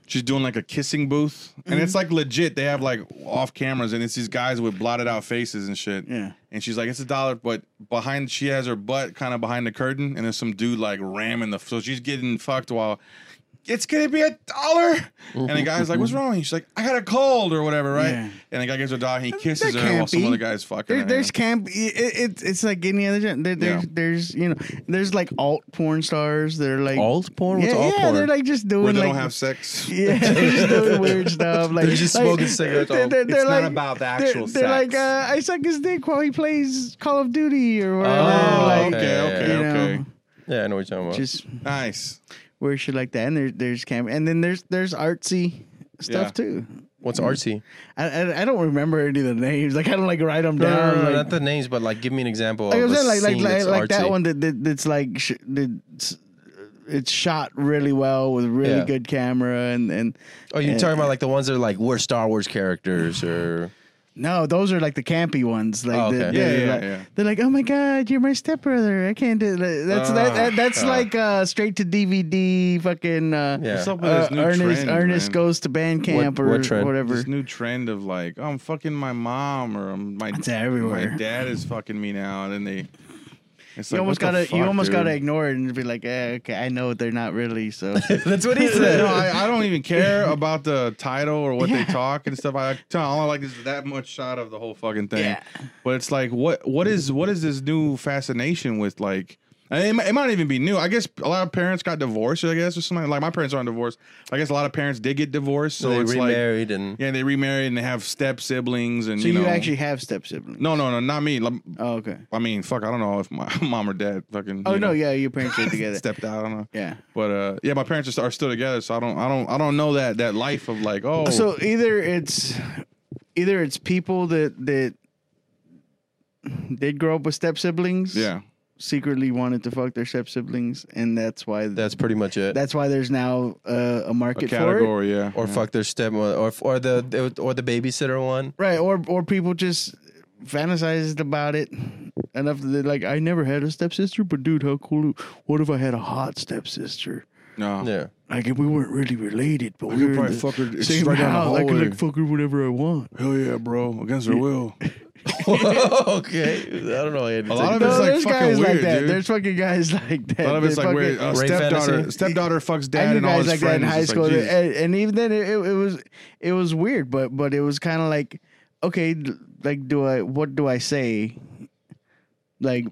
Speaker 3: She's doing like a kissing booth, and
Speaker 2: Mm-hmm.
Speaker 3: it's like legit. They have like off cameras, and it's these guys with blotted out faces and shit.
Speaker 2: Yeah.
Speaker 3: And she's like, "It's a dollar," but behind she has her butt kind of behind the curtain, and there's some dude like ramming the. So she's getting fucked while it's gonna be a dollar. And the guy's like, "What's wrong?" And she's like, "I got a cold or whatever," right?
Speaker 2: Mm-hmm. Yeah.
Speaker 3: And the guy gives her a dollar, and he kisses
Speaker 2: That
Speaker 3: her while
Speaker 2: can't
Speaker 3: some
Speaker 2: be.
Speaker 3: other guy's fucking.
Speaker 2: There,
Speaker 3: her.
Speaker 2: there's camp. It, it's it's like any other. gen- There, there's
Speaker 3: Yeah.
Speaker 2: there's you know there's like alt porn stars. They're like
Speaker 1: Alt porn? What's
Speaker 2: yeah,
Speaker 1: alt
Speaker 2: yeah,
Speaker 1: porn?
Speaker 2: they're like just doing
Speaker 3: where they
Speaker 2: like
Speaker 3: don't have sex.
Speaker 2: yeah, they're just doing weird stuff. Like
Speaker 1: They're just
Speaker 2: like,
Speaker 1: smoking cigarettes all-
Speaker 2: They're, they're
Speaker 3: It's not
Speaker 2: like,
Speaker 3: about the
Speaker 2: they're-
Speaker 3: actual
Speaker 2: They're, like
Speaker 3: sex.
Speaker 2: uh, I suck his dick while he plays Call of Duty or whatever.
Speaker 1: Oh,
Speaker 2: like,
Speaker 1: okay, okay,
Speaker 2: you know,
Speaker 3: okay.
Speaker 1: yeah, I know what you're talking about.
Speaker 2: Just
Speaker 3: Nice.
Speaker 2: weird shit like that. And there, there's camp. And then there's there's artsy stuff
Speaker 3: Yeah.
Speaker 2: too.
Speaker 1: What's artsy?
Speaker 2: I, I I don't remember any of the names. Like I don't like write them
Speaker 1: No,
Speaker 2: down.
Speaker 1: no, no,
Speaker 2: like-
Speaker 1: not the names, but like, give me an example.
Speaker 2: like
Speaker 1: of
Speaker 2: I'm
Speaker 1: a
Speaker 2: saying, like like
Speaker 1: scene
Speaker 2: like,
Speaker 1: that's
Speaker 2: like that
Speaker 1: artsy.
Speaker 2: one that, that that's like sh- that's, it's shot really well with really
Speaker 1: Yeah.
Speaker 2: good camera and and
Speaker 1: Oh, you're
Speaker 2: uh,
Speaker 1: talking about like the ones that are like we're Star Wars characters or
Speaker 2: no, those are like the campy ones. Like
Speaker 1: Oh,
Speaker 2: the-
Speaker 1: okay.
Speaker 2: they're,
Speaker 3: Yeah, yeah,
Speaker 2: like,
Speaker 3: yeah.
Speaker 2: they're like, oh my god, you're my stepbrother. I can't do that. That's that,
Speaker 3: Ah,
Speaker 2: that that's
Speaker 3: ah.
Speaker 2: like uh, straight to DVD. Fucking uh,
Speaker 1: Yeah. What's
Speaker 3: up with
Speaker 2: uh,
Speaker 3: this new
Speaker 2: Ernest
Speaker 3: trend,
Speaker 2: Ernest
Speaker 3: man?
Speaker 2: goes to band camp
Speaker 1: What-
Speaker 2: or
Speaker 1: what trend?
Speaker 2: whatever.
Speaker 3: This new trend of like, oh, I'm fucking my mom or I'm my
Speaker 2: It's everywhere.
Speaker 3: My dad is fucking me now, and then they It's
Speaker 2: You
Speaker 3: like,
Speaker 2: almost
Speaker 3: what the
Speaker 2: gotta you
Speaker 3: fuck,
Speaker 2: almost
Speaker 3: dude?
Speaker 2: gotta ignore it and be like, eh, okay, I know they're not really. So
Speaker 1: That's what he
Speaker 3: no, I, I don't even care about the title or what they
Speaker 2: Yeah.
Speaker 3: talk and stuff. I tell all I like is that much shot of the whole fucking thing.
Speaker 2: Yeah.
Speaker 3: But it's like, what what is what is this new fascination with like? and It might, it might even be new. I guess a lot of parents got divorced. I guess or something like my parents aren't divorced. I guess a lot of parents did get divorced, so
Speaker 1: so they
Speaker 3: it's like
Speaker 1: remarried and
Speaker 3: yeah, they remarried and they have step siblings and
Speaker 2: so
Speaker 3: you,
Speaker 2: you,
Speaker 3: know,
Speaker 2: actually have step siblings?
Speaker 3: no no no not me. Like,
Speaker 2: Oh, okay.
Speaker 3: I mean, fuck, I don't know if my mom or dad fucking
Speaker 2: Oh
Speaker 3: you
Speaker 2: no,
Speaker 3: know,
Speaker 2: yeah, your parents are together.
Speaker 3: stepped out. I don't know.
Speaker 2: yeah.
Speaker 3: But uh, yeah, my parents are st- are still together, so I don't, I don't, I don't know that that life of like, oh,
Speaker 2: So either it's either it's people that that did grow up with step siblings,
Speaker 3: yeah,
Speaker 2: secretly wanted to fuck their step siblings, and that's why
Speaker 1: that's pretty much it.
Speaker 2: that's why there's now uh, a
Speaker 3: a
Speaker 2: market for it.
Speaker 3: category, yeah,
Speaker 1: or
Speaker 3: yeah.
Speaker 1: fuck their stepmother or or the or the babysitter one.
Speaker 2: Right, or or people just fantasized about it enough that they're like, I never had a stepsister, but dude, how cool! What if I had a hot stepsister?
Speaker 3: no,
Speaker 1: Yeah.
Speaker 2: Like if we weren't really related, but
Speaker 3: could
Speaker 2: we were in
Speaker 3: probably
Speaker 2: the
Speaker 3: fuck her- it's
Speaker 2: same
Speaker 3: right down the
Speaker 2: house. I could
Speaker 3: hallway.
Speaker 2: like fuck her whenever I want.
Speaker 3: hell yeah, bro, against her will.
Speaker 1: okay. I don't know. I had to
Speaker 3: A
Speaker 1: take
Speaker 3: lot
Speaker 1: that.
Speaker 3: of
Speaker 2: No,
Speaker 3: it's, like,
Speaker 2: there's
Speaker 3: fucking
Speaker 2: guys like
Speaker 3: weird,
Speaker 2: that.
Speaker 3: dude.
Speaker 2: There's fucking guys like that.
Speaker 3: A lot of it's
Speaker 2: They're
Speaker 3: like
Speaker 2: fucking-
Speaker 3: where uh,
Speaker 1: Rape
Speaker 3: stepdaughter,
Speaker 1: fantasy.
Speaker 3: stepdaughter fucks
Speaker 2: I
Speaker 3: dad
Speaker 2: knew
Speaker 3: and all
Speaker 2: guys
Speaker 3: his
Speaker 2: like that
Speaker 3: friends.
Speaker 2: in high
Speaker 3: It's like,
Speaker 2: school,
Speaker 3: Jesus.
Speaker 2: and, and even then, it, it was it was weird, but but it was kind of like, okay, d- like do I what do I say? Like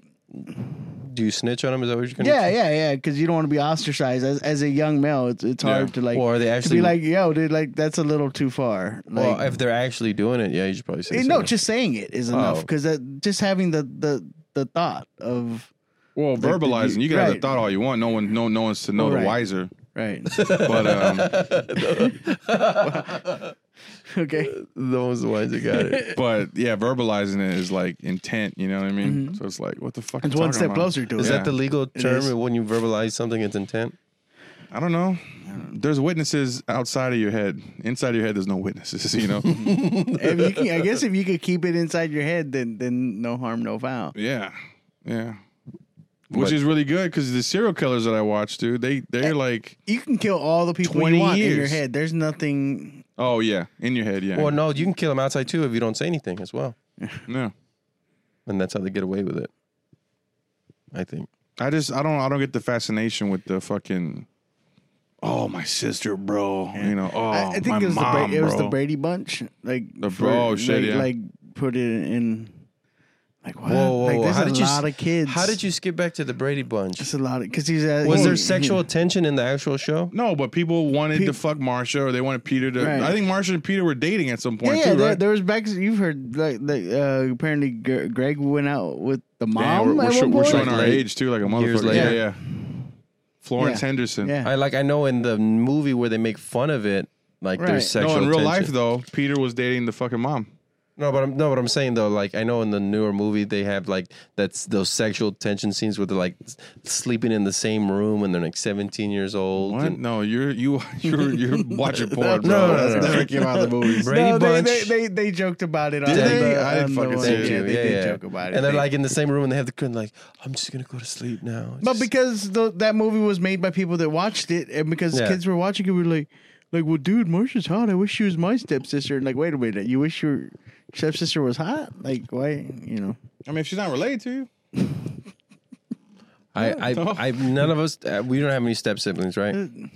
Speaker 1: Do you snitch on them? Is that what you're gonna?
Speaker 2: yeah, yeah, yeah, because you don't want to be ostracized as as a young male. It's it's
Speaker 3: Yeah.
Speaker 2: hard to like
Speaker 1: Or are they
Speaker 2: to
Speaker 1: actually
Speaker 2: be like, yo, dude, like that's a little too far. Like,
Speaker 1: Well, if they're actually doing it, yeah, you should probably say
Speaker 2: eh, no,
Speaker 1: something.
Speaker 2: just saying it is enough
Speaker 1: Oh.
Speaker 2: because that just having the the the thought of
Speaker 3: well,
Speaker 2: did
Speaker 3: verbalizing,
Speaker 2: you-
Speaker 3: you can have the
Speaker 2: right.
Speaker 3: thought all you want. No one, no, no one's to know
Speaker 2: Right.
Speaker 3: the wiser.
Speaker 2: right,
Speaker 3: But um,
Speaker 2: okay,
Speaker 1: those the ones that got it.
Speaker 3: but yeah, verbalizing it is like intent. You know what I mean? So it's like, what the fuck?
Speaker 2: Mm-hmm. it's
Speaker 3: you
Speaker 2: one
Speaker 3: talking
Speaker 2: step
Speaker 3: about?
Speaker 2: closer to it.
Speaker 1: Is
Speaker 3: Yeah.
Speaker 1: that the legal
Speaker 2: is.
Speaker 1: term when you verbalize something? It's intent.
Speaker 3: I don't know. There's witnesses outside of your head. Inside of your head, there's no witnesses. You know.
Speaker 2: Mm-hmm. If you can- I guess if you could keep it inside your head, then then no harm, no foul.
Speaker 3: Yeah, yeah. Which
Speaker 1: But-
Speaker 3: is really good because the serial killers that I watch, dude, they they're like,
Speaker 2: You can kill all the people
Speaker 3: 20
Speaker 2: you want in your
Speaker 3: years.
Speaker 2: head. There's nothing.
Speaker 3: oh yeah, in your head, yeah.
Speaker 1: Well, no, you can kill them outside too if you don't say anything as well,
Speaker 3: no,
Speaker 1: and that's how they get away with it. I think.
Speaker 3: I just I don't I don't get the fascination with the fucking. Oh my sister, bro. You know, oh
Speaker 2: I, I think
Speaker 3: my
Speaker 2: it was
Speaker 3: mom,
Speaker 2: the Bra- it was the
Speaker 3: bro.
Speaker 2: Brady Bunch. Like
Speaker 3: The bro- oh, shit,
Speaker 2: like,
Speaker 3: yeah.
Speaker 2: like put it in. Like what?
Speaker 1: Whoa, whoa,
Speaker 2: Uh, like,
Speaker 1: whoa.
Speaker 2: there's
Speaker 1: How
Speaker 2: a
Speaker 1: did you s-
Speaker 2: lot of kids.
Speaker 1: How did you skip back to the Brady Bunch?
Speaker 2: It's a lot of because he's uh,
Speaker 1: Was
Speaker 2: he-
Speaker 1: there
Speaker 2: he-
Speaker 1: sexual tension in the actual show?
Speaker 3: No, but people wanted
Speaker 2: Pe-
Speaker 3: to fuck Marsha, or they wanted Peter to.
Speaker 2: Right.
Speaker 3: I think Marsha and Peter were dating at some
Speaker 2: Yeah,
Speaker 3: point
Speaker 2: yeah.
Speaker 3: too,
Speaker 2: there,
Speaker 3: right?
Speaker 2: there was back. You've heard like the, uh, apparently Gre- Greg went out with the mom.
Speaker 3: Yeah, we're, we're,
Speaker 2: at
Speaker 3: sho-
Speaker 2: one
Speaker 3: we're
Speaker 2: point.
Speaker 3: showing our
Speaker 1: Like,
Speaker 3: age too, like a
Speaker 1: years
Speaker 3: motherfucker. Yeah,
Speaker 1: later.
Speaker 3: yeah. Florence
Speaker 2: Yeah.
Speaker 3: Henderson.
Speaker 2: Yeah.
Speaker 1: I like. I know in the movie where they make fun of it, like
Speaker 2: Right.
Speaker 1: there's
Speaker 3: No,
Speaker 1: sexual.
Speaker 3: in real
Speaker 1: tension.
Speaker 3: life though, Peter was dating the fucking mom.
Speaker 1: No, but I'm no, but I'm saying though, like I know in the newer movie they have like that's those sexual tension scenes where they're like s- sleeping in the same room and they're like 17 years old.
Speaker 3: What?
Speaker 1: And
Speaker 3: No, you're you you're you're watching porn, bro.
Speaker 1: no, no,
Speaker 3: That's
Speaker 1: no.
Speaker 3: never came out of the movies.
Speaker 1: Brady
Speaker 2: no, they,
Speaker 1: Bunch.
Speaker 2: they, they they joked about it. on
Speaker 3: Did
Speaker 2: the-
Speaker 3: they? I didn't
Speaker 2: on the
Speaker 3: fucking
Speaker 2: one-
Speaker 3: see
Speaker 1: They
Speaker 3: it.
Speaker 2: Yeah,
Speaker 1: do,
Speaker 2: they
Speaker 1: yeah,
Speaker 2: did
Speaker 1: yeah.
Speaker 2: joke about it.
Speaker 1: And they're
Speaker 2: They-
Speaker 1: like in the same room and they have the curtain like I'm just gonna go to sleep now. It's
Speaker 2: But
Speaker 1: just-
Speaker 2: because the, that movie was made by people that watched it, and because
Speaker 1: Yeah.
Speaker 2: kids were watching it, we were like, like, well, dude, Marsha's hot. I wish she was my stepsister. And like, wait a minute, you wish your stepsister was hot? Like, why? You know,
Speaker 3: I mean, if she's not related to you,
Speaker 1: I, I,
Speaker 3: no.
Speaker 1: I, none of us uh, we don't have any step siblings, right?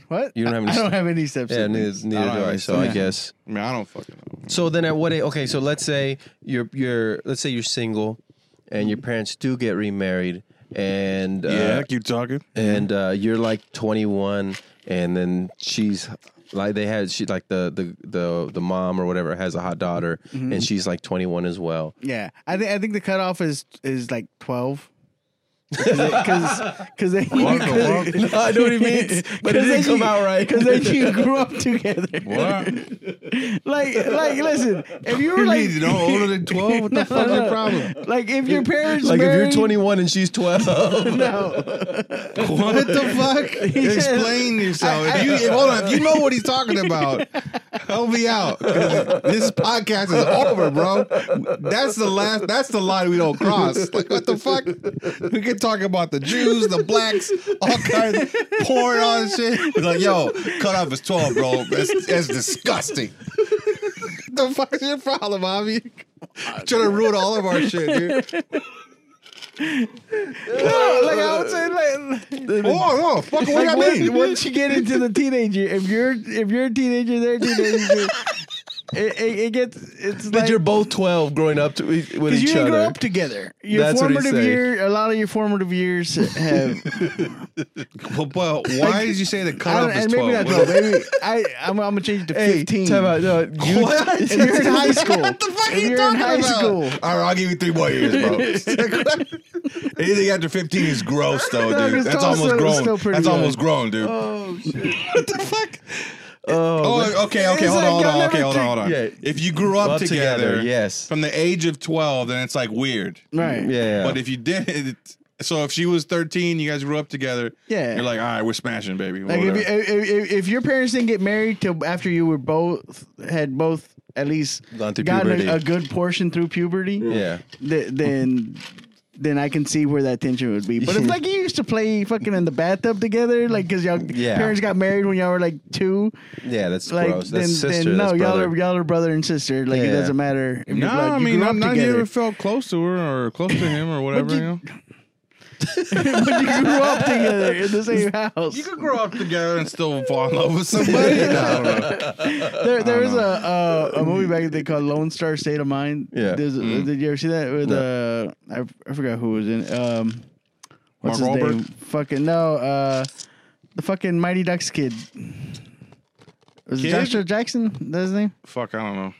Speaker 2: what?
Speaker 1: You don't have any
Speaker 2: I, I
Speaker 1: step-
Speaker 2: don't have any stepsister.
Speaker 1: Yeah, neither,
Speaker 3: I
Speaker 1: neither
Speaker 3: don't
Speaker 1: do
Speaker 3: have
Speaker 1: I.
Speaker 3: any
Speaker 1: So I
Speaker 2: step-
Speaker 1: guess.
Speaker 3: I mean, I don't fucking know.
Speaker 1: So then, at what age? Okay, so let's say you're you're let's say you're single, and your parents do get remarried, and uh,
Speaker 3: keep talking.
Speaker 1: and uh, you're like 21, and then she's like they had she like the the the the mom or whatever has a hot daughter, and she's like 21 as well.
Speaker 2: Yeah, I think I think the cutoff is is like twelve. Because because they
Speaker 3: What?
Speaker 1: I know what he means, but it didn't come out right.
Speaker 2: because then you grew up together.
Speaker 3: What?
Speaker 2: Like like listen, if you were
Speaker 3: You
Speaker 2: like
Speaker 3: mean you know older than twelve? What the fuck is the problem?
Speaker 2: Like if your parents
Speaker 1: Like if
Speaker 2: married,
Speaker 1: you're 21 and she's 12,
Speaker 2: no.
Speaker 3: What the fuck?
Speaker 2: He said-
Speaker 3: Explain yourself. If you if- hold on, if you know what he's talking about, help me out. 'Cause This podcast is over, bro. That's the last. That's the line we don't cross. Like what the fuck? We can talk about the Jews, the blacks, all kinds, of porn, all this shit. It's like, yo, cut off is twelve, bro. That's, that's disgusting. the fuck's your problem, Avi? Trying to ruin all of our shit, dude.
Speaker 2: no, like I would say, like,
Speaker 3: Oh no! Fuck! What do
Speaker 2: like
Speaker 3: I mean?
Speaker 2: once, once you get into the teenager, if you're if you're a teenager, they're a teenager. It, it, it gets it's
Speaker 1: But
Speaker 2: like
Speaker 1: you're both 12 growing up to, with each other.
Speaker 2: because you didn't grow up together. Your
Speaker 1: That's what he's
Speaker 2: formative
Speaker 1: saying.
Speaker 2: year, a lot of your formative years have.
Speaker 3: But, but why did you say the
Speaker 2: I
Speaker 3: cutoff
Speaker 2: don't,
Speaker 3: is
Speaker 2: and maybe
Speaker 3: twelve?
Speaker 2: not twelve. Maybe I I'm, I'm gonna change it to
Speaker 1: Hey,
Speaker 2: fifteen.
Speaker 1: time out. No, you,
Speaker 3: What?
Speaker 2: If you're in high school,
Speaker 3: What the fuck
Speaker 2: if
Speaker 3: are you
Speaker 2: you're
Speaker 3: talking
Speaker 2: in high
Speaker 3: about?
Speaker 2: school,
Speaker 3: All right, I'll give you three more years, bro. Anything after 15 is gross, though,
Speaker 2: No,
Speaker 3: dude.
Speaker 2: it's
Speaker 3: That's
Speaker 2: also-
Speaker 3: almost
Speaker 2: it's
Speaker 3: grown.
Speaker 2: still pretty
Speaker 3: That's
Speaker 2: young.
Speaker 3: almost grown, dude.
Speaker 1: oh, shit.
Speaker 3: What the fuck?
Speaker 1: Oh,
Speaker 3: Oh, okay, okay,
Speaker 2: It's
Speaker 3: hold on,
Speaker 2: like
Speaker 3: hold
Speaker 2: y'all
Speaker 3: on,
Speaker 2: never
Speaker 3: okay, hold on,
Speaker 2: take-
Speaker 3: hold on.
Speaker 1: Yeah.
Speaker 3: If you grew up
Speaker 1: Up
Speaker 3: together,
Speaker 1: together, yes.
Speaker 3: from the age of 12, then it's like weird.
Speaker 2: right?
Speaker 1: yeah.
Speaker 3: But if you did, so if she was 13, you guys grew up together,
Speaker 2: Yeah.
Speaker 3: you're like, all right, we're smashing, baby.
Speaker 2: Like if,
Speaker 3: whatever.
Speaker 2: you, if, if, if your parents didn't get married till after you were both had both at least
Speaker 1: Gone through
Speaker 2: gotten
Speaker 1: puberty.
Speaker 2: a, a good portion through puberty,
Speaker 1: yeah.
Speaker 2: th- then then I can see where that tension would be. But it's like you used to play fucking in the bathtub together, like because y'all
Speaker 1: Yeah.
Speaker 2: parents got married when y'all were like two.
Speaker 1: Yeah, that's
Speaker 2: Like
Speaker 1: gross.
Speaker 2: then,
Speaker 1: That's sister.
Speaker 2: then no,
Speaker 1: that's
Speaker 2: y'all
Speaker 1: brother.
Speaker 2: are y'all are brother and sister. Like it
Speaker 1: Yeah.
Speaker 2: doesn't matter. If
Speaker 3: No,
Speaker 2: you're blood.
Speaker 3: I
Speaker 2: You
Speaker 3: mean,
Speaker 2: grew
Speaker 3: not,
Speaker 2: up
Speaker 3: not you
Speaker 2: together.
Speaker 3: ever felt close to her or close to him or whatever. you, know?
Speaker 2: you- but you grew up together in the same house.
Speaker 3: you could grow up together and still fall in love with somebody. No, I don't know.
Speaker 2: There, there was a uh, a movie back then called Lone Star State of Mind.
Speaker 1: Yeah.
Speaker 2: There's-
Speaker 3: Mm-hmm.
Speaker 2: Did you ever see that? With uh, I, I forgot who was in. it. Um, what's
Speaker 3: Mark
Speaker 2: his
Speaker 3: Wahlberg?
Speaker 2: name? Fucking no. Uh, the fucking Mighty Ducks kid. Was
Speaker 3: Kid?
Speaker 2: it Joshua Jackson? Is that his name?
Speaker 3: Fuck, I don't know.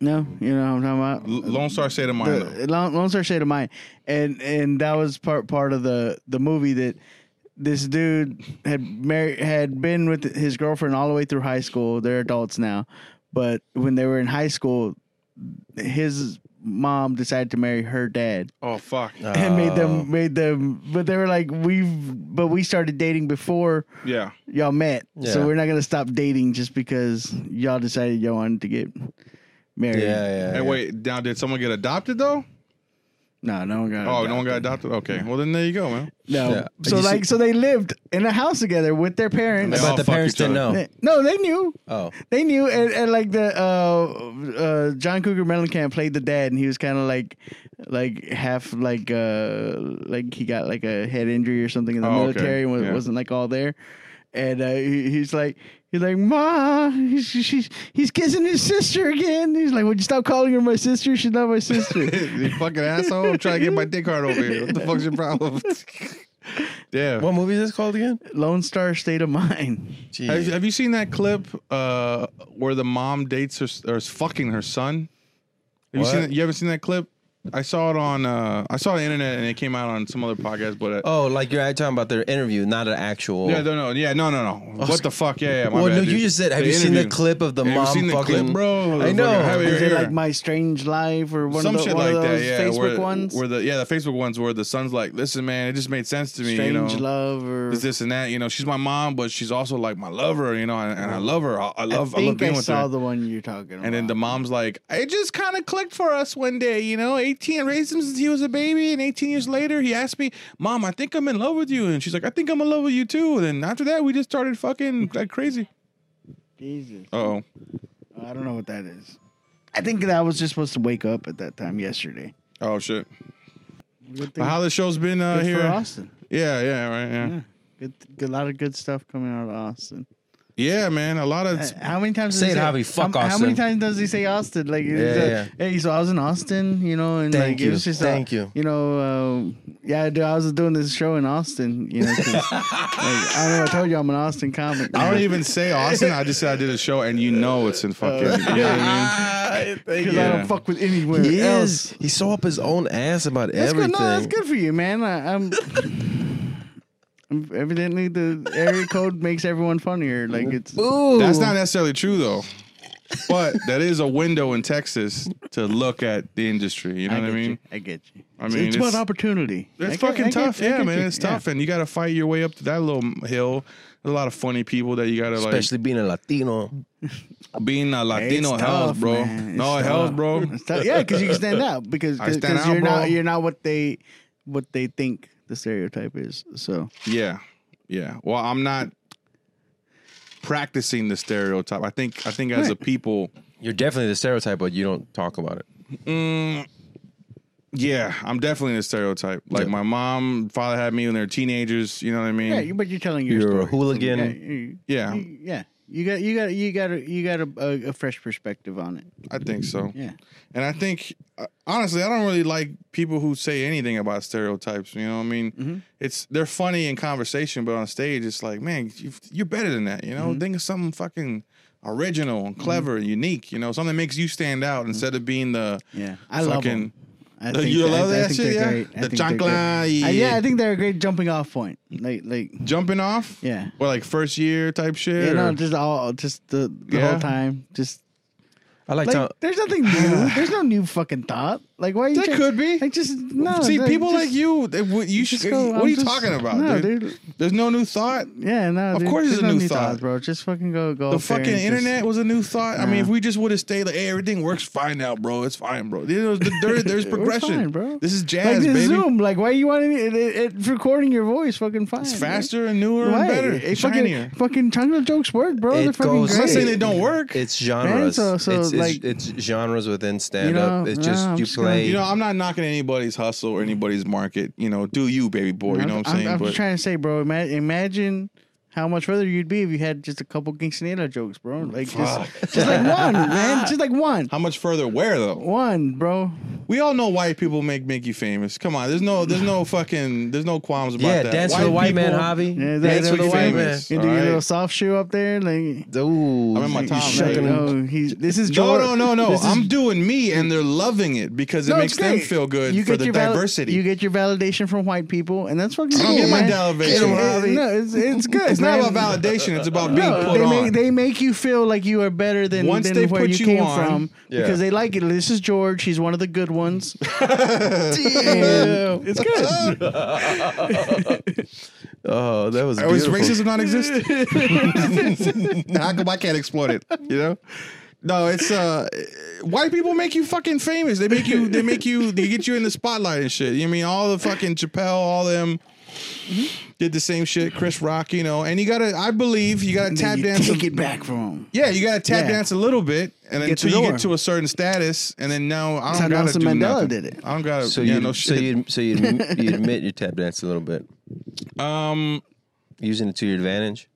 Speaker 2: No, you know what I'm talking
Speaker 3: L- Lone Star State of Mind.
Speaker 2: about.
Speaker 3: though.
Speaker 2: The, Lone, Lone Star State of Mind, and and that was part part of the the movie that this dude had married had been with his girlfriend all the way through high school. They're adults now, but when they were in high school, his mom decided to marry her dad
Speaker 3: Oh fuck.
Speaker 2: and made them made them. But they were like, we've but we started dating before
Speaker 3: Yeah.
Speaker 2: y'all met,
Speaker 1: Yeah.
Speaker 2: so we're not gonna stop dating just because y'all decided y'all wanted to get married.
Speaker 1: Yeah, yeah.
Speaker 3: Hey,
Speaker 1: yeah.
Speaker 3: wait. Now, did someone get adopted though?
Speaker 2: No, no one got.
Speaker 3: Oh, no one got adopted. Okay. Well, then there you go, man.
Speaker 2: No.
Speaker 1: Yeah.
Speaker 2: So
Speaker 1: You see-
Speaker 2: like, so they lived in a house together with their
Speaker 3: They
Speaker 2: parents.
Speaker 3: all
Speaker 1: But the
Speaker 3: fuck
Speaker 1: parents
Speaker 3: each
Speaker 1: didn't
Speaker 3: other.
Speaker 1: know.
Speaker 2: They- No, they knew.
Speaker 1: Oh.
Speaker 2: They knew, and, and like the uh, uh, John Cougar Mellencamp played the dad, and he was kind of like, like half like uh, like he got like a head injury or something in the
Speaker 3: Oh, okay.
Speaker 2: military and was,
Speaker 3: Yeah.
Speaker 2: wasn't like all there, and uh, he, he's like. He's like, Ma, he's, she's, he's kissing his sister again. He's like, Would you stop calling her my sister? She's not my sister.
Speaker 3: you fucking asshole! I'm trying to get my dick hard over here. What the fuck's your problem? yeah.
Speaker 1: What movie is this called again?
Speaker 2: Lone Star State of Mind.
Speaker 3: Have,
Speaker 1: Jeez.
Speaker 3: have you seen that clip uh, where the mom dates her or is fucking her son? Have you seen
Speaker 1: What?
Speaker 3: that? You haven't seen that clip? I saw it on uh, I saw it on the internet and it came out on some other podcast, but uh,
Speaker 1: Oh, like you're talking about their interview, not an actual.
Speaker 3: yeah, no, no, yeah, no, no, no. what the fuck? Yeah, yeah. my
Speaker 1: well,
Speaker 3: bad,
Speaker 1: no,
Speaker 3: dude.
Speaker 1: you just said. Have
Speaker 3: The
Speaker 1: you seen the
Speaker 3: interview.
Speaker 1: clip of the
Speaker 3: Have you
Speaker 1: mom
Speaker 3: seen the clip,
Speaker 1: fucking?
Speaker 3: bro?
Speaker 1: I know.
Speaker 3: Motherfucker, have it
Speaker 2: Is it
Speaker 3: here.
Speaker 2: like My Strange Life or one
Speaker 3: some
Speaker 2: of, the,
Speaker 3: shit
Speaker 2: one
Speaker 3: like
Speaker 2: of
Speaker 3: that.
Speaker 2: those
Speaker 3: Yeah,
Speaker 2: Facebook
Speaker 3: where,
Speaker 2: ones?
Speaker 3: where the yeah the Facebook ones where the son's like, listen, man, it just made sense to me.
Speaker 2: Strange
Speaker 3: you know,
Speaker 2: Love or
Speaker 3: this, this, and that. You know, she's my mom, but she's also like my lover. You know, and, and I love her. I, I
Speaker 2: I
Speaker 3: love. I, love
Speaker 2: think I,
Speaker 3: being with
Speaker 2: saw
Speaker 3: her.
Speaker 2: the one you're talking about.
Speaker 3: and then the mom's like, it just kind of clicked for us one day. You know, eighteen I raised him since he was a baby, and eighteen years later, he asked me, "Mom, I think I'm in love with you," and she's like, "I think I'm in love with you too." And then after that, we just started fucking like crazy.
Speaker 2: Jesus,
Speaker 3: Oh,
Speaker 2: I don't know what that is. I think that I was just supposed to wake up at that time yesterday.
Speaker 3: oh shit.
Speaker 2: Good
Speaker 3: But
Speaker 2: thing
Speaker 3: how the show's been uh,
Speaker 2: good
Speaker 3: here?
Speaker 2: for Austin.
Speaker 3: Yeah, yeah, right, yeah. yeah.
Speaker 2: Yeah. Good, good, lot of good stuff coming out of Austin.
Speaker 3: man. A lot of
Speaker 2: Uh, How many times does
Speaker 1: Say
Speaker 2: he
Speaker 1: it,
Speaker 2: say
Speaker 1: Javi. Fuck
Speaker 2: how, How many
Speaker 1: Austin.
Speaker 2: times does he say Austin? Like, he's
Speaker 1: Yeah,
Speaker 2: like,
Speaker 1: yeah.
Speaker 2: hey, so I was in Austin, you know, and
Speaker 1: Thank
Speaker 2: like it
Speaker 1: you.
Speaker 2: was just a-
Speaker 1: Thank you.
Speaker 2: you know, uh, yeah, dude, I was doing this show in Austin, you know. 'cause, like, I don't know. I told you I'm an Austin comic.
Speaker 3: I don't even say Austin. I just said I did a show, and you know it's in fucking. you know what I
Speaker 1: Thank
Speaker 2: because
Speaker 1: you.
Speaker 2: I
Speaker 3: Yeah.
Speaker 2: don't fuck with anywhere
Speaker 1: He
Speaker 2: else.
Speaker 1: is. He saw up his own ass about
Speaker 2: That's
Speaker 1: everything.
Speaker 2: good. No, that's good for you, man. I, I'm. I'm- Evidently, the area code makes everyone funnier. Like it's
Speaker 1: Ooh.
Speaker 3: mean? That's not necessarily true though, but that is a window in Texas to look at the industry. You know what I
Speaker 2: get
Speaker 3: mean?
Speaker 2: you. I get you.
Speaker 3: I mean,
Speaker 2: it's,
Speaker 3: it's-
Speaker 2: about opportunity. I
Speaker 3: It's
Speaker 2: get-
Speaker 3: fucking
Speaker 2: I get
Speaker 3: tough,
Speaker 2: you, I
Speaker 3: yeah,
Speaker 2: get
Speaker 3: man.
Speaker 2: you.
Speaker 3: It's
Speaker 2: Yeah.
Speaker 3: tough, and you got to fight your way up to that little hill. There's a lot of funny people that you got to like.
Speaker 1: Especially being a Latino.
Speaker 3: being a Latino
Speaker 2: It's
Speaker 3: helps,
Speaker 2: tough,
Speaker 3: bro.
Speaker 2: man. It's
Speaker 3: No, it
Speaker 2: tough.
Speaker 3: helps, bro.
Speaker 2: It's tough. Yeah, because you can stand out because
Speaker 3: I stand
Speaker 2: 'cause
Speaker 3: out,
Speaker 2: you're
Speaker 3: bro.
Speaker 2: not you're not what they what they think the stereotype is. So
Speaker 3: Yeah, yeah. Well, I'm not practicing the stereotype. I think I think as a people.
Speaker 1: You're definitely the stereotype, but you don't talk about it.
Speaker 3: mm, Yeah, I'm definitely a stereotype. Like
Speaker 1: Yeah.
Speaker 3: my mom, father had me when they were teenagers. You know what I mean?
Speaker 2: Yeah, you- but you're telling your
Speaker 1: You're a
Speaker 2: story.
Speaker 1: hooligan.
Speaker 2: Yeah, you-
Speaker 3: Yeah.
Speaker 2: you- yeah. You got you got you got a, you got a, a, a fresh perspective on it.
Speaker 3: I think so.
Speaker 2: Yeah.
Speaker 3: And I think, uh, honestly, I don't really like people who say anything about stereotypes. You know, what I mean,
Speaker 2: Mm-hmm.
Speaker 3: it's they're funny in conversation, but on stage, it's like, man, you've, you're better than that. You know,
Speaker 2: Mm-hmm.
Speaker 3: think of something fucking original and clever and unique. You know, something that makes you stand out instead of being the
Speaker 2: Yeah. Mm-hmm. I love
Speaker 3: Fucking-
Speaker 2: them. I
Speaker 3: The- you love that shit,
Speaker 2: they're
Speaker 3: yeah?
Speaker 2: great. I
Speaker 3: The
Speaker 2: think they're great.
Speaker 3: chancla,
Speaker 2: I- yeah,
Speaker 3: yeah.
Speaker 2: I think they're a great jumping off point. Like like
Speaker 3: jumping off,
Speaker 2: Yeah.
Speaker 3: or like first year type shit.
Speaker 2: yeah,
Speaker 3: or-
Speaker 2: no, just all just the, the
Speaker 3: Yeah.
Speaker 2: whole time. Just
Speaker 1: I like,
Speaker 2: like
Speaker 1: Tom.
Speaker 2: there's nothing new. there's no new fucking thought. Like why are you
Speaker 3: That
Speaker 2: try-
Speaker 3: could be.
Speaker 2: like just no
Speaker 3: See, people
Speaker 2: just-
Speaker 3: like you, they- what- you should.
Speaker 2: go,
Speaker 3: what
Speaker 2: I'm
Speaker 3: are you
Speaker 2: just-
Speaker 3: talking about,
Speaker 2: no,
Speaker 3: dude?
Speaker 2: dude.
Speaker 3: There's no new thought.
Speaker 2: Yeah, no.
Speaker 3: Of
Speaker 2: dude,
Speaker 3: course
Speaker 2: there's
Speaker 3: it's a
Speaker 2: no
Speaker 3: new thought.
Speaker 2: bro. Just fucking go go.
Speaker 3: The
Speaker 2: up there
Speaker 3: fucking
Speaker 2: and just-
Speaker 3: internet was a new thought. I mean,
Speaker 2: Yeah.
Speaker 3: if we just would have stayed like, hey, everything works fine now, bro. It's fine, bro. You know, the- there- there's
Speaker 2: We're
Speaker 3: progression,
Speaker 2: fine, bro.
Speaker 3: This is
Speaker 2: like
Speaker 3: jazz,
Speaker 2: this
Speaker 3: baby.
Speaker 2: Zoom, like why you want to, it, it, it's recording your voice? Fucking fine.
Speaker 3: It's
Speaker 2: dude.
Speaker 3: faster and newer
Speaker 2: Why?
Speaker 3: and better,
Speaker 2: It
Speaker 3: shinier.
Speaker 2: fucking fucking tongue jokes work, bro. They're
Speaker 1: It
Speaker 2: fucking
Speaker 1: goes-
Speaker 2: great.
Speaker 3: I'm not saying they don't work.
Speaker 1: It's genres.
Speaker 2: so- so,
Speaker 1: it's, it's-
Speaker 2: like-
Speaker 1: it's, genres within stand up.
Speaker 2: know,
Speaker 1: It's
Speaker 2: no,
Speaker 1: just
Speaker 2: I'm
Speaker 1: you
Speaker 2: just gonna-
Speaker 1: play.
Speaker 3: you know, I'm not knocking anybody's hustle or anybody's market. You know, do you, baby boy? You know what I'm saying?
Speaker 2: I'm,
Speaker 3: but
Speaker 2: just trying to say, bro. Ima- imagine how much further you'd be if you had just a couple quinceanera jokes, bro. Like just, just like one, man. Just like one,
Speaker 3: how much further? Where though?
Speaker 2: one, bro.
Speaker 3: We all know white people make make you famous. Come on, there's no, there's no fucking, there's no qualms about
Speaker 1: yeah,
Speaker 3: that.
Speaker 1: dance with a white man,
Speaker 3: people-
Speaker 1: Javi.
Speaker 2: Yeah, that-
Speaker 1: dance
Speaker 2: that
Speaker 1: with a
Speaker 2: little
Speaker 1: white
Speaker 2: white
Speaker 1: man.
Speaker 3: famous.
Speaker 2: You do
Speaker 3: All
Speaker 2: your
Speaker 3: right.
Speaker 2: little soft shoe up there, like.
Speaker 1: Ooh,
Speaker 3: I'm in my
Speaker 1: you
Speaker 3: Tom
Speaker 1: shaking
Speaker 3: Brady.
Speaker 1: him.
Speaker 2: Oh, No, he's, this is
Speaker 3: No,
Speaker 2: Joel-
Speaker 3: no, no, no.
Speaker 2: this is-
Speaker 3: I'm doing me, and they're loving it because it
Speaker 2: No,
Speaker 3: makes
Speaker 2: it's
Speaker 3: them
Speaker 2: great.
Speaker 3: feel good for the
Speaker 2: your val-
Speaker 3: diversity.
Speaker 2: you get your validation from white people, and that's fucking.
Speaker 3: I don't
Speaker 2: cool,
Speaker 3: get my
Speaker 2: man.
Speaker 3: validation.
Speaker 2: It- it- no, it's it's good.
Speaker 3: it's not
Speaker 2: man.
Speaker 3: about validation. It's about being
Speaker 2: No,
Speaker 3: put
Speaker 2: they
Speaker 3: on.
Speaker 2: make they make you feel like you are better than
Speaker 3: Once
Speaker 2: than
Speaker 3: they
Speaker 2: where
Speaker 3: put
Speaker 2: you
Speaker 3: you
Speaker 2: came
Speaker 3: on-
Speaker 2: from
Speaker 1: Yeah.
Speaker 2: because they like it. This is George. He's one of the good ones.
Speaker 1: It's good. oh, that was
Speaker 3: Or is
Speaker 1: beautiful.
Speaker 3: racism not exist? How come I can't exploit it? You know? No, it's uh white people make you fucking famous. They make you they make you they get you in the spotlight and shit. You know what I mean all the fucking Chappelle, all them did the same shit, Chris Rock, you know, and you gotta I believe you gotta tap
Speaker 2: Then you
Speaker 3: dance a-
Speaker 2: take it back from him.
Speaker 3: Yeah, you gotta tap
Speaker 2: Yeah.
Speaker 3: dance a little bit, and then
Speaker 2: Get to
Speaker 3: until you
Speaker 2: know
Speaker 3: get
Speaker 2: her.
Speaker 3: to a certain status, and then now I
Speaker 2: That's how
Speaker 3: don't gotta
Speaker 2: Nelson
Speaker 3: do
Speaker 2: Mandela
Speaker 3: nothing.
Speaker 2: did it.
Speaker 3: I don't gotta.
Speaker 1: So
Speaker 3: yeah,
Speaker 1: you,
Speaker 3: no
Speaker 1: so
Speaker 3: shit.
Speaker 1: you, so you, admit- you admit your tap dance a little bit,
Speaker 3: um,
Speaker 1: using it to your advantage.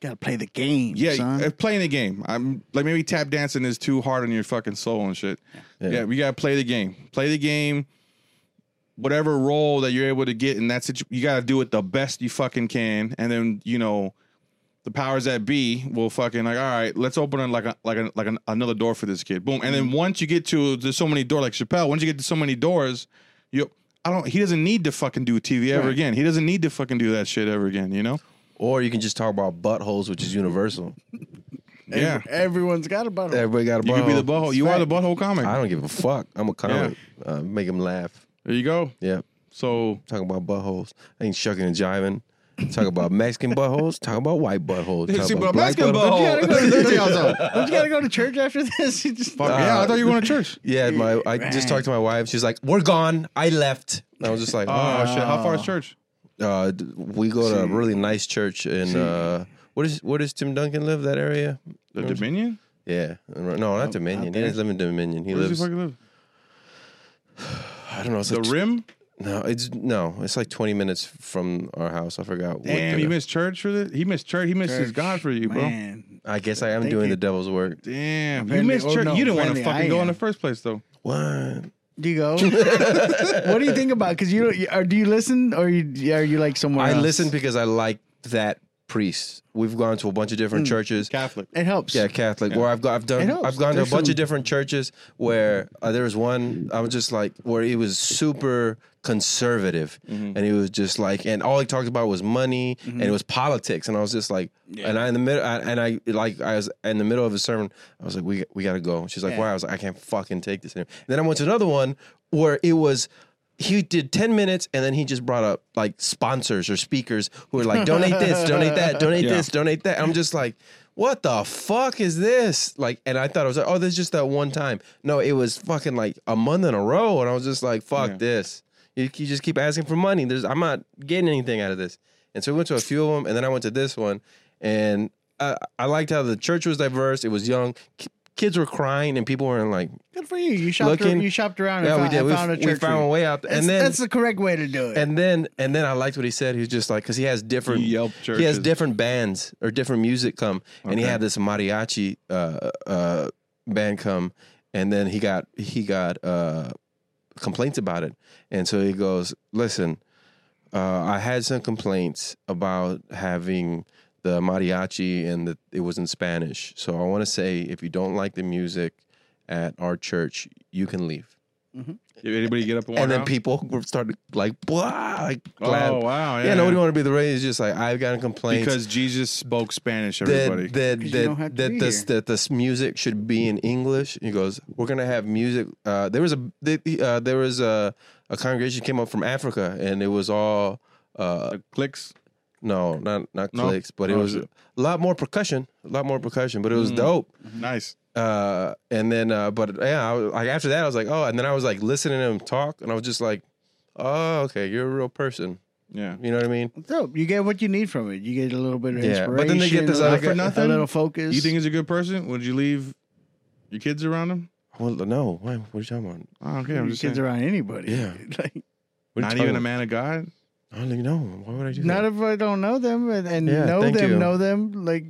Speaker 2: Gotta play the game.
Speaker 3: Yeah,
Speaker 2: son.
Speaker 3: uh, playing the game. I'm like maybe tap dancing is too hard on your fucking soul and shit. Yeah, we gotta play the game. Play the game. Whatever role that you're able to get in that situation, you gotta do it the best you fucking can, and then you know. The powers that be will fucking like, all right, let's open it like a, like a, like an, another door for this kid. Boom, and then once you get to there's so many doors, like Chappelle. Once you get to so many doors, you, I don't. He doesn't need to fucking do TV ever again. He doesn't need to fucking do that shit ever again. You know?
Speaker 1: Or you can just talk about buttholes, which is universal.
Speaker 3: Yeah.
Speaker 2: everyone's got a butthole.
Speaker 1: Everybody got a
Speaker 3: You
Speaker 1: butthole.
Speaker 3: could be the butthole. You are the butthole comic.
Speaker 1: I don't give a fuck. I'm a comic. Uh, make them laugh.
Speaker 3: There you go.
Speaker 1: Yeah.
Speaker 3: So
Speaker 1: Talking about buttholes. I ain't shucking and jiving. Talk about Mexican buttholes. Talk about white buttholes. Talk about black buttholes.
Speaker 2: Don't you gotta go to- don't you gotta go to church after this? You just
Speaker 3: Oh. Fuck, yeah, I thought you were going to church.
Speaker 1: Yeah, my I just talked to my wife. She's like, "We're gone. I left." And I was just like,
Speaker 3: Oh, shit! How far is church?
Speaker 1: Uh, d- we go to a really nice church in uh, what is where does Tim Duncan live? That area?
Speaker 3: The Dominion.
Speaker 1: Yeah, no, not Dominion. He doesn't live in Dominion. He
Speaker 3: Where does
Speaker 1: lives.
Speaker 3: he fucking live?
Speaker 1: I don't know. It's
Speaker 3: The
Speaker 1: like tw-
Speaker 3: Rim.
Speaker 1: no, it's no, it's like twenty minutes from our house. I forgot.
Speaker 3: Damn,
Speaker 1: what
Speaker 3: he
Speaker 1: the,
Speaker 3: missed church for this. He missed church. He missed his God for you, bro.
Speaker 2: Man,
Speaker 1: I guess I am
Speaker 2: Thank
Speaker 1: doing
Speaker 2: you.
Speaker 1: the devil's work.
Speaker 3: Damn,
Speaker 2: Apparently-
Speaker 3: you missed
Speaker 2: oh,
Speaker 3: church.
Speaker 2: no,
Speaker 3: you didn't want to
Speaker 2: apparently
Speaker 3: fucking
Speaker 2: I
Speaker 3: go in
Speaker 2: am.
Speaker 3: the first place, though.
Speaker 1: What?
Speaker 2: do you go? what do you think about? Because you don't. Or do you listen, or you are you like somewhere?
Speaker 1: I
Speaker 2: else?
Speaker 1: listen because I like that priest. We've gone to a bunch of different churches.
Speaker 3: Catholic.
Speaker 2: It helps.
Speaker 1: Yeah, Catholic. Where I've got, I've
Speaker 2: It
Speaker 1: done,
Speaker 2: helps.
Speaker 1: I've gone to a
Speaker 2: There's
Speaker 1: bunch
Speaker 2: some-
Speaker 1: of different churches where uh, there was one. I was just like, where he was super conservative,
Speaker 2: Mm-hmm.
Speaker 1: and he was just like, and all he talked about was money, and it was politics, and I was just like, and I in the middle, I, and I like, I was in the middle of a sermon, I was like, we we gotta go. She's like, why? I was like, I can't fucking take this anymore. And then I went to another one where it was. He did 10 minutes and then he just brought up like sponsors or speakers who are like, donate this, donate that, donate
Speaker 3: Yeah.
Speaker 1: this, donate that. I'm just like, what the fuck is this? Like, and I thought it was like, oh, this is just that one time. No, it was fucking like a month in a row, and I was just like, fuck
Speaker 3: Yeah.
Speaker 1: this. You, you just keep asking for money. There's, I'm not getting anything out of this. And so we went to a few of them, and then I went to this one, and I, I liked how the church was diverse. It was young. K- kids were crying and people were in like,
Speaker 2: Good for you. You shopped.
Speaker 1: Looking-
Speaker 2: you shopped around.
Speaker 1: yeah,
Speaker 2: and
Speaker 1: we
Speaker 2: found,
Speaker 1: did.
Speaker 2: and
Speaker 1: We,
Speaker 2: found a
Speaker 1: we
Speaker 2: church.
Speaker 1: found a way out.
Speaker 2: That's,
Speaker 1: and then
Speaker 2: that's the correct way to do it.
Speaker 1: and then and then I liked what he said. He was just like because he has different
Speaker 3: He yelped
Speaker 1: he has
Speaker 3: churches.
Speaker 1: different bands or different music come, and he
Speaker 3: Okay.
Speaker 1: had this mariachi uh, uh, band come, and then he got he got uh, complaints about it, and so he goes, listen, uh, I had some complaints about having the mariachi and that it was in Spanish. So I want to say if you don't like the music at our church, you can leave.
Speaker 3: Did anybody get up
Speaker 1: And
Speaker 3: and, walk
Speaker 1: then
Speaker 3: out?
Speaker 1: people were started like, blah, like glad.
Speaker 3: Oh wow! Yeah,
Speaker 1: Yeah, nobody want to be the race. It's just like I've got a complaint
Speaker 3: because Jesus spoke Spanish. Everybody.
Speaker 1: that that
Speaker 2: 'Cause you don't
Speaker 1: that
Speaker 2: have to
Speaker 1: that
Speaker 2: be
Speaker 1: this
Speaker 2: here.
Speaker 1: that this music should be in English. He goes, we're gonna have music. Uh, there was a they, uh, there was a a congregation came up from Africa, and it was all uh,
Speaker 3: the clicks.
Speaker 1: no, not not
Speaker 3: No?
Speaker 1: clicks, but it
Speaker 3: Oh,
Speaker 1: was
Speaker 3: shit.
Speaker 1: a lot more percussion, a lot more percussion, but it was dope.
Speaker 3: Nice.
Speaker 1: Uh, and then uh, but yeah, I was, like after that, I was like, oh, and then I was like listening to him talk, and I was just like, oh, okay, you're a real person.
Speaker 3: Yeah.
Speaker 1: You know what I mean?
Speaker 2: Dope. You get what you need from it. You get a little bit of
Speaker 1: Yeah,
Speaker 2: inspiration.
Speaker 1: but then they get this
Speaker 2: a little-
Speaker 1: other guy-
Speaker 2: a little focus.
Speaker 3: You think he's a good person? Would you leave your kids around him?
Speaker 1: Well, no, why, what are you talking about?
Speaker 3: I don't care. I'm
Speaker 2: your
Speaker 3: just
Speaker 2: kids
Speaker 3: saying.
Speaker 2: around anybody?
Speaker 1: Yeah.
Speaker 2: Like,
Speaker 1: What are
Speaker 3: Not
Speaker 1: you
Speaker 3: even
Speaker 1: talking
Speaker 3: a man of God.
Speaker 1: I don't even know. Why would I do
Speaker 2: not
Speaker 1: that?
Speaker 2: if I don't know them and, and
Speaker 1: Yeah,
Speaker 2: know
Speaker 1: thank
Speaker 2: them,
Speaker 1: you.
Speaker 2: know them. Like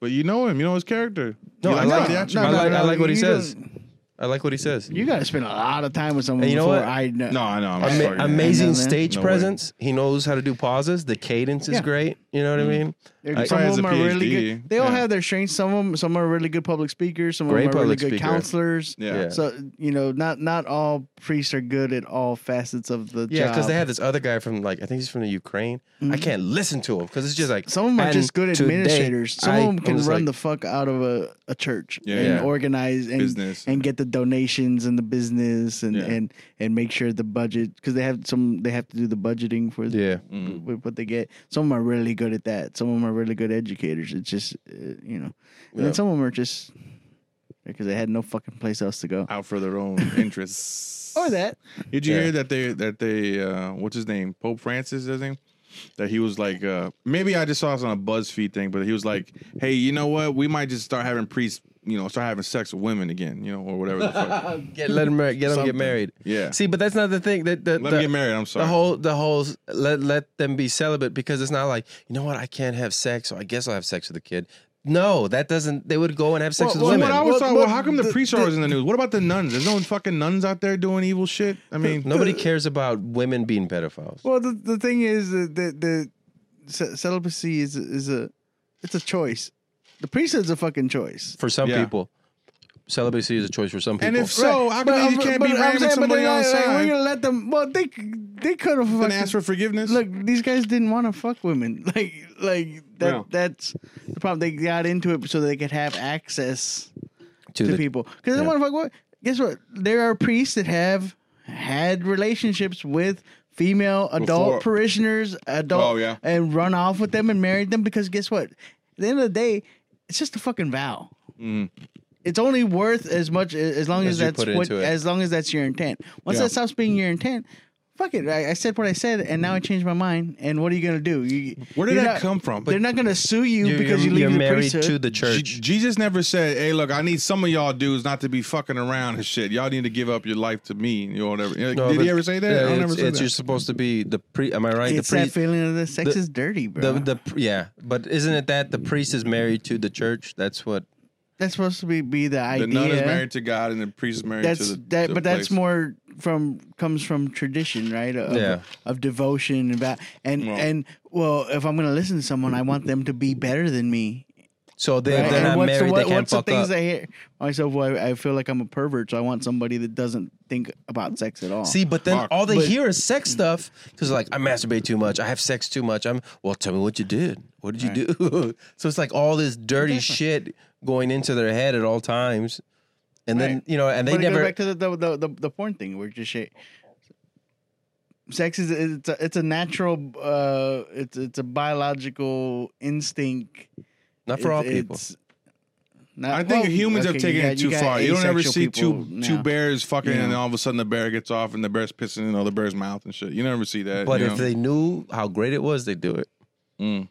Speaker 3: But you know him. You know his character.
Speaker 1: No,
Speaker 3: You
Speaker 1: I like-
Speaker 3: the
Speaker 1: no,
Speaker 3: attributes.
Speaker 1: I like- I like what he
Speaker 2: you
Speaker 1: says.
Speaker 2: don't-
Speaker 1: I like what he says.
Speaker 2: You got to spend a lot of time with someone
Speaker 1: And you know
Speaker 2: before
Speaker 1: what?
Speaker 2: I know.
Speaker 3: No, I know. I'm
Speaker 1: Ama-
Speaker 3: sorry.
Speaker 1: amazing
Speaker 2: No, man.
Speaker 1: stage
Speaker 3: No way.
Speaker 1: presence. He knows how to do pauses. The cadence is
Speaker 2: Yeah. Mm-hmm.
Speaker 1: great. You know what I mean?
Speaker 2: They're-
Speaker 1: I-
Speaker 2: some
Speaker 3: Probably
Speaker 2: of
Speaker 3: has
Speaker 2: them
Speaker 3: a
Speaker 2: are really
Speaker 3: PhD.
Speaker 2: good. They all
Speaker 3: Yeah.
Speaker 2: have their strengths. Some of them, some are really good public speakers. Some
Speaker 1: Great
Speaker 2: of them are really
Speaker 1: public
Speaker 2: good
Speaker 1: speaker.
Speaker 2: counselors.
Speaker 3: Yeah.
Speaker 1: Yeah.
Speaker 2: So you know, not not all priests are good at all facets of
Speaker 1: Yeah,
Speaker 2: the job. Mm-hmm.
Speaker 1: because they had this other guy from like I think he's from the Ukraine. I can't listen to him because it's just like
Speaker 2: some of them are
Speaker 1: and
Speaker 2: just good
Speaker 1: today
Speaker 2: administrators. Some
Speaker 1: I-
Speaker 2: of them
Speaker 1: I'm
Speaker 2: can
Speaker 1: just
Speaker 2: run
Speaker 1: like,
Speaker 2: the fuck out of a, a church
Speaker 3: Yeah.
Speaker 2: and
Speaker 1: Yeah.
Speaker 2: organize and
Speaker 3: Business.
Speaker 2: and get the donations and the business and
Speaker 3: Yeah.
Speaker 2: and and make sure the budget because they have some they have to do the budgeting for
Speaker 1: yeah.
Speaker 3: Mm-hmm.
Speaker 2: with what they get. Some of them are really good at that. Some of them are really good educators. It's just, uh, you know, and
Speaker 1: Yeah.
Speaker 2: then some of them are just because they had no fucking place else to go.
Speaker 3: out for their own interests.
Speaker 2: Or that.
Speaker 3: Did you
Speaker 1: Oh, Yeah.
Speaker 3: hear that they that they uh what's his name? Pope Francis, his name? That he was like uh maybe I just saw this on a BuzzFeed thing, but he was like, Hey, you know what? We might just start having priests, you know, start having sex with women again, you know, or whatever the fuck.
Speaker 1: Get let him mar- get them get
Speaker 3: Something.
Speaker 1: married.
Speaker 3: Yeah.
Speaker 1: See, but that's not the thing. That the,
Speaker 3: Let
Speaker 1: the-
Speaker 3: me get married, I'm sorry.
Speaker 1: The whole the whole s- let let them be celibate because it's not like you know what I can't have sex so I guess I'll have sex with a kid. No, that doesn't. They would go and have sex
Speaker 3: well,
Speaker 1: with
Speaker 3: well,
Speaker 1: women.
Speaker 3: what I was
Speaker 2: Well,
Speaker 3: talking
Speaker 2: well,
Speaker 3: well, how come the,
Speaker 2: the-
Speaker 3: priests are always in the news? What about the nuns? There's no fucking nuns out there doing evil shit. I mean
Speaker 1: Nobody cares about women being pedophiles.
Speaker 2: Well, the, the thing is that the, the ce- celibacy is is a it's a choice. The priesthood's a fucking choice.
Speaker 1: For some
Speaker 3: Yeah.
Speaker 1: people, celibacy is a choice for some people.
Speaker 3: And if so, how come you
Speaker 2: I'm-
Speaker 3: can't
Speaker 2: but
Speaker 3: be
Speaker 2: I'm
Speaker 3: ramming
Speaker 2: saying, but
Speaker 3: somebody
Speaker 2: they're
Speaker 3: on
Speaker 2: not-
Speaker 3: the
Speaker 2: like, We're
Speaker 3: side
Speaker 2: gonna let them. Well, they c- they could have
Speaker 3: and ask for forgiveness?
Speaker 2: Look, these guys didn't want to fuck women. Like, like that.
Speaker 3: Yeah.
Speaker 2: That's the problem. They got into it so they could have access
Speaker 1: to
Speaker 2: to
Speaker 1: the,
Speaker 2: people because they
Speaker 1: yeah.
Speaker 2: want to fuck. What? Guess what? There are priests that have had relationships with female adult
Speaker 3: Before-
Speaker 2: parishioners, adult,
Speaker 3: Oh, yeah.
Speaker 2: and run off with them and married them because guess what? At the end of the day, it's just a fucking vow.
Speaker 3: Mm.
Speaker 2: It's only worth as much a- as long as,
Speaker 1: As you
Speaker 2: that's
Speaker 1: put it
Speaker 2: what,
Speaker 1: into it.
Speaker 2: as long as that's your intent. Once
Speaker 3: Yeah.
Speaker 2: that stops being your intent, fuck it. I, I said what I said, and now I changed my mind. And what are you gonna do? You,
Speaker 3: Where did
Speaker 2: you're
Speaker 3: that
Speaker 2: not-
Speaker 3: come from?
Speaker 2: They're not gonna sue you
Speaker 1: You're-
Speaker 2: because you
Speaker 1: you're,
Speaker 2: leave
Speaker 1: you're
Speaker 2: the
Speaker 1: married
Speaker 2: priesthood.
Speaker 1: to the church.
Speaker 3: Je- Jesus never said, "Hey, look, I need some of y'all dudes not to be fucking around and shit. Y'all need to give up your life to me, you know, whatever." You know,
Speaker 1: No,
Speaker 3: Did
Speaker 1: but-
Speaker 3: he ever say that?
Speaker 1: Yeah,
Speaker 3: I
Speaker 1: it's,
Speaker 3: never said
Speaker 1: it's-
Speaker 3: that.
Speaker 1: You're supposed to be the priest. Am I right?
Speaker 2: it's
Speaker 1: the
Speaker 2: that
Speaker 1: priest.
Speaker 2: feeling of the sex
Speaker 1: the-
Speaker 2: is dirty, bro.
Speaker 1: The, the pr- yeah, but isn't it that the priest is married to the church? That's what.
Speaker 2: that's supposed to be, be the
Speaker 3: the
Speaker 2: idea.
Speaker 3: nun is married to God, and the priest is married
Speaker 2: that's
Speaker 3: to the.
Speaker 2: that,
Speaker 3: to
Speaker 2: but
Speaker 3: the
Speaker 2: that's
Speaker 3: place.
Speaker 2: more from comes from tradition, right? Of,
Speaker 1: Yeah.
Speaker 2: of devotion and va- and
Speaker 3: Well-
Speaker 2: and well, if I'm gonna listen to someone, I want them to be better than me.
Speaker 1: So they,
Speaker 2: right?
Speaker 1: they're
Speaker 2: And
Speaker 1: not
Speaker 2: what's
Speaker 1: married.
Speaker 2: the, what-
Speaker 1: they can't
Speaker 2: what's the
Speaker 1: fuck
Speaker 2: things
Speaker 1: up.
Speaker 2: I hear myself? Well, I, I feel like I'm a pervert, so I want somebody that doesn't think about sex at all.
Speaker 1: See, but then
Speaker 3: Fuck.
Speaker 1: all they
Speaker 2: But-
Speaker 1: hear is sex stuff because like I masturbate too much. I have sex too much. I'm well. Tell me what you did. What did you do? so it's like all this dirty shit going into their head at all times, and then
Speaker 2: Right.
Speaker 1: you know, and they
Speaker 2: but it goes
Speaker 1: never.
Speaker 2: back to the the, the, the, the porn thing. We're just shit. Sex is it's a, it's a natural uh it's it's a biological instinct
Speaker 1: not for
Speaker 2: It's-
Speaker 1: all people.
Speaker 2: it's not-
Speaker 3: I think
Speaker 2: well,
Speaker 3: humans
Speaker 2: oh, okay,
Speaker 3: have taken
Speaker 2: you got-
Speaker 3: it too
Speaker 2: got
Speaker 3: far. You don't ever
Speaker 2: asexual
Speaker 3: see two
Speaker 2: people
Speaker 3: two
Speaker 2: now.
Speaker 3: bears fucking,
Speaker 2: Yeah.
Speaker 3: and all of a sudden the bear gets off, and the bear's pissing in the other bear's mouth and shit. You never see that.
Speaker 1: But
Speaker 3: you
Speaker 1: if
Speaker 3: know?
Speaker 1: they knew how great it was, they'd do it.
Speaker 3: Mm.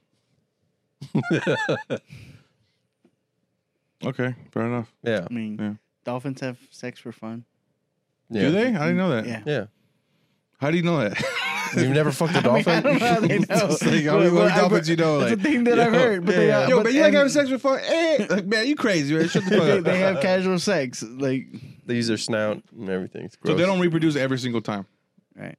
Speaker 3: Okay, fair enough.
Speaker 1: Yeah.
Speaker 2: I mean,
Speaker 3: Yeah.
Speaker 2: dolphins have sex for fun.
Speaker 1: yeah.
Speaker 3: Do they? I didn't know that.
Speaker 2: Yeah.
Speaker 1: Yeah.
Speaker 3: How do you know that?
Speaker 1: You've never fucked a
Speaker 2: I, mean,
Speaker 1: dolphin?
Speaker 2: I don't know how they know.
Speaker 3: It's like, how
Speaker 2: But-
Speaker 3: many
Speaker 2: but I-
Speaker 3: dolphins you know,
Speaker 2: That's
Speaker 3: like,
Speaker 2: a thing that I've
Speaker 3: yo,
Speaker 2: heard. But they,
Speaker 1: yeah.
Speaker 2: uh,
Speaker 3: Yo, but you ain't
Speaker 2: and
Speaker 3: having sex with fun? Eh. Like, man, you crazy, man. Shut the
Speaker 2: they,
Speaker 3: fuck
Speaker 2: they
Speaker 3: up.
Speaker 2: have casual sex. Like,
Speaker 1: they use their snout and everything. It's
Speaker 3: So
Speaker 1: gross.
Speaker 3: they don't reproduce every single time.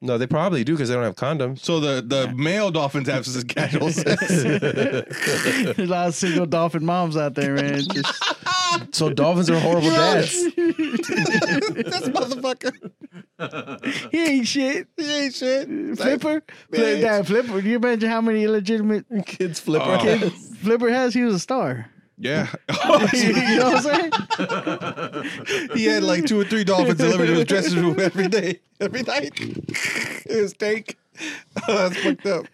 Speaker 1: No, they probably do because they don't have condoms.
Speaker 3: So the, the male dolphins have s- casual sex.
Speaker 2: there's a lot of single dolphin moms out there, man. It's just,
Speaker 1: So dolphins are horrible dads.
Speaker 3: this motherfucker.
Speaker 2: he ain't shit.
Speaker 3: He ain't shit.
Speaker 2: Flipper, Flip, yeah, Flipper. Can you imagine how many illegitimate
Speaker 1: Kids flipper.
Speaker 3: Oh.
Speaker 1: Kids.
Speaker 2: Flipper has? He was a star.
Speaker 3: Yeah.
Speaker 2: you know what I'm saying?
Speaker 3: he had like two or three dolphins delivered to his dressing room every day, every night. It was steak. That's fucked up.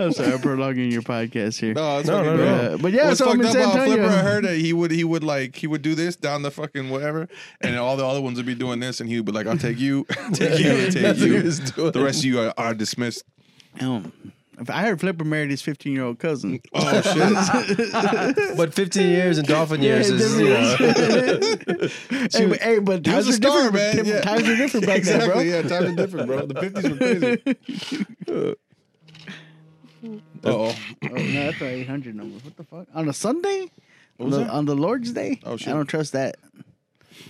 Speaker 2: I'm sorry, I'm prolonging your podcast here.
Speaker 3: No, Oh, that's
Speaker 1: No,
Speaker 3: fucking
Speaker 1: no,
Speaker 3: bad.
Speaker 1: no.
Speaker 2: Uh, but yeah,
Speaker 3: What's
Speaker 2: so
Speaker 3: fucked
Speaker 2: I'm in
Speaker 3: up
Speaker 2: San
Speaker 3: about Flipper?
Speaker 2: Antonio.
Speaker 3: I heard that he would he would like he would do this down the fucking whatever, and all the other ones would be doing this, and he would be like, "I'll take you, take you, and take
Speaker 1: That's what he
Speaker 3: you."
Speaker 1: was doing.
Speaker 3: The rest of you are, are dismissed.
Speaker 2: Um, I heard Flipper married his 15 year old cousin.
Speaker 3: Oh shit!
Speaker 1: But 15 years and dolphin years
Speaker 2: Yeah,
Speaker 1: is.
Speaker 2: different-
Speaker 1: You know,
Speaker 2: hey, but, hey, but
Speaker 3: He was
Speaker 2: times
Speaker 3: a
Speaker 2: are
Speaker 3: star,
Speaker 2: different,
Speaker 3: man.
Speaker 2: different-
Speaker 3: Yeah.
Speaker 2: Times are different back then, bro.
Speaker 3: exactly. Yeah, times are different, bro. The fifties were crazy. Oh,
Speaker 2: Oh, no, that's an 800 number. What the fuck? On a Sunday? On the,
Speaker 3: that?
Speaker 2: on the Lord's Day?
Speaker 3: Oh, shit.
Speaker 2: I don't trust that.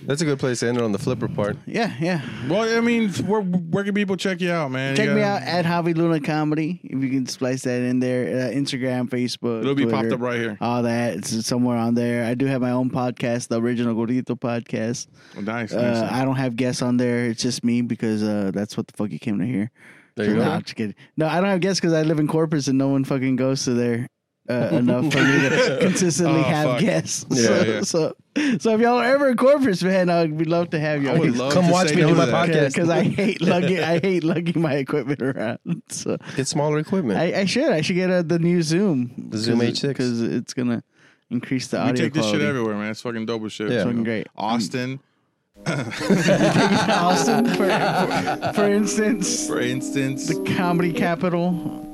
Speaker 1: that's a good place to end it on the flipper part.
Speaker 2: Yeah, yeah.
Speaker 3: well, I mean, where where can people check you out, man?
Speaker 2: Check
Speaker 3: You
Speaker 2: me
Speaker 3: got-
Speaker 2: out at Javi Luna Comedy. If you can splice that in there, uh, Instagram, Facebook,
Speaker 3: It'll be popped
Speaker 2: Twitter, Uh,
Speaker 3: up right here.
Speaker 2: All that it's somewhere on there. I do have my own podcast, the original Gordito podcast.
Speaker 3: Oh, Nice. nice.
Speaker 2: Uh, I don't have guests on there. It's just me because uh, that's what the fuck you came to hear.
Speaker 1: There you
Speaker 2: no,
Speaker 1: go.
Speaker 2: I'm just kidding. No, I don't have guests because I live in Corpus and no one fucking goes to there uh, enough for me to consistently
Speaker 3: Oh,
Speaker 2: have
Speaker 3: fuck.
Speaker 2: guests.
Speaker 1: Yeah,
Speaker 2: so,
Speaker 3: yeah.
Speaker 2: so, so if y'all are ever in Corpus, man, I would love to have you.
Speaker 3: I would love
Speaker 1: Come
Speaker 3: to
Speaker 1: watch
Speaker 3: say
Speaker 1: me do
Speaker 3: no
Speaker 1: my
Speaker 3: to that.
Speaker 1: podcast.
Speaker 2: because I hate lugging I hate lugging my equipment around. So
Speaker 1: Get smaller equipment.
Speaker 2: I, I should I should get uh the new Zoom,
Speaker 1: The Zoom H6.
Speaker 2: because it's gonna increase the
Speaker 3: We
Speaker 2: audio
Speaker 3: take this shit
Speaker 2: quality.
Speaker 3: everywhere, man. It's fucking dope as shit.
Speaker 1: Yeah. It's
Speaker 2: fucking great.
Speaker 3: Austin,
Speaker 2: Austin, for, for, for instance,
Speaker 3: for instance.
Speaker 2: comedy capital